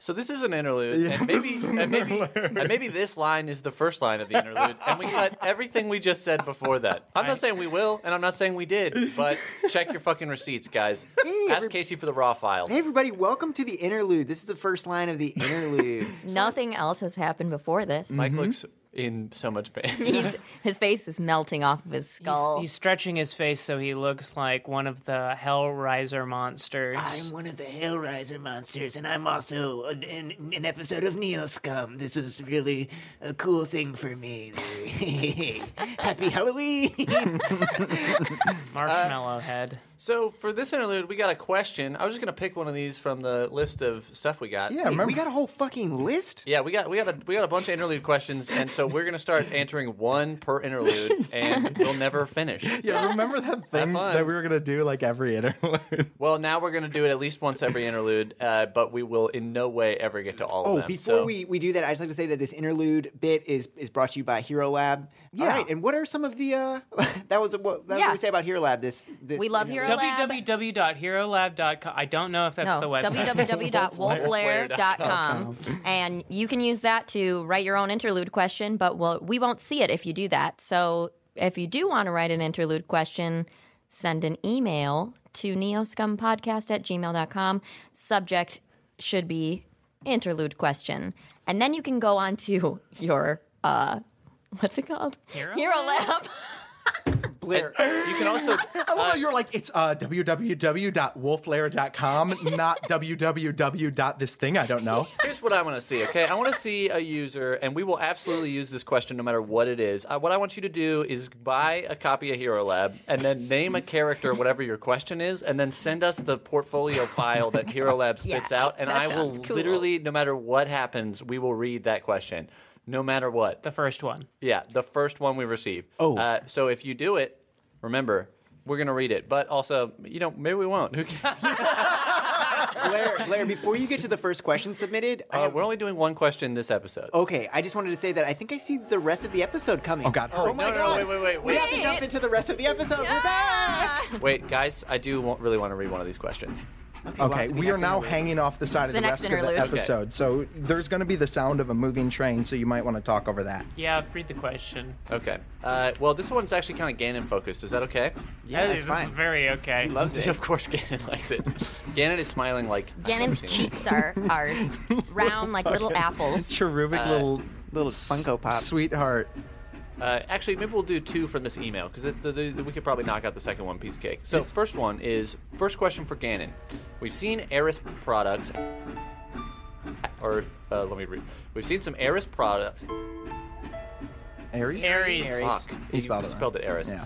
Speaker 6: So this is an interlude, and maybe and maybe and maybe this line is the first line of the interlude, and we cut everything we just said before that. I'm not saying we will, and I'm not saying we did, but check your fucking receipts, guys. Ask
Speaker 4: every-
Speaker 6: Casey for the raw files.
Speaker 4: Hey everybody, welcome to the interlude. This is the first line
Speaker 2: (laughs)
Speaker 4: of the interlude.
Speaker 5: Nothing else has happened before this.
Speaker 6: Mike looks in so much pain.
Speaker 5: He's, his face is melting off of his skull.
Speaker 3: He's, he's stretching his face so he looks like one of the Hellraiser monsters.
Speaker 9: I'm one of the Hellraiser monsters, and I'm also an, an, an episode of Neo Scum. This is really a cool thing for me. (laughs) Happy Halloween!
Speaker 5: uh,
Speaker 3: Marshmallow head.
Speaker 6: So for this interlude, we got a question. I was just gonna pick one of these from the list of stuff we got.
Speaker 2: Yeah,
Speaker 4: Hey,
Speaker 2: remember?
Speaker 4: we got a whole fucking list.
Speaker 6: Yeah, we got we got a we got a bunch of interlude questions, and so we're gonna start answering one per interlude, and we'll never finish.
Speaker 2: yeah, (laughs) remember that thing
Speaker 6: fun.
Speaker 2: that we were gonna do like every (laughs) interlude.
Speaker 6: Well, now we're gonna do it at least once every interlude, uh, but we will in no way ever get to all of
Speaker 4: (laughs) Oh,
Speaker 6: them.
Speaker 4: before
Speaker 6: so-
Speaker 4: we, we do that, I just like to say that this interlude bit is is brought to you by Hero Lab. Yeah. All right, and what are some of the uh (laughs) that was what that was what
Speaker 5: Yeah.
Speaker 4: we say about Hero Lab this this
Speaker 5: we love Hero Lab.
Speaker 3: www.herolab.com. I don't know if that's
Speaker 5: no,
Speaker 3: the website.
Speaker 5: www.wolflair.com. and you can use that to write your own interlude question, but we'll, we won't see it if you do that. So if you do want to write an interlude question, send an email to neoscumpodcast at gmail.com. Subject should be interlude question. And then you can go on to your, uh, what's it called? Hero, Lab.
Speaker 4: Blair.
Speaker 6: you can also
Speaker 2: Oh, you're like it's uh, www.wolflayer.com, not (laughs) www.this I don't (laughs) know.
Speaker 6: Here's what I want to see, okay? I want to see a user, and we will absolutely use this question no matter what it is. Uh, what I want you to do is buy a copy of Hero Lab and then name a character, whatever your question is, and then send us the portfolio file that Hero Lab spits
Speaker 5: Yes,
Speaker 6: out, and
Speaker 5: that
Speaker 6: I will
Speaker 5: sounds cool.
Speaker 6: literally, no matter what happens, we will read that question. No matter what.
Speaker 3: the first one.
Speaker 6: Yeah, the first one we receive. Oh. Uh, so if you do it, remember, we're going to read it. But also, you know, maybe we won't. Who cares?
Speaker 4: Blair, Blair, before you get to the first question submitted, I
Speaker 6: Uh,
Speaker 4: have-
Speaker 6: we're only doing one question this episode.
Speaker 4: Um, okay, I just wanted to say that I think I see the rest of the episode coming. Oh
Speaker 2: God.
Speaker 4: Oh,
Speaker 2: Oh,
Speaker 4: my
Speaker 6: no, no, no,
Speaker 4: god.
Speaker 6: wait, wait, wait,
Speaker 4: We have to
Speaker 5: wait.
Speaker 4: jump into the rest of the episode. We're back.
Speaker 6: Wait, guys, I do want, really want to read one of these questions.
Speaker 4: we'll
Speaker 2: Okay,
Speaker 4: have to be
Speaker 2: we are
Speaker 4: next
Speaker 2: now
Speaker 4: interlude.
Speaker 2: hanging off the side of the,
Speaker 5: The next
Speaker 2: rest of the
Speaker 5: interlude. Okay.
Speaker 2: episode, so there's going to be the sound of a moving train, so you might want to talk over that.
Speaker 3: Yeah, read the question.
Speaker 6: Okay. Uh, well, this one's actually kind of Ganon focused. Is that okay?
Speaker 4: Yeah,
Speaker 3: Hey,
Speaker 4: it's
Speaker 3: this
Speaker 4: fine.
Speaker 3: is very okay.
Speaker 4: Loves it.
Speaker 6: (laughs) Of course, Ganon likes it. Ganon is smiling like. I've never
Speaker 5: Gannon's
Speaker 6: seen
Speaker 5: cheeks are, are round like little apples.
Speaker 2: Cherubic little
Speaker 4: Little Funko Pop.
Speaker 2: sweetheart.
Speaker 6: it. Uh, actually, maybe we'll do two from this email because the, the, we could probably knock out the second one piece of cake. So, first one is first question for Ganon. We've seen Eris products, or uh, let me read. We've seen some Eris products.
Speaker 2: Aries.
Speaker 3: Aries.
Speaker 6: Fuck,
Speaker 2: He
Speaker 6: you
Speaker 2: spelled it
Speaker 6: spelled it Eris.
Speaker 2: Yeah.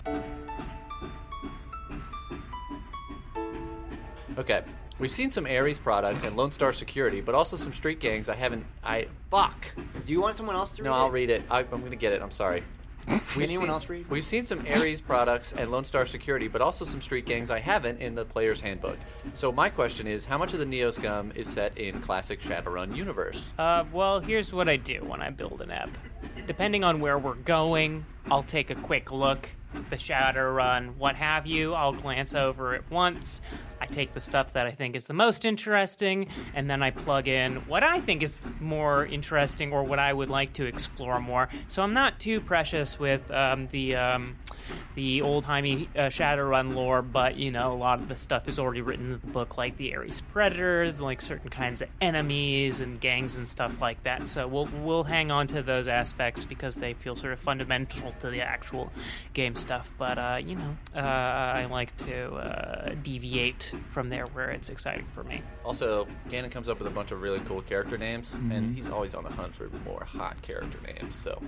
Speaker 6: Okay. We've seen some Ares products and Lone Star Security, but also some street gangs I haven't. I. Fuck!
Speaker 4: Do you want someone else to read
Speaker 6: No, I'll read it. I, I'm gonna get it. I'm sorry.
Speaker 4: Can anyone else read?
Speaker 6: We've seen some Ares products and Lone Star Security, but also some street gangs I haven't in the player's handbook. So my question is how much of the Neo Scum is set in classic Shadowrun universe?
Speaker 3: Uh, well, here's what I do when I build an app. Depending on where we're going, I'll take a quick look, the shadow run, what have you. I'll glance over it once. I take the stuff that I think is the most interesting, and then I plug in what I think is more interesting or what I would like to explore more. So I'm not too precious with um, the um, the old timey uh, Shadowrun lore, but you know, a lot of the stuff is already written in the book, like the Ares Predators, like certain kinds of enemies and gangs and stuff like that. So we'll we'll hang on to those aspects because they feel sort of fundamental to the actual game stuff. But uh, you know, uh, I like to uh, deviate from there where it's exciting for me.
Speaker 6: Also, Ganon comes up with a bunch of really cool character names, and he's always on the hunt for more hot character names. So,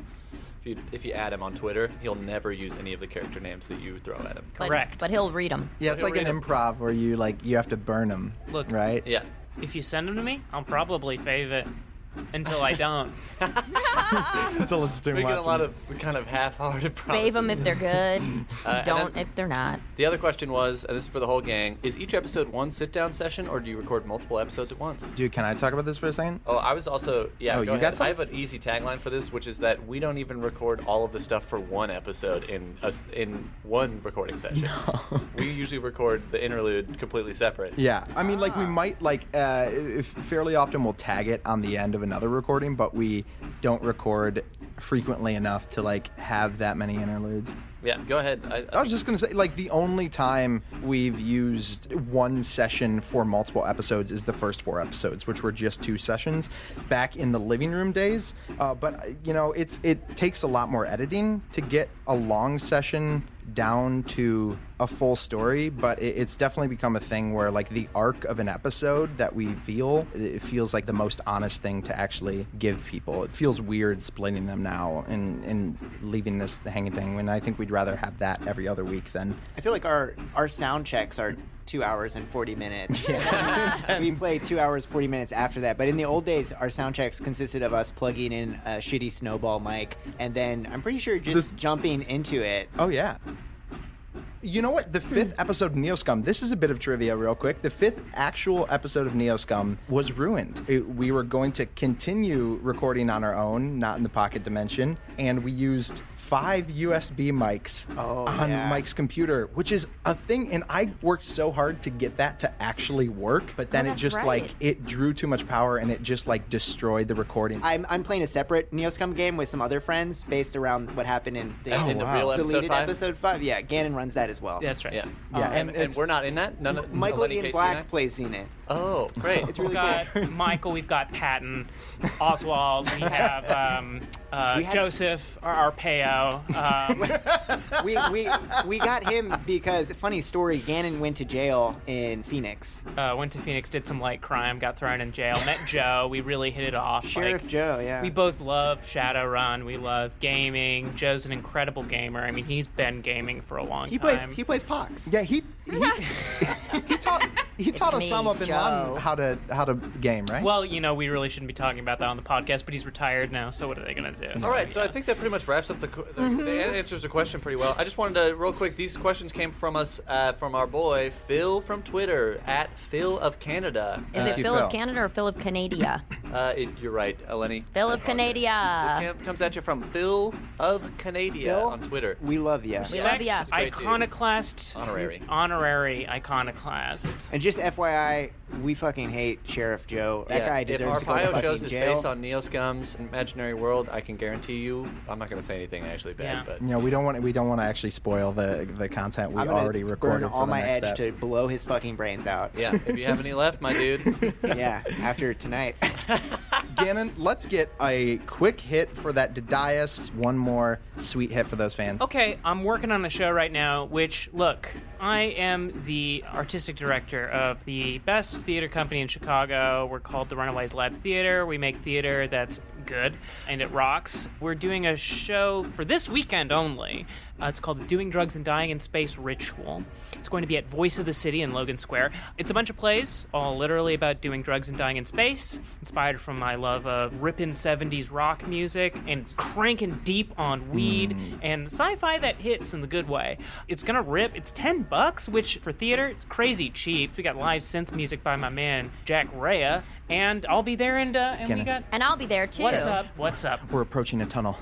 Speaker 6: if you if you add him on Twitter, he'll never use any of the character names that you throw at him.
Speaker 5: But,
Speaker 3: Correct.
Speaker 5: But he'll read them.
Speaker 2: Yeah, it's like an improv where you like you have to burn them.
Speaker 3: Look,
Speaker 2: right?
Speaker 6: Yeah,
Speaker 3: If you send them to me, I'll probably fave it until I don't.
Speaker 2: Until it's too
Speaker 6: we get a
Speaker 2: much.
Speaker 6: (laughs) lot of kind of half-hearted.
Speaker 5: Save
Speaker 6: promises. Uh,
Speaker 5: them if they're good.
Speaker 6: and
Speaker 5: Don't
Speaker 6: then-
Speaker 5: if they're not.
Speaker 6: The other question was, and this is for the whole gang: Is each episode one sit-down session, or do you record multiple episodes at once?
Speaker 2: Dude, can I talk about this for a second?
Speaker 6: Oh, I was also yeah.
Speaker 2: Oh,
Speaker 6: go
Speaker 2: you got
Speaker 6: ahead.
Speaker 2: some?
Speaker 6: I have an easy tagline for this, which is that we don't even record all of the stuff for one episode in us in one recording session. We usually record the interlude completely separate.
Speaker 2: Yeah, I mean, like we might like uh, if fairly often we'll tag it on the end of another recording, but we don't record frequently enough to like have that many interludes.
Speaker 6: Yeah, go ahead. I,
Speaker 2: I was just gonna say, like the only time we've used one session for multiple episodes is the first four episodes, which were just two sessions back in the living room days. Uh, but uh, you know, it's it takes a lot more editing to get a long session down to a full story, but it, it's definitely become a thing where like the arc of an episode that we feel it- it feels like the most honest thing to actually give people. It feels weird splitting them now and and leaving this hanging thing when I think we'd rather have that every other week than
Speaker 4: I feel like our our sound checks are two hours and forty minutes. we play two hours forty minutes after that. But in the old days, our sound checks consisted of us plugging in a shitty snowball mic, and then I'm pretty sure just
Speaker 2: This-
Speaker 4: jumping into it.
Speaker 2: Oh yeah. You know what? The fifth episode of Neoscum. This is a bit of trivia, real quick. The fifth actual episode of Neoscum was ruined. It- we were going to continue recording on our own, not in the pocket dimension, and we used five USB mics
Speaker 4: Oh,
Speaker 2: on
Speaker 4: yeah.
Speaker 2: Mike's computer, which is a thing. And I worked so hard to get that to actually work, but then it
Speaker 5: that's
Speaker 2: just
Speaker 5: right.
Speaker 2: like it drew too much power and it just like destroyed the recording.
Speaker 4: I'm, I'm playing a separate Neoscum game with some other friends based around what happened in the,
Speaker 6: In the real episode
Speaker 4: deleted
Speaker 6: five?
Speaker 4: episode five. Yeah, Ganon runs that as well.
Speaker 3: That's right.
Speaker 6: yeah, Um,
Speaker 2: yeah,
Speaker 6: and, and,
Speaker 2: it's-
Speaker 6: we're not in that. None of
Speaker 4: Michael
Speaker 6: Lenny
Speaker 4: Ian
Speaker 6: Casey
Speaker 4: Black
Speaker 6: and I?
Speaker 4: plays Zenith.
Speaker 6: Oh, great!
Speaker 4: It's really
Speaker 3: We've
Speaker 4: (laughs)
Speaker 3: got Michael, we've got Patton, Oswald, we have um, uh,
Speaker 4: We had-
Speaker 3: Joseph, our Arpeo. Um,
Speaker 4: we,
Speaker 6: (laughs)
Speaker 4: we we got him because funny story. Ganon went to jail in Phoenix.
Speaker 3: uh, went to Phoenix, did some light crime, got thrown in jail, met Joe. We really hit it off.
Speaker 4: Sheriff
Speaker 3: like,
Speaker 4: Joe. Yeah.
Speaker 3: We both love Shadowrun. We love gaming. Joe's an incredible gamer. I mean, he's been gaming for a long
Speaker 4: he
Speaker 3: time.
Speaker 4: plays he plays Pox.
Speaker 2: Yeah, he
Speaker 5: (laughs)
Speaker 2: he, he taught he taught
Speaker 5: me,
Speaker 2: Osama bin
Speaker 5: Joe.
Speaker 2: Laden how to how to game, right?
Speaker 3: Well, you know, we really shouldn't be talking about that on the podcast, but he's retired now, so what are they going to do?
Speaker 6: All right, so I think that pretty much wraps up the, qu- the, the an- answers the question pretty well. I just wanted to real quick. These questions came from us uh, from our boy Phil from Twitter at Phil of Canada.
Speaker 5: Is
Speaker 2: Thank
Speaker 5: it
Speaker 2: you,
Speaker 5: Phil of
Speaker 2: Phil.
Speaker 5: Canada or Phil of Canada?
Speaker 6: Uh, it, you're right, Eleni.
Speaker 5: Phil of
Speaker 6: This
Speaker 5: Canada.
Speaker 6: cam- comes at you from Phil of Canada
Speaker 4: Phil?
Speaker 6: on Twitter.
Speaker 4: We love you.
Speaker 5: We love ya.
Speaker 3: Next, Iconoclast.
Speaker 6: Honorary.
Speaker 3: Honorary iconoclast.
Speaker 4: And just FYI, we fucking hate Sheriff Joe. That
Speaker 6: Yeah,
Speaker 4: guy deserves
Speaker 6: if
Speaker 4: to go to
Speaker 6: Arpaio
Speaker 4: fucking
Speaker 6: shows his
Speaker 4: jail.
Speaker 6: face on Neoscum's Imaginary World, I can guarantee you, I'm not going to say anything actually bad,
Speaker 3: Yeah.
Speaker 2: you know, we don't want we don't want to actually spoil the the content we
Speaker 4: I'm gonna
Speaker 2: already
Speaker 4: burn
Speaker 2: recorded. for
Speaker 4: all
Speaker 2: the
Speaker 4: my edge
Speaker 2: next
Speaker 4: to
Speaker 2: step.
Speaker 4: blow his fucking brains out.
Speaker 6: but yeah, if you have any left,
Speaker 3: (laughs)
Speaker 6: my dude.
Speaker 4: (laughs) yeah. After
Speaker 6: (laughs)
Speaker 4: tonight,
Speaker 2: Gannon, let's get a quick hit for that Dadias. One more sweet hit for those fans.
Speaker 3: Okay, I'm working on a show right now, which, look, I am the artistic director of the best theater company in Chicago. We're called the Runaways Lab Theater. We make theater that's good and it rocks. We're doing a show for this weekend only. Uh, it's called the Doing Drugs and Dying in Space Ritual. It's going to be at Voice of the City in Logan Square. It's a bunch of plays, all literally about doing drugs and dying in space, inspired from my love of ripping 70s rock music and cranking deep on weed
Speaker 6: Mm.
Speaker 3: and the sci-fi that hits in the good way. It's gonna rip. It's 10 bucks, which for theater is crazy cheap. We got live synth music by my man Jack Rea, and I'll be there and uh, and we
Speaker 2: Kenny.
Speaker 3: got
Speaker 5: And I'll be there too.
Speaker 3: what What's up? What's up?
Speaker 2: We're approaching a tunnel.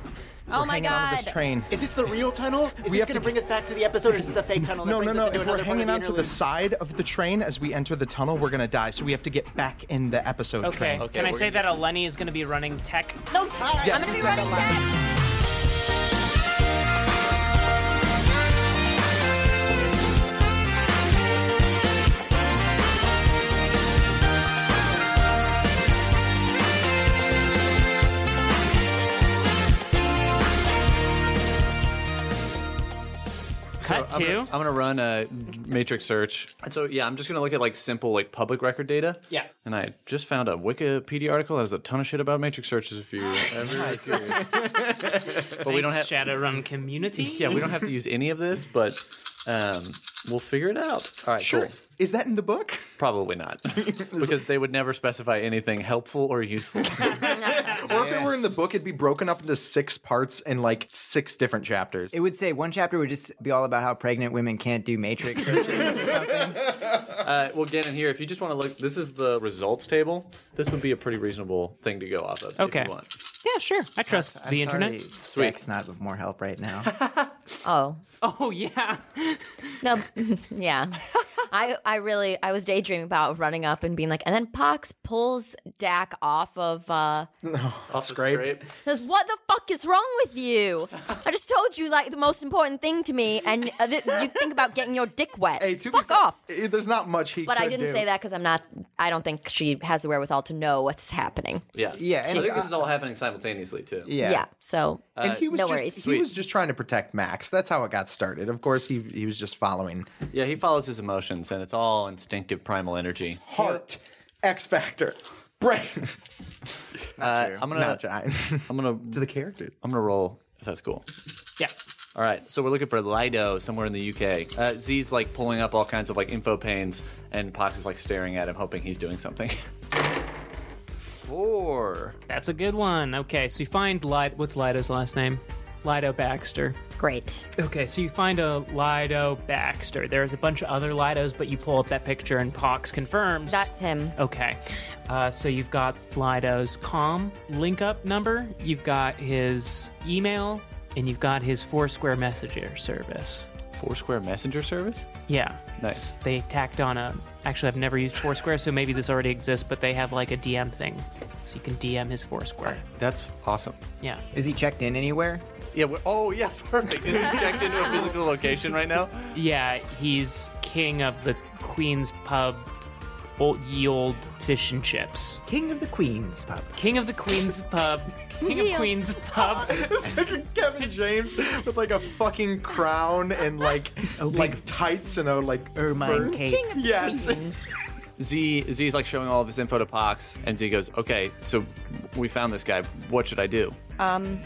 Speaker 5: Oh
Speaker 2: We're
Speaker 5: my
Speaker 2: hanging onto this
Speaker 5: God.
Speaker 2: train.
Speaker 9: Is this the real tunnel? Is this
Speaker 2: have
Speaker 9: going
Speaker 2: to-
Speaker 9: to bring us back to the episode, or is this a fake tunnel? that
Speaker 2: No, no,
Speaker 9: brings
Speaker 2: no.
Speaker 9: us into
Speaker 2: If we're
Speaker 9: another part of
Speaker 2: hanging
Speaker 9: the
Speaker 2: onto the
Speaker 9: interlude?
Speaker 2: side of the train as we enter the tunnel, we're gonna die. So we have to get back in the episode
Speaker 3: Okay.
Speaker 2: train.
Speaker 3: Can I
Speaker 6: we're
Speaker 3: say
Speaker 6: gonna-
Speaker 3: that Eleni is going to be running tech?
Speaker 9: no time.
Speaker 2: Yes, we said that last-
Speaker 3: Cut
Speaker 6: I'm
Speaker 3: to.
Speaker 6: gonna, I'm gonna run a matrix search. And so yeah, I'm just gonna look at like simple like public record data.
Speaker 3: Yeah.
Speaker 6: And I just found a Wikipedia article that has a ton of shit about matrix
Speaker 3: (laughs)
Speaker 6: searches. If you, but we don't have.
Speaker 3: Shadowrun community.
Speaker 6: (laughs) Yeah, we don't have to use any of this, but um, we'll figure it out. All right,
Speaker 2: Sure.
Speaker 6: cool.
Speaker 2: Is that in the book?
Speaker 6: Probably (laughs) not, because they would never specify anything helpful or (laughs) useful.
Speaker 2: Or if it were in the book, it'd be broken up into six parts and like six different chapters.
Speaker 4: It would say one chapter would just be all about how pregnant women can't do
Speaker 2: (laughs)
Speaker 4: matrix searches or something.
Speaker 6: Uh, well, again, in here, if you just want to look, this is the results table. This would be a pretty reasonable thing to go off of.
Speaker 3: Okay.
Speaker 6: If you want.
Speaker 3: Yeah, sure. I trust the internet.
Speaker 4: Sorry, Zach's not with more help right now. (laughs)
Speaker 5: Oh
Speaker 3: Oh yeah.
Speaker 5: no, yeah. I I really I was daydreaming about running up and being like, and then Pox pulls Dak off of. uh
Speaker 6: Off the
Speaker 2: Scrape.
Speaker 5: says, "What the fuck is wrong with you? I just told you like the most important thing to me, and uh, th- you think about getting your dick wet.
Speaker 2: Hey, to be
Speaker 5: fuck
Speaker 2: fair,
Speaker 5: off."
Speaker 2: eh, There's not much he.
Speaker 5: But I
Speaker 2: could
Speaker 5: didn't
Speaker 2: do.
Speaker 5: say that because I'm not. I don't think she has the wherewithal to know what's happening.
Speaker 6: Yeah.
Speaker 4: Yeah,
Speaker 6: So I
Speaker 4: and-
Speaker 6: think this is all happening simultaneously too.
Speaker 5: Yeah.
Speaker 4: Yeah.
Speaker 5: so
Speaker 2: And he was
Speaker 5: no
Speaker 2: just
Speaker 5: worries.
Speaker 2: he
Speaker 6: Sweet.
Speaker 2: was just trying to protect Max. That's how it got started. Of course, he he was just following
Speaker 6: Yeah, he follows his emotions, and it's all instinctive primal energy.
Speaker 2: heart, X factor, brain.
Speaker 6: Uh, I'm gonna,
Speaker 2: Not giant. (laughs)
Speaker 6: I'm gonna,
Speaker 2: to the character.
Speaker 6: I'm gonna roll if that's cool.
Speaker 3: Yeah.
Speaker 6: All right, so we're looking for Lido somewhere in the UK. Uh, Z's like pulling up all kinds of like info panes, and Pox is like staring at him, hoping he's doing something. (laughs) Four.
Speaker 3: That's a good one. Okay, so you find Lido. What's Lido's last name? Lido Baxter.
Speaker 5: Great.
Speaker 3: Okay, so you find a Lido Baxter. There's a bunch of other Lidos, but you pull up that picture and Pox confirms.
Speaker 5: That's him.
Speaker 3: Okay. Uh, so you've got Lido's com link up number, you've got his email, and you've got his Foursquare messenger service.
Speaker 6: Foursquare messenger service.
Speaker 3: Yeah.
Speaker 6: Nice.
Speaker 3: It's- They tacked on a. Actually, I've never used Foursquare, so maybe this already exists, but they have like a DM thing. So you can DM his Foursquare.
Speaker 6: That's awesome.
Speaker 3: Yeah.
Speaker 4: Is he checked in anywhere?
Speaker 6: Yeah. We're, oh yeah, (laughs) perfect. Is he checked into a physical location right now?
Speaker 3: Yeah, he's king of the Queen's Pub, old, ye old fish and chips.
Speaker 4: King of the Queens
Speaker 2: (laughs)
Speaker 4: pub.
Speaker 3: King of the Queen's Pub. King
Speaker 5: Ye
Speaker 3: of
Speaker 5: olde-
Speaker 3: Queen's Pub.
Speaker 2: It's like a Kevin James with like a fucking crown and
Speaker 5: (laughs)
Speaker 2: like like tights and a like
Speaker 5: Oh,
Speaker 4: Ermine
Speaker 2: fur.
Speaker 4: Kate.
Speaker 5: (laughs)
Speaker 2: Yes.
Speaker 6: Z Z's like showing all of his info to Pox, and Z goes, "Okay, so we found this guy. What should I do?
Speaker 5: Um,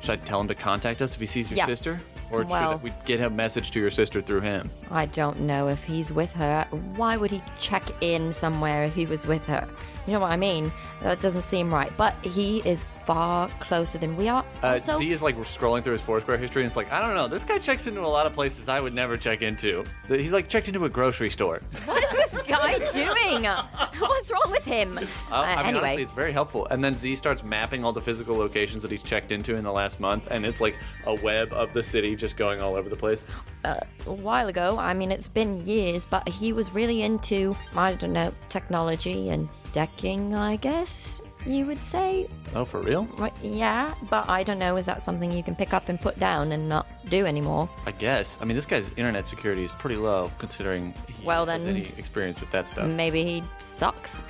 Speaker 6: Should I tell him to contact us if he sees your
Speaker 5: Yeah.
Speaker 6: sister, or
Speaker 5: Well-
Speaker 6: should we get a message to your sister through him?
Speaker 5: I don't know if he's with her. Why would he check in somewhere if he was with her? You know what I mean? That doesn't seem right. But he is far closer than we are.
Speaker 6: Uh,
Speaker 5: also,
Speaker 6: Z is like scrolling through his Foursquare history, and it's like, I don't know. This guy checks into a lot of places I would never check into. Th- He's like checked into a grocery store.
Speaker 5: (laughs) What is this guy
Speaker 6: (laughs)
Speaker 5: doing? What's wrong with him? Uh,
Speaker 6: Uh, I mean,
Speaker 5: anyway,
Speaker 6: honestly, it's very helpful. And then Z starts mapping all the physical locations that he's checked into in the last month, and it's like a web of the city just going all over the place.
Speaker 5: a while ago, I mean, it's been years, but he was really into, I don't know, technology and decking, I guess you would say.
Speaker 6: Oh, for real?
Speaker 5: Right, yeah, but I don't know, is that something you can pick up and put down and not do anymore?
Speaker 6: I guess. I mean, this guy's internet security is pretty low considering he
Speaker 5: Well,
Speaker 6: has
Speaker 5: then- Mm.
Speaker 6: any experience with that stuff.
Speaker 5: Maybe he sucks.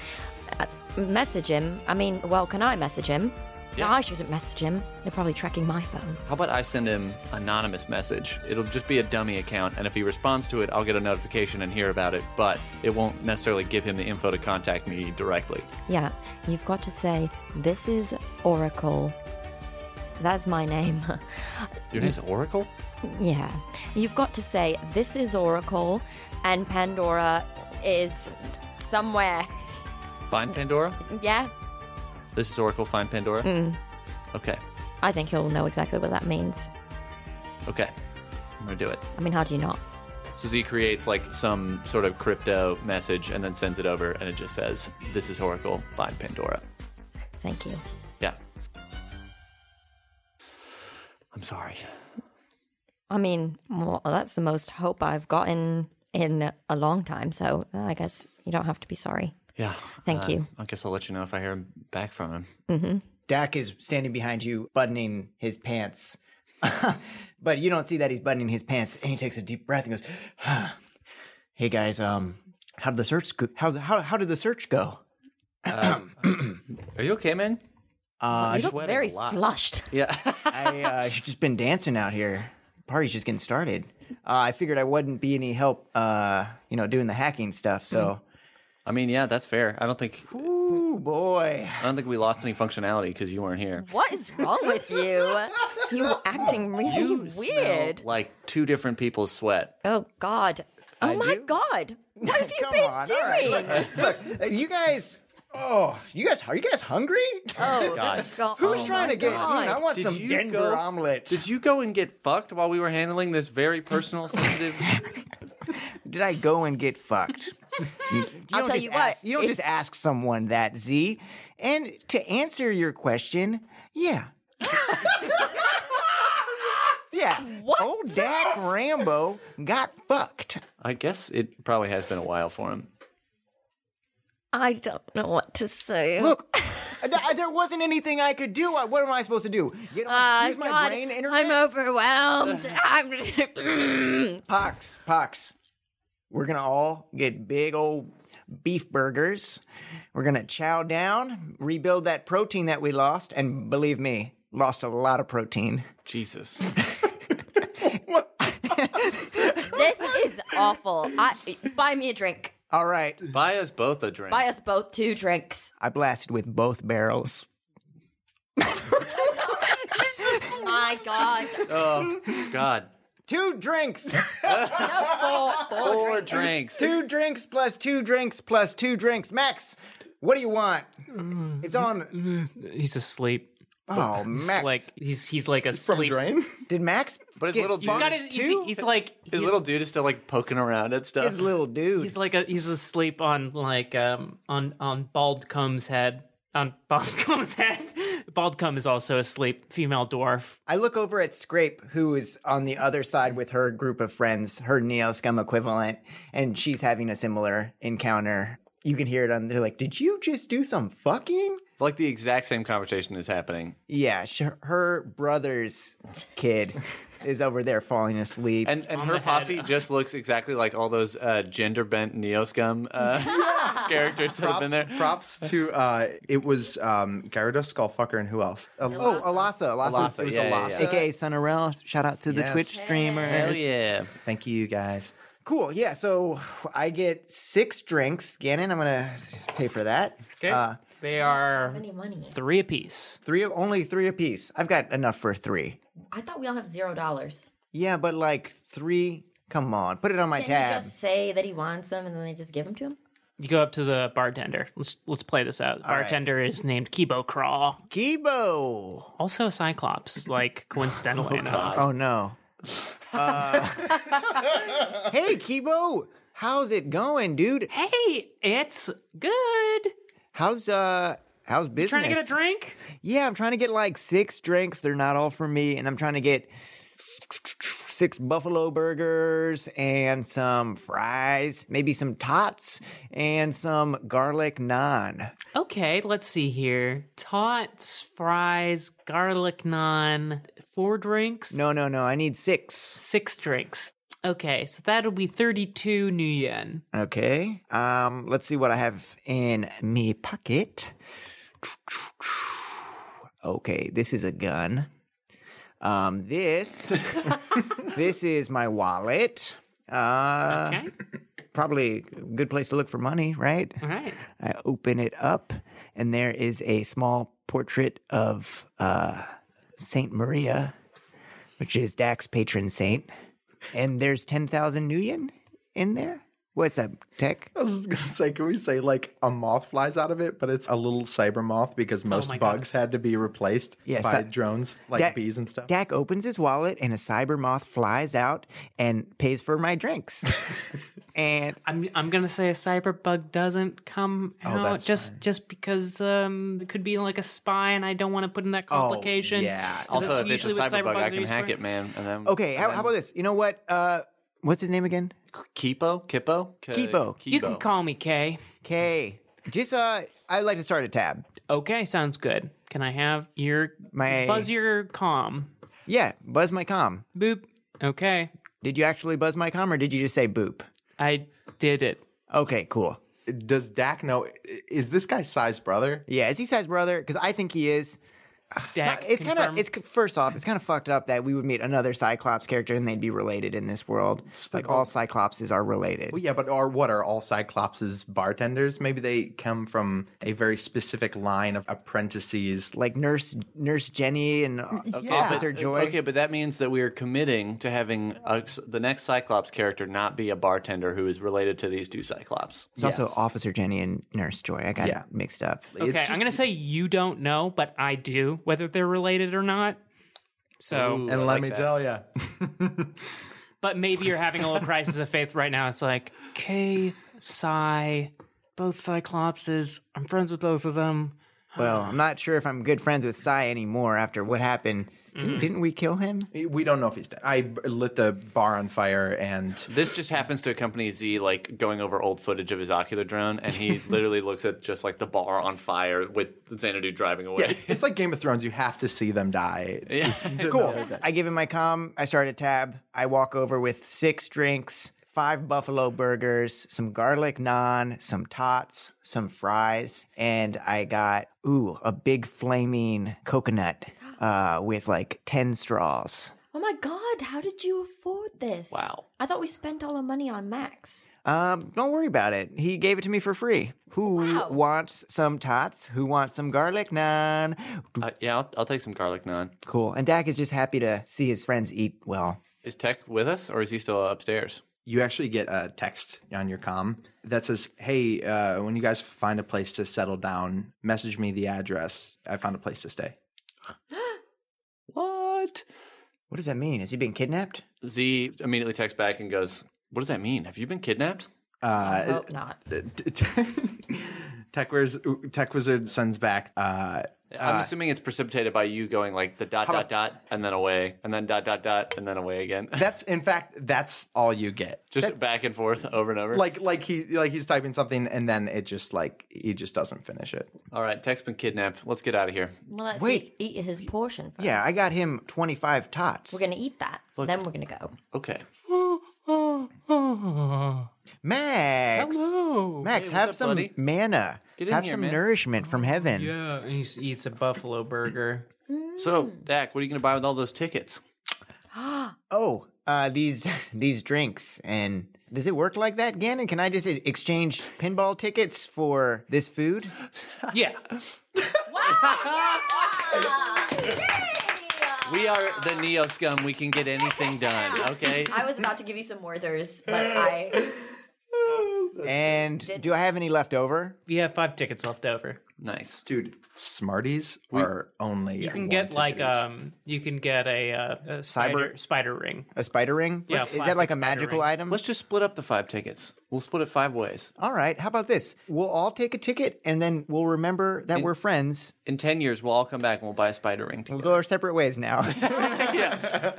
Speaker 5: Uh, message him. I mean, well, can I message him? No,
Speaker 6: Yeah.
Speaker 5: I shouldn't message him. They're probably tracking my phone.
Speaker 6: How about I send him anonymous message? It'll just be a dummy account, and if he responds to it, I'll get a notification and hear about it, but it won't necessarily give him the info to contact me directly.
Speaker 5: Yeah, you've got to say, this is Oracle. That's my name. (laughs)
Speaker 6: Your name's Oracle?
Speaker 5: Yeah. You've got to say, this is Oracle, and Pandora is somewhere.
Speaker 6: Find Pandora?
Speaker 5: Yeah,
Speaker 6: This is Oracle, find Pandora?
Speaker 5: Mm.
Speaker 6: Okay,
Speaker 5: I think you'll know exactly what that means.
Speaker 6: okay. I'm gonna do it.
Speaker 5: I mean, how do you not?
Speaker 6: So Z creates like some sort of crypto message and then sends it over, and it just says, This is Oracle, find Pandora.
Speaker 5: Thank you.
Speaker 6: Yeah. I'm sorry.
Speaker 5: I mean, well, that's the most hope I've gotten in a long time. So I guess you don't have to be sorry.
Speaker 6: Yeah. Uh,
Speaker 5: Thank you.
Speaker 6: I guess I'll let you know if I hear him back from him.
Speaker 4: Dak is standing behind you, buttoning his pants. (laughs) but you don't see that he's buttoning his pants, and he takes a deep breath and goes, (sighs) "Hey guys, um, how did the search go? How how how did the search go?
Speaker 6: Are you okay, man?
Speaker 4: Uh,
Speaker 5: you look
Speaker 6: sweating
Speaker 5: very
Speaker 6: a lot.
Speaker 5: flushed.
Speaker 4: I uh, (laughs) she's just been dancing out here. Party's just getting started. Uh, I figured I wouldn't be any help, uh, you know, doing the hacking stuff. So,
Speaker 6: I mean, yeah, that's fair. I don't think
Speaker 4: (laughs) ooh boy,
Speaker 6: I don't think we lost any functionality because you weren't here.
Speaker 5: What is wrong with you? You were acting really weird.
Speaker 6: Smell like two different people's sweat.
Speaker 5: Oh God. Oh my
Speaker 4: (laughs)
Speaker 5: God. What have you
Speaker 4: Come
Speaker 5: been
Speaker 4: on, all right,
Speaker 5: doing?
Speaker 4: look, uh, you guys. Oh, you guys, are you guys hungry? (laughs)
Speaker 5: Oh God.
Speaker 4: Who's trying to get? you know, I want
Speaker 6: Did
Speaker 4: some
Speaker 6: you
Speaker 4: Denver
Speaker 6: go-
Speaker 4: omelet.
Speaker 6: Did you go and get fucked while we were handling this very
Speaker 5: (laughs)
Speaker 6: personal, sensitive?
Speaker 4: did I go and get fucked? You don't
Speaker 5: tell
Speaker 4: just
Speaker 5: you what,
Speaker 4: ask- you don't
Speaker 5: if-
Speaker 4: just ask someone that, Z. And to answer your question, yeah.
Speaker 5: (laughs)
Speaker 4: yeah.
Speaker 5: What
Speaker 4: Old Dak Rambo got fucked.
Speaker 6: I guess it probably has been a while for him.
Speaker 5: I don't know what to say. (laughs)
Speaker 4: Look, th- there wasn't anything I could do. I- What am I supposed to do? Get on,
Speaker 5: Uh,
Speaker 4: use my
Speaker 5: God,
Speaker 4: brain internet?
Speaker 5: I'm
Speaker 4: (laughs)
Speaker 5: overwhelmed. I'm (laughs)
Speaker 4: Pox, pox. We're gonna all get big old beef burgers. We're gonna chow down, rebuild that protein that we lost, and believe me, lost a lot of protein.
Speaker 6: Jesus.
Speaker 5: this is awful. I buy me a drink.
Speaker 4: All right,
Speaker 6: (laughs) Buy us both a drink.
Speaker 5: Buy us both two drinks.
Speaker 4: I blasted with both barrels.
Speaker 5: My God.
Speaker 6: oh God.
Speaker 4: Two drinks,
Speaker 5: No, four, four.
Speaker 6: Four drinks.
Speaker 4: two
Speaker 6: (laughs)
Speaker 4: drinks plus two drinks plus two drinks. Max, what do you want? It's
Speaker 6: Mm.
Speaker 4: on.
Speaker 3: He's asleep.
Speaker 4: Oh, Max.
Speaker 6: (laughs)
Speaker 3: Like he's he's like
Speaker 2: From
Speaker 3: asleep.
Speaker 2: drain?
Speaker 4: Did Max?
Speaker 6: But his
Speaker 4: get
Speaker 6: little-
Speaker 3: He's
Speaker 4: fucked
Speaker 3: got his, he's,
Speaker 4: too?
Speaker 3: he's like
Speaker 6: His
Speaker 3: he's-
Speaker 6: little dude is still like poking around at stuff.
Speaker 4: His little dude.
Speaker 3: he's like a he's asleep on like um on on bald comb's head on bald (laughs) comb's head. Bald comb is also asleep. Female dwarf.
Speaker 4: I look over at Scrape, who is on the other side with her group of friends, her Neo Scum equivalent, and she's having a similar encounter. You can hear it on. They're like, "Did you just do some fucking?"
Speaker 6: like the exact same conversation is happening.
Speaker 4: Yeah, sh- her brother's kid is over there falling asleep.
Speaker 6: And and her
Speaker 3: the head.
Speaker 6: posse just looks exactly like all those uh, gender bent neo scum uh, characters that have been there.
Speaker 2: Props to uh, it was um, Gyarados, Skullfucker, and who else? Uh,
Speaker 4: oh, Alasa, Alasa,
Speaker 6: Alasa,
Speaker 4: it was
Speaker 6: yeah, yeah,
Speaker 4: Alasa,
Speaker 6: yeah.
Speaker 4: aka Sunarel. Shout out to the
Speaker 2: Yes.
Speaker 4: Twitch streamer.
Speaker 6: Hell yeah.
Speaker 2: thank you guys.
Speaker 4: Cool. Yeah. So I get six drinks. Gannon, I'm gonna s- pay for that. Uh,
Speaker 3: Okay, Uh, they are
Speaker 5: Any money?
Speaker 3: three apiece.
Speaker 4: Three, only three apiece. I've got enough for three.
Speaker 5: I thought we all have zero dollars.
Speaker 4: Yeah, but like three. Come on, put it on my
Speaker 5: Can
Speaker 4: tab.
Speaker 5: he just say that he wants them and then they just give them to him?
Speaker 3: You go up to the bartender. Let's let's play this out.
Speaker 4: right.
Speaker 3: bartender is named Kibo Craw,
Speaker 4: Kibo.
Speaker 3: also a Cyclops,
Speaker 4: (laughs)
Speaker 3: like coincidentally enough.
Speaker 4: Oh no. Uh, (laughs) hey, Kibo. How's it going, dude?
Speaker 3: Hey, it's good.
Speaker 4: How's uh, how's business?
Speaker 3: Trying to get a drink?
Speaker 4: Yeah, I'm trying to get like six drinks. They're not all for me, and I'm trying to get six buffalo burgers and some fries, maybe some tots and some garlic naan.
Speaker 3: Okay, let's see here. Tots, fries, garlic naan, four drinks.
Speaker 4: No, no, no. I need six.
Speaker 3: six drinks. Okay, so that'll be thirty-two new yen.
Speaker 4: Okay. Um, let's see what I have in me pocket. Okay, this is a gun. Um, this (laughs) this is my wallet. Uh,
Speaker 3: Okay,
Speaker 4: probably a good place to look for money, right?
Speaker 3: all right.
Speaker 4: I open it up, and there is a small portrait of uh, Saint Maria, which is Dak's patron saint. And there's 10,000 Nuyen in there. What's up, Tech?
Speaker 2: I was just gonna say, can we say like a moth flies out of it, but it's a little cyber moth because
Speaker 3: Oh
Speaker 2: most
Speaker 3: my God.
Speaker 2: bugs had to be replaced
Speaker 4: Yeah,
Speaker 2: by
Speaker 4: cy-
Speaker 2: drones, like
Speaker 4: Dak-
Speaker 2: bees and stuff.
Speaker 4: Dak opens his wallet, and a cyber moth flies out and pays for my drinks. and
Speaker 3: I'm I'm gonna say a cyberbug doesn't come
Speaker 4: Oh,
Speaker 3: out
Speaker 2: that's
Speaker 3: just just because um it could be like a spy and I don't want to put in that complication.
Speaker 4: Oh, yeah.
Speaker 3: 'Cause
Speaker 6: Also,
Speaker 3: that's
Speaker 6: if it's a
Speaker 3: usually what
Speaker 6: cyberbug,
Speaker 3: cyberbugs
Speaker 6: I
Speaker 3: are
Speaker 6: can
Speaker 3: used
Speaker 6: hack
Speaker 3: for.
Speaker 6: it, man. And then
Speaker 4: okay, how, how about this? You know what? Uh, what's his name again?
Speaker 6: Kipo? Kippo? K-
Speaker 4: Kipo.
Speaker 3: You can call me Kay.
Speaker 4: K. Just uh, I'd like to start a tab.
Speaker 3: Okay, sounds good. Can I have your
Speaker 4: My-
Speaker 3: buzz your com?
Speaker 4: Yeah, buzz my com.
Speaker 3: Boop. Okay,
Speaker 4: Did you actually buzz my com, or did you just say boop?
Speaker 3: I did it.
Speaker 4: Okay, cool.
Speaker 2: Does Dak know? Is this guy's size brother?
Speaker 4: Yeah, is he size brother? Because I think he is. Uh,
Speaker 3: Dak,
Speaker 4: it's kind
Speaker 3: confirm.
Speaker 4: of it's first off, it's kind of fucked up that we would meet another Cyclops character and they'd be related in this world. Like all Cyclopses are related.
Speaker 2: Well, yeah, but are what are all Cyclopses bartenders? Maybe they come from a very specific line of apprentices.
Speaker 4: Like Nurse Nurse Jenny and uh, Officer Joy.
Speaker 6: Okay, but that means that we are committing to having a, the next Cyclops character not be a bartender who is related to these two Cyclops.
Speaker 4: It's also Officer Jenny and Nurse Joy. I got
Speaker 2: Yeah.
Speaker 4: it mixed up.
Speaker 3: okay, I'm gonna say you don't know, but I do whether they're related or not. So,
Speaker 6: Ooh, I like that.
Speaker 2: you,
Speaker 3: but maybe you're having a little crisis of faith right now. It's like Kay, Psy, both Cyclopses. I'm friends with both of them.
Speaker 4: Well, I'm not sure if I'm good friends with Psy anymore after what happened. Didn't, didn't we kill him?
Speaker 2: we don't know if he's dead. I b- lit the bar on fire,
Speaker 6: (laughs)
Speaker 2: and
Speaker 6: This just happens to accompany Z like going over old footage of his ocular drone, and
Speaker 2: (laughs)
Speaker 6: he literally looks at just like the bar on fire with Xanadu driving away.
Speaker 2: yeah, it's, it's like Game of Thrones. You have to see them die.
Speaker 4: Cool. I give him my com. I start a tab. I walk over with six drinks, five buffalo burgers, some garlic naan, some tots, some fries, and I got ooh a big flaming coconut (gasps) uh, with like ten straws.
Speaker 5: Oh my god, how did you afford this?
Speaker 6: Wow.
Speaker 5: I thought we spent all our money on Max.
Speaker 4: Um, don't worry about it. He gave it to me for free. Who
Speaker 5: Wow.
Speaker 4: wants some tots? Who wants some garlic naan?
Speaker 6: Uh, yeah, I'll, I'll take some garlic naan.
Speaker 4: Cool. And Dak is just happy to see his friends eat well.
Speaker 6: Is Tech with us, or is he still upstairs?
Speaker 2: you actually get a text on your com that says, "Hey, uh, when you guys find a place to settle down, message me the address. I found a place to (laughs) stay."
Speaker 6: What?
Speaker 4: What does that mean? Has he been kidnapped?
Speaker 6: Z immediately texts back and goes, "What does that mean? Have you been kidnapped?"
Speaker 5: I
Speaker 2: Uh,
Speaker 5: hope not.
Speaker 2: t- t- Tech, Wiz- Tech Wizard sends back. Uh,
Speaker 6: I'm assuming it's precipitated by you going like the dot dot dot and then away and then dot dot dot and then away again, (laughs)
Speaker 2: that's in fact that's all you get.
Speaker 6: just back and forth over and over.
Speaker 2: Like like he like he's typing something and then it just like he just doesn't finish it.
Speaker 6: all right, Tech's been kidnapped. Let's get out of here.
Speaker 5: Well, let's
Speaker 4: Wait.
Speaker 5: Eat, eat his portion first.
Speaker 4: Yeah, I got him 25 tots.
Speaker 5: We're gonna eat that. Then we're gonna go.
Speaker 6: Okay.
Speaker 4: Max. Max,
Speaker 6: Hey, what's
Speaker 4: have
Speaker 6: up,
Speaker 4: some
Speaker 6: buddy?
Speaker 4: manna.
Speaker 6: in
Speaker 4: have
Speaker 6: here,
Speaker 4: some
Speaker 6: man.
Speaker 4: nourishment from heaven.
Speaker 3: Yeah, Oh, and he s- eats a buffalo burger.
Speaker 6: So,
Speaker 2: Mm.
Speaker 6: Dak, what are you going to buy with all those tickets?
Speaker 4: Oh, uh, these (laughs) these drinks and does it work like that, Gannon? Can I just e- exchange pinball tickets for this food?
Speaker 3: (laughs) Yeah,
Speaker 6: We are the Neo Scum. We can get anything done. Okay.
Speaker 5: I was about to give you some Werthers, but
Speaker 4: (laughs)
Speaker 5: I
Speaker 4: And do I have any left over?
Speaker 3: we have five tickets left over.
Speaker 6: Nice.
Speaker 2: Dude, Smarties are only
Speaker 3: You can get like um, you can get a, uh, a spider spider ring.
Speaker 4: A spider ring?
Speaker 3: Yeah,
Speaker 4: Is that like
Speaker 3: plastic
Speaker 4: a
Speaker 3: spider
Speaker 4: magical
Speaker 3: ring.
Speaker 4: item?
Speaker 6: Let's just split up the five tickets. We'll split it five ways.
Speaker 4: All right, how about this? We'll all take a ticket and then we'll remember that we're friends.
Speaker 6: In 10 years, we'll all come back and we'll buy a spider ring
Speaker 4: We'll
Speaker 6: together.
Speaker 4: go our separate ways
Speaker 2: (laughs)
Speaker 4: now. (laughs)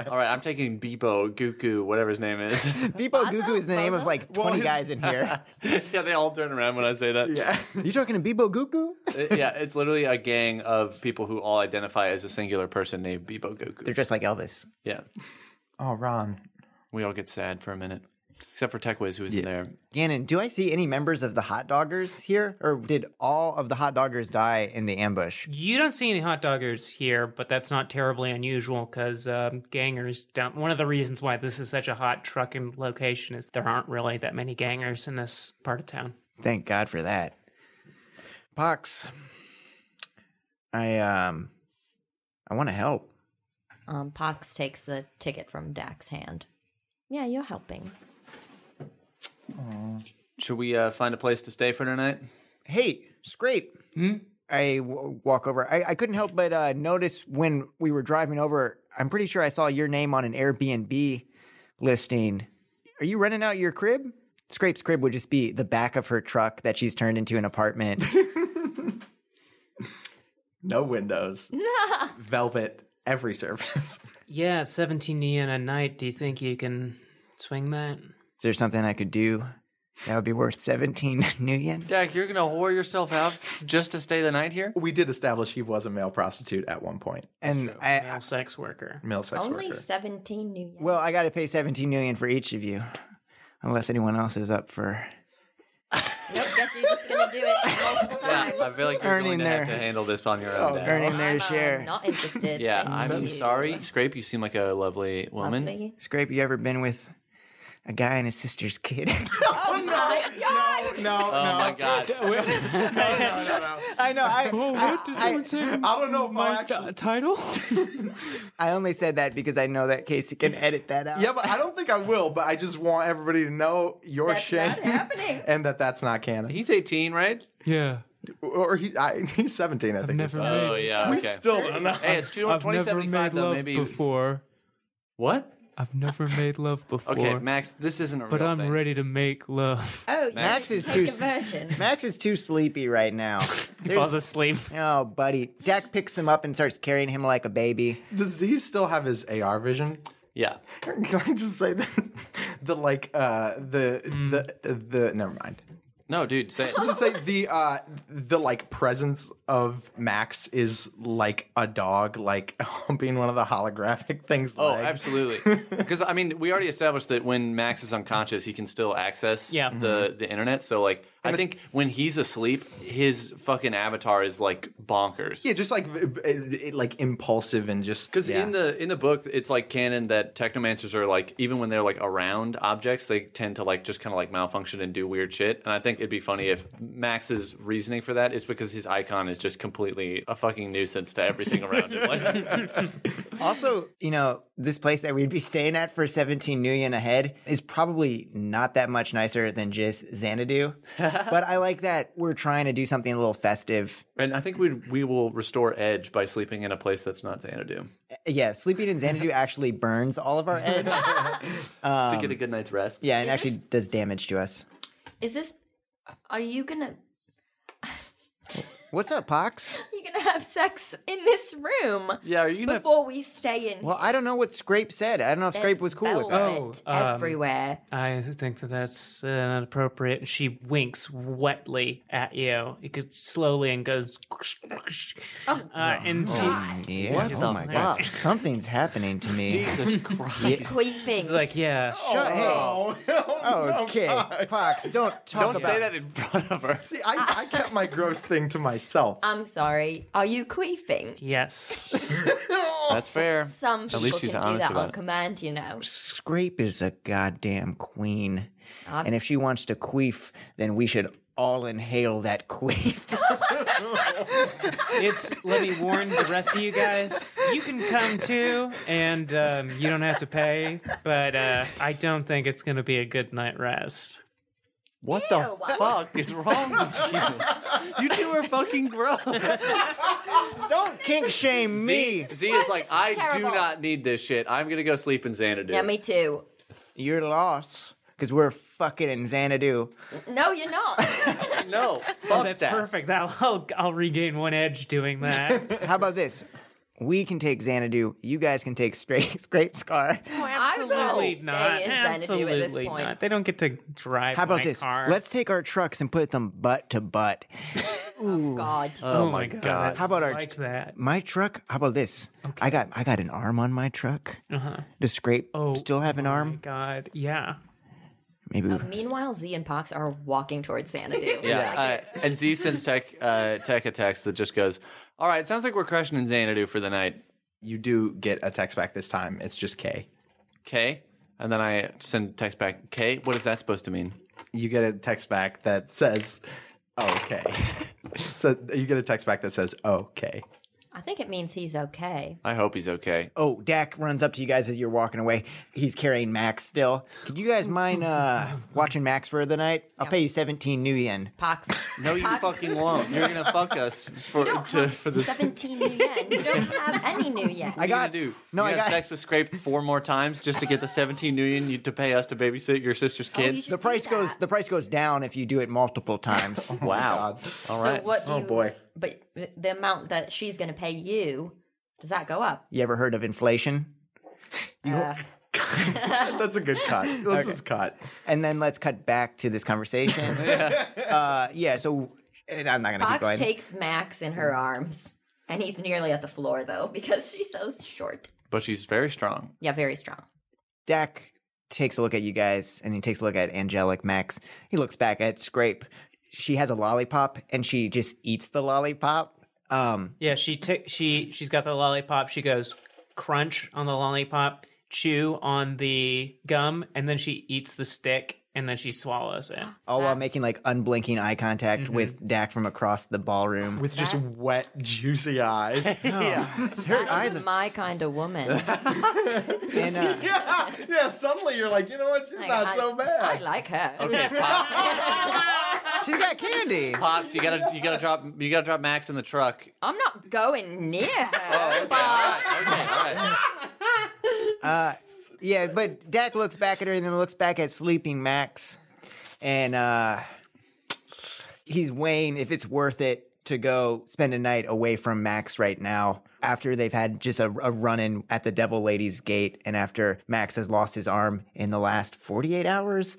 Speaker 6: All right, I'm taking Bebo, Gugu, whatever his
Speaker 4: (laughs)
Speaker 6: name is.
Speaker 4: Beepo Gugu is the name of like 20 guys
Speaker 3: (laughs)
Speaker 4: in here.
Speaker 6: yeah, they all turn around when I say that. Yeah.
Speaker 4: you talking to Beepo Gugu?
Speaker 6: yeah, it's literally a gang of people who all identify as a singular person named Bebo Gugu.
Speaker 4: They're just like Elvis.
Speaker 6: Yeah.
Speaker 2: Oh Ron.
Speaker 6: We all get sad for a minute. Except for Techwiz, who isn't there.
Speaker 4: Gannon, do I see any members of the hot doggers here? Or did all of the hot doggers die in the ambush?
Speaker 3: You don't see any hot doggers here, but that's not terribly unusual because um, gangers don't. One of the reasons why this is such a hot trucking location is there aren't really that many gangers in this part of town.
Speaker 4: Thank God for that. Pox. I um I wanna help.
Speaker 5: um Pox takes the ticket from Dak's hand. Yeah, you're helping.
Speaker 6: Should we uh, find a place to stay for tonight?
Speaker 4: Hey, Scrape. Hmm? I w- walk over. I, I couldn't help but uh, notice when we were driving over. I'm pretty sure I saw your name on an Airbnb listing. Are you renting out your crib? Scrape's crib would just be the back of her truck that she's turned into an apartment.
Speaker 3: (laughs)
Speaker 2: No windows. Velvet every surface.
Speaker 3: Yeah, 17 yen a night. Do you think you can swing that?
Speaker 4: Is there something I could do that would be worth (laughs) 17 new yen?
Speaker 6: Dak, you're gonna whore yourself out just to stay the night here?
Speaker 2: (laughs) we did establish he was a male prostitute at one point.
Speaker 4: And I,
Speaker 3: Male sex worker.
Speaker 2: Male sex
Speaker 5: Only
Speaker 2: worker.
Speaker 5: 17 new yen.
Speaker 4: well, I got to pay 17 million for each of you, unless anyone else is up for
Speaker 5: Nope, guess you're just going to do it (laughs) multiple
Speaker 6: Yeah,
Speaker 5: times.
Speaker 6: I feel like you're
Speaker 4: Earning
Speaker 6: going to
Speaker 4: their-
Speaker 6: have to handle this on your own. Dak.
Speaker 4: earning their
Speaker 5: I'm, uh,
Speaker 4: share.
Speaker 5: not interested.
Speaker 6: Yeah,
Speaker 5: Thank
Speaker 6: I'm
Speaker 5: you.
Speaker 6: sorry, Scrape. You seem like a lovely woman.
Speaker 5: Lovely.
Speaker 4: Scrape, you ever been with a guy and his sister's kid? (laughs) no,
Speaker 6: Oh my god.
Speaker 4: I know. I,
Speaker 2: I don't know
Speaker 5: Oh
Speaker 2: if my actually.
Speaker 7: title?
Speaker 4: I only said that because I know that Casey can edit that out.
Speaker 2: Yeah, but I don't think I will. But I just want everybody to know your
Speaker 5: That's
Speaker 2: shame
Speaker 5: not happening.
Speaker 2: (laughs) and that that's not canon.
Speaker 6: He's 18, right?
Speaker 7: Yeah.
Speaker 2: or he, I, (laughs) he's seventeen, I think.
Speaker 7: never
Speaker 2: is not.
Speaker 7: met-
Speaker 6: Oh yeah.
Speaker 2: we
Speaker 6: okay.
Speaker 2: still don't know. (laughs)
Speaker 6: Hey, it's
Speaker 7: I've never
Speaker 6: 2075
Speaker 7: made
Speaker 6: though.
Speaker 7: love
Speaker 6: Maybe
Speaker 7: before.
Speaker 6: what?
Speaker 7: I've never made love before.
Speaker 6: (laughs) Okay, Max, this isn't a
Speaker 7: but
Speaker 6: real
Speaker 7: I'm
Speaker 6: thing.
Speaker 7: ready to make love.
Speaker 5: Oh,
Speaker 4: Max is
Speaker 5: Take
Speaker 4: too.
Speaker 5: a virgin.
Speaker 6: (laughs)
Speaker 4: Max is too sleepy right now.
Speaker 7: He falls asleep.
Speaker 4: Oh, buddy. Dak picks him up and starts carrying him like a baby.
Speaker 2: Does he still have his AR vision? (laughs)
Speaker 6: Yeah.
Speaker 2: Can I just say that (laughs) the like uh the
Speaker 7: Mm.
Speaker 2: the the never mind.
Speaker 6: No, dude,
Speaker 7: (laughs)
Speaker 6: say it.
Speaker 2: Just say
Speaker 5: (laughs)
Speaker 2: the uh the like presence of Max is like a dog like (laughs) humping one of the holographic things.
Speaker 6: Oh, absolutely.
Speaker 2: (laughs)
Speaker 7: (laughs)
Speaker 6: Because I mean, we already established that when Max is unconscious, he can still access
Speaker 3: Yeah.
Speaker 6: the
Speaker 7: Mm-hmm.
Speaker 6: the internet. So like, I think when he's asleep, his fucking avatar is like bonkers.
Speaker 2: Yeah, just like it, it- like impulsive and just
Speaker 6: Because
Speaker 2: yeah.
Speaker 6: in the in the book, it's like canon that technomancers are like even when they're like around objects, they tend to like just kind of like malfunction and do weird shit. And I think it'd be funny if Max's reasoning for that is because his icon is just completely a fucking nuisance to everything around him.
Speaker 4: (laughs)
Speaker 6: Like,
Speaker 4: Also, you know, this place that we'd be staying at for 17 new yen ahead is probably not that much nicer than just
Speaker 5: (laughs)
Speaker 4: Xanadu. but I like that we're trying to do something a little festive.
Speaker 6: and I think we we will restore edge by sleeping in a place that's not Xanadu
Speaker 4: Yeah, sleeping in Xanadu actually burns all
Speaker 5: (laughs)
Speaker 4: of our edge.
Speaker 6: to get a good night's rest.
Speaker 4: Um, Yeah, and
Speaker 5: Is
Speaker 4: actually
Speaker 5: this-
Speaker 4: does damage to us.
Speaker 5: Is this? Are you gonna?
Speaker 4: What's up, Pox?
Speaker 5: You gonna have sex in this room?
Speaker 6: Yeah, are you gonna-
Speaker 5: Before we stay in.
Speaker 4: Well, I don't know what Scrape said. I don't know if Scrape was
Speaker 5: There's
Speaker 4: cool with that.
Speaker 5: velvet
Speaker 7: Oh, um,
Speaker 3: (laughs)
Speaker 5: everywhere.
Speaker 3: I think that that's uh, not appropriate. She winks wetly at you. It goes slowly and goes. (laughs) uh, and she,
Speaker 4: Yeah. Oh my god. Something's happening to me. (laughs)
Speaker 6: Jesus Christ.
Speaker 5: She's queefing.
Speaker 3: it's like, yeah,
Speaker 4: Shut hey.
Speaker 2: Oh, no, no,
Speaker 4: Okay. Pox, don't talk
Speaker 6: Oh, Don't
Speaker 4: about
Speaker 6: say that in front
Speaker 5: (laughs)
Speaker 6: of her.
Speaker 2: See, I, I kept my gross thing to myself.
Speaker 5: I'm sorry. Are you queefing?
Speaker 3: yes.
Speaker 5: (laughs)
Speaker 6: That's fair.
Speaker 5: Some people
Speaker 6: least she's
Speaker 5: can do
Speaker 6: honest
Speaker 5: that
Speaker 6: about
Speaker 5: on
Speaker 6: it.
Speaker 5: command, you know.
Speaker 4: Scrape is a goddamn queen. and if she wants to queef, then we should all inhale that queef.
Speaker 3: It's let me warn the rest of you guys. You can come too, and um, you don't have to pay. But uh, I don't think it's going to be a good night rest.
Speaker 6: What
Speaker 5: Ew,
Speaker 6: the
Speaker 5: what-
Speaker 6: fuck is wrong with you? You two are fucking gross.
Speaker 4: don't kink shame me.
Speaker 6: Z is like, I
Speaker 5: terrible.
Speaker 6: do not need this shit. I'm gonna go sleep in Xanadu.
Speaker 5: Yeah, me too.
Speaker 4: You're lost. Because we're fucking in Xanadu.
Speaker 5: No,
Speaker 3: (laughs)
Speaker 5: you're not. (laughs)
Speaker 6: no, fuck
Speaker 3: That's
Speaker 6: that.
Speaker 3: perfect. I'll, I'll I'll regain one edge doing
Speaker 5: (laughs)
Speaker 3: that.
Speaker 4: How about this? We can take Xanadu. You guys can take (laughs) Scrape, Scrape's car.
Speaker 3: Absolutely
Speaker 5: stay
Speaker 3: not.
Speaker 5: in Xanadu at this
Speaker 3: Absolutely
Speaker 5: point.
Speaker 3: not. They don't get to drive.
Speaker 4: How about
Speaker 3: my
Speaker 4: this?
Speaker 3: Car.
Speaker 4: Let's take our trucks and put them butt to butt.
Speaker 5: God.
Speaker 3: Oh, my god.
Speaker 4: How about our
Speaker 3: like that?
Speaker 4: my truck? How about this? I got I got an arm on my truck. Uh-huh. Does Scrape
Speaker 3: Oh
Speaker 4: still have an arm?
Speaker 3: God, yeah.
Speaker 4: Maybe.
Speaker 5: Meanwhile, Z and Pox are walking towards Xanadu.
Speaker 6: (laughs) Yeah, uh, and Z sends tech uh, tech a text that just goes, "All right, sounds like we're crushing in Xanadu for the night."
Speaker 2: You do get a text back this time. It's just K.
Speaker 6: K, and then I send text back, "K, what is that supposed to mean?"
Speaker 2: You get a text back (laughs) that says, "Okay." so you get a text back that says, "Okay."
Speaker 5: I think it means he's okay.
Speaker 6: I hope he's okay.
Speaker 4: Oh, Dak runs up to you guys as you're walking away. He's carrying Max still. Could you guys mind uh, watching Max for the night? I'll pay you 17 new yen.
Speaker 5: Pox.
Speaker 6: No, you fucking won't. You're gonna fuck us for to, for this.
Speaker 5: 17 new yen. You don't have any new yen.
Speaker 4: I got
Speaker 6: do.
Speaker 4: No,
Speaker 6: you
Speaker 4: I
Speaker 6: had
Speaker 4: got
Speaker 6: sex with Scrape four more times just to get the 17 million you to pay us to babysit your sister's
Speaker 5: Oh, you
Speaker 6: kid.
Speaker 5: should
Speaker 4: the
Speaker 5: do
Speaker 4: price goes
Speaker 5: that.
Speaker 4: the price goes down if you do it
Speaker 3: (laughs)
Speaker 4: multiple times.
Speaker 6: wow.
Speaker 5: So
Speaker 6: All right.
Speaker 5: what do
Speaker 4: Oh,
Speaker 5: you,
Speaker 4: boy.
Speaker 5: But th- the amount that she's going to pay you, does that go up?
Speaker 4: you ever heard of inflation?
Speaker 5: Uh,
Speaker 2: (laughs) That's a good cut. Let's just cut.
Speaker 4: And then let's cut back to this conversation. (laughs) yeah. Uh, yeah. So, and I'm not gonna keep
Speaker 5: Fox
Speaker 4: going.
Speaker 5: takes Max in her arms, and he's nearly at the floor though because (laughs) she's so short.
Speaker 6: But she's very strong.
Speaker 5: Yeah, very strong.
Speaker 4: Dak takes a look at you guys, and he takes a look at Angelic Max. He looks back at Scrape. She has a lollipop, and she just eats the lollipop. Um,
Speaker 3: Yeah, she took she she's got the lollipop. She goes crunch on the lollipop, chew on the gum, and then she eats the stick and then she swallows it.
Speaker 4: all while making like unblinking eye contact with Dak from across the ballroom.
Speaker 2: With just wet, juicy eyes.
Speaker 5: Her my kind of woman.
Speaker 4: (laughs)
Speaker 5: Like,
Speaker 4: and, uh,
Speaker 2: (laughs) yeah. Yeah. Suddenly you're like, you know what? She's not
Speaker 5: I,
Speaker 2: so bad.
Speaker 5: I like her.
Speaker 6: (laughs) Okay, Pops,
Speaker 4: she's got candy.
Speaker 6: Pops, you gotta you gotta drop you gotta drop Max in the truck. Oh,
Speaker 5: I'm not going
Speaker 1: Oh,
Speaker 5: near
Speaker 6: (laughs)
Speaker 5: her.
Speaker 6: Okay, all right, okay, all right.
Speaker 4: Uh, Yeah, but Dak looks back at her and then looks back at sleeping Max, and uh, he's weighing if it's worth it to go spend a night away from Max right now after they've had just a, a run in at the Devil Lady's gate, and after Max has lost his arm in the last forty eight hours.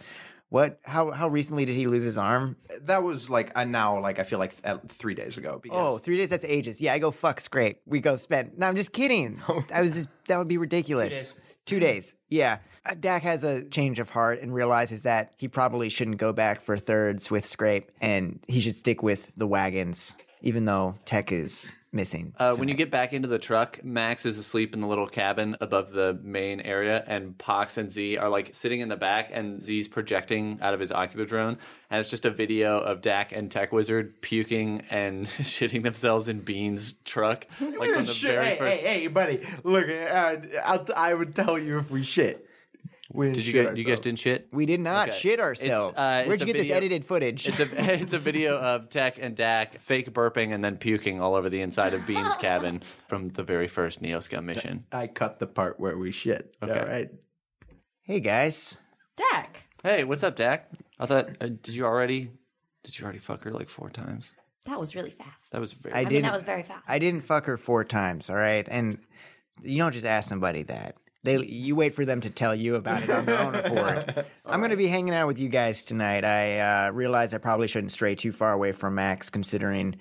Speaker 4: What? How how recently did he lose his arm?
Speaker 2: that was like a now. Like I feel like uh, three days ago. Because
Speaker 4: Oh, three days. That's ages. Yeah, I go fuck scrape. We go spend. No, I'm just
Speaker 6: (laughs)
Speaker 4: kidding.
Speaker 6: Oh,
Speaker 4: I was just that would be ridiculous. Two
Speaker 3: days.
Speaker 4: Yeah. Uh, Dak has a change of heart and realizes that he probably shouldn't go back for thirds with scrape, and he should stick with the wagons, even though Tech is missing.
Speaker 6: Uh, when you get back into the truck, Max is asleep in the little cabin above the main area, and Pox and Z are like sitting in the back, and Z's projecting out of his ocular drone, and it's just a video of Dak and Tech Wizard puking and (laughs) shitting themselves in Bean's
Speaker 2: (laughs)
Speaker 6: truck, like from the
Speaker 2: shit.
Speaker 6: very
Speaker 2: Hey,
Speaker 6: first.
Speaker 2: hey, hey, buddy. Look, uh, I'll, I would tell you if we shit. We
Speaker 6: (laughs) Did you guys? You guys didn't shit.
Speaker 4: we did not
Speaker 6: Okay.
Speaker 4: shit
Speaker 6: It's,
Speaker 4: ourselves.
Speaker 6: uh,
Speaker 4: Where'd
Speaker 6: it's
Speaker 4: you
Speaker 6: a
Speaker 4: get this
Speaker 6: video-
Speaker 4: edited footage?
Speaker 6: It's a (laughs) it's a video of Tech and Dak fake burping and then puking all over the inside of
Speaker 2: (laughs)
Speaker 6: Bean's cabin from the very first Neoscum mission.
Speaker 2: I cut the part where we shit.
Speaker 6: Okay.
Speaker 2: All right.
Speaker 4: hey guys,
Speaker 5: Dak.
Speaker 6: Hey, what's up, Dak? I thought uh, did you already did you already fuck her like four times?
Speaker 5: That was really fast.
Speaker 6: That was very
Speaker 4: I
Speaker 5: I mean,
Speaker 4: didn't.
Speaker 5: that was very fast.
Speaker 4: I didn't fuck her four times, all right? And you don't just ask somebody that. They you wait for them to tell you about it on their own
Speaker 2: (laughs)
Speaker 4: accord. I'm going to be hanging out with you guys tonight. I uh, realize I probably shouldn't stray too far away from Max considering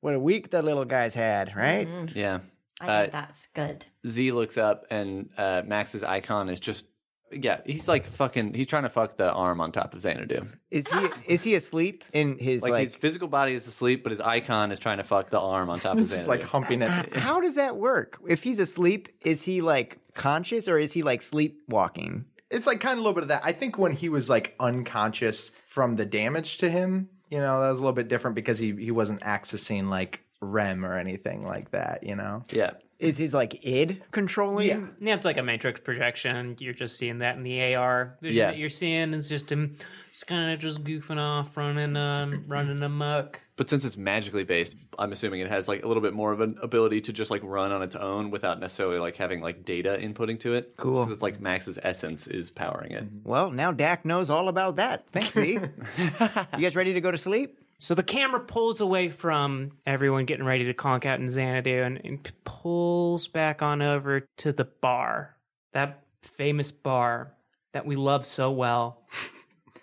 Speaker 4: what a week the little guy's had, right?
Speaker 5: Mm-hmm.
Speaker 6: yeah.
Speaker 5: I
Speaker 6: uh,
Speaker 5: think that's good.
Speaker 6: Z looks up and uh, Max's icon is just yeah. He's like fucking. He's trying to fuck the arm on top of Xanadu.
Speaker 4: Is he is he asleep in his
Speaker 6: Like,
Speaker 4: like,
Speaker 6: his physical body is asleep, but his icon is trying to fuck the arm on top of
Speaker 2: This is
Speaker 6: Xanadu.
Speaker 2: like humping it.
Speaker 4: (laughs) How does that work? If he's asleep, is he like conscious or is he like sleepwalking?
Speaker 2: It's like kind of a little bit of that. I think when he was like unconscious from the damage to him, you know, that was a little bit different because he he wasn't accessing like REM or anything like that. You know.
Speaker 6: yeah.
Speaker 4: Is his like id controlling?
Speaker 2: Yeah.
Speaker 3: Yeah, it's like a matrix projection. You're just seeing that in the AR vision
Speaker 6: Yeah.
Speaker 3: that you're seeing is just him just kind of just goofing off, running um running amok.
Speaker 6: But since it's magically based, I'm assuming it has like a little bit more of an ability to just like run on its own without necessarily like having like data inputting to it. Cool. Because it's like Max's essence is powering it.
Speaker 4: Well, now Dak knows all about that. Thanks, Z. you guys ready to go to sleep?
Speaker 3: So the camera pulls away from everyone getting ready to conk out in Xanadu and, and p- pulls back on over to the bar. That famous bar that we love so well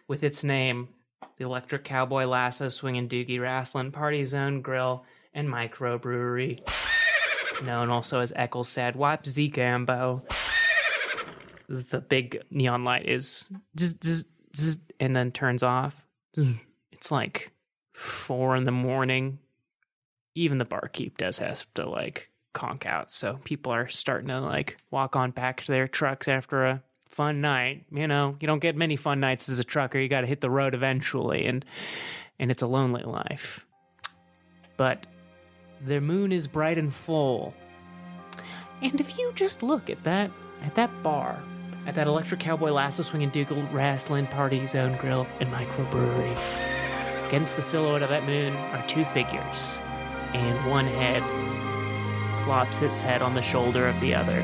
Speaker 3: with its name, the Electric Cowboy Lasso Swinging Doogie Wrestling Party Zone Grill and Microbrewery, known also as Eccles Sad Wipe Z Gambo. The big neon light is zzz, zzz, zzz, and then turns off. It's like four in the morning, even the barkeep does have to like conk out. So people are starting to like walk on back to their trucks after a fun night. You know, you don't get many fun nights as a trucker. You got to hit the road eventually, and and it's a lonely life. But The moon is bright and full. And if you just look at that at that bar, at that electric cowboy lasso swinging dugal wrestling party zone grill and microbrewery, against the silhouette of that moon are two figures, and one head plops its head on the shoulder of the other.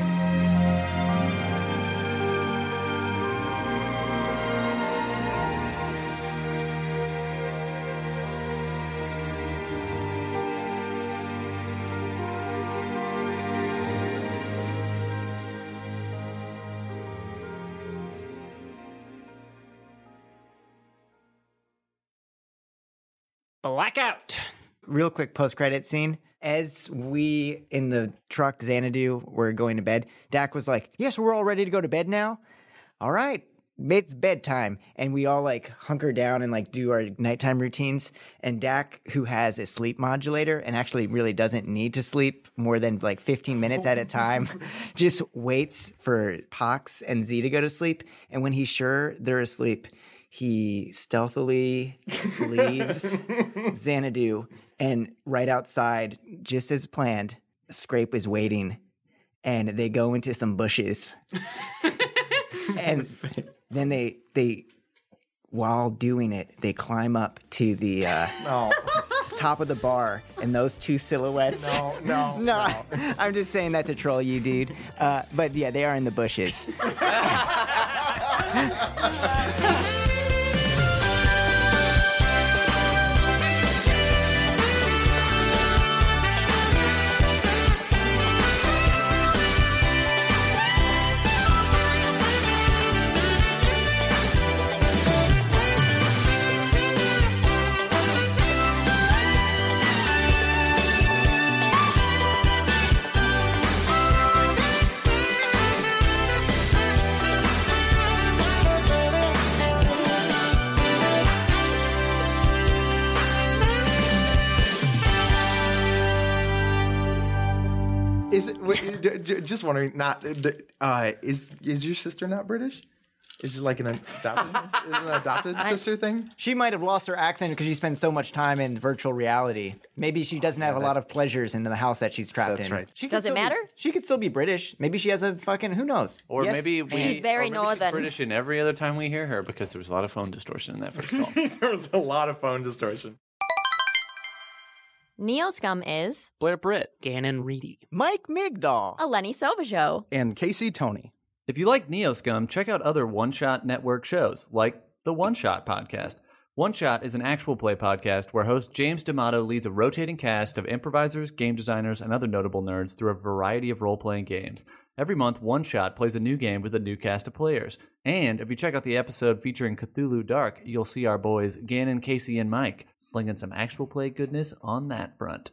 Speaker 3: Blackout.
Speaker 4: real quick post credit scene. As we in the truck Xanadu were going to bed, Dak was like, Yes, we're all ready to go to bed now. All right, it's bedtime. And we all like hunker down and like do our nighttime routines. And Dak, who has a sleep modulator and actually really doesn't need to sleep more than like 15 minutes at a time, just waits for Pox and Z to go to sleep. And when he's sure they're asleep, he stealthily leaves Xanadu, and right outside, just as planned, Scrape is waiting, and they go into some bushes, and
Speaker 2: (laughs)
Speaker 4: then they they, while doing it, they climb up to the uh,
Speaker 2: No,
Speaker 4: top of the bar, and those two silhouettes.
Speaker 2: no, no.
Speaker 4: (laughs) No, I'm just saying that to troll you, dude. Uh, but yeah, they are in the bushes.
Speaker 2: Is it wait, d- j- just wondering? Not d- uh, is is your sister not British? Is it like an adopted, is it an adopted sister thing?
Speaker 4: She might have lost her accent because she spends so much time in virtual reality. Maybe she doesn't have a lot of pleasures in the house that she's trapped
Speaker 2: That's
Speaker 4: in.
Speaker 2: right.
Speaker 4: She could
Speaker 5: Does it
Speaker 4: still be-
Speaker 5: matter?
Speaker 4: she could still be British. Maybe she has a fucking who knows.
Speaker 6: Or
Speaker 4: Yes,
Speaker 6: maybe we,
Speaker 5: She's very
Speaker 6: or maybe
Speaker 5: northern.
Speaker 6: British in every other time we hear her because there was a lot of phone distortion in
Speaker 5: (laughs)
Speaker 6: that first call.
Speaker 2: (laughs) There was a lot of phone distortion.
Speaker 5: Neo Scum is
Speaker 6: Blair Britt.
Speaker 3: Gannon Reedy.
Speaker 4: Mike Migdal.
Speaker 5: a Lenny Silva show.
Speaker 10: and Casey Tony.
Speaker 6: If you like Neo Scum, check out other One Shot Network shows like the One Shot Podcast. One Shot is an actual play podcast where host James D'Amato leads a rotating cast of improvisers, game designers, and other notable nerds through a variety of role playing games. Every month, One Shot plays a new game with a new cast of players. And if you check out the episode featuring Cthulhu Dark, you'll see our boys Gannon, Casey, and Mike slinging some actual play goodness on that front.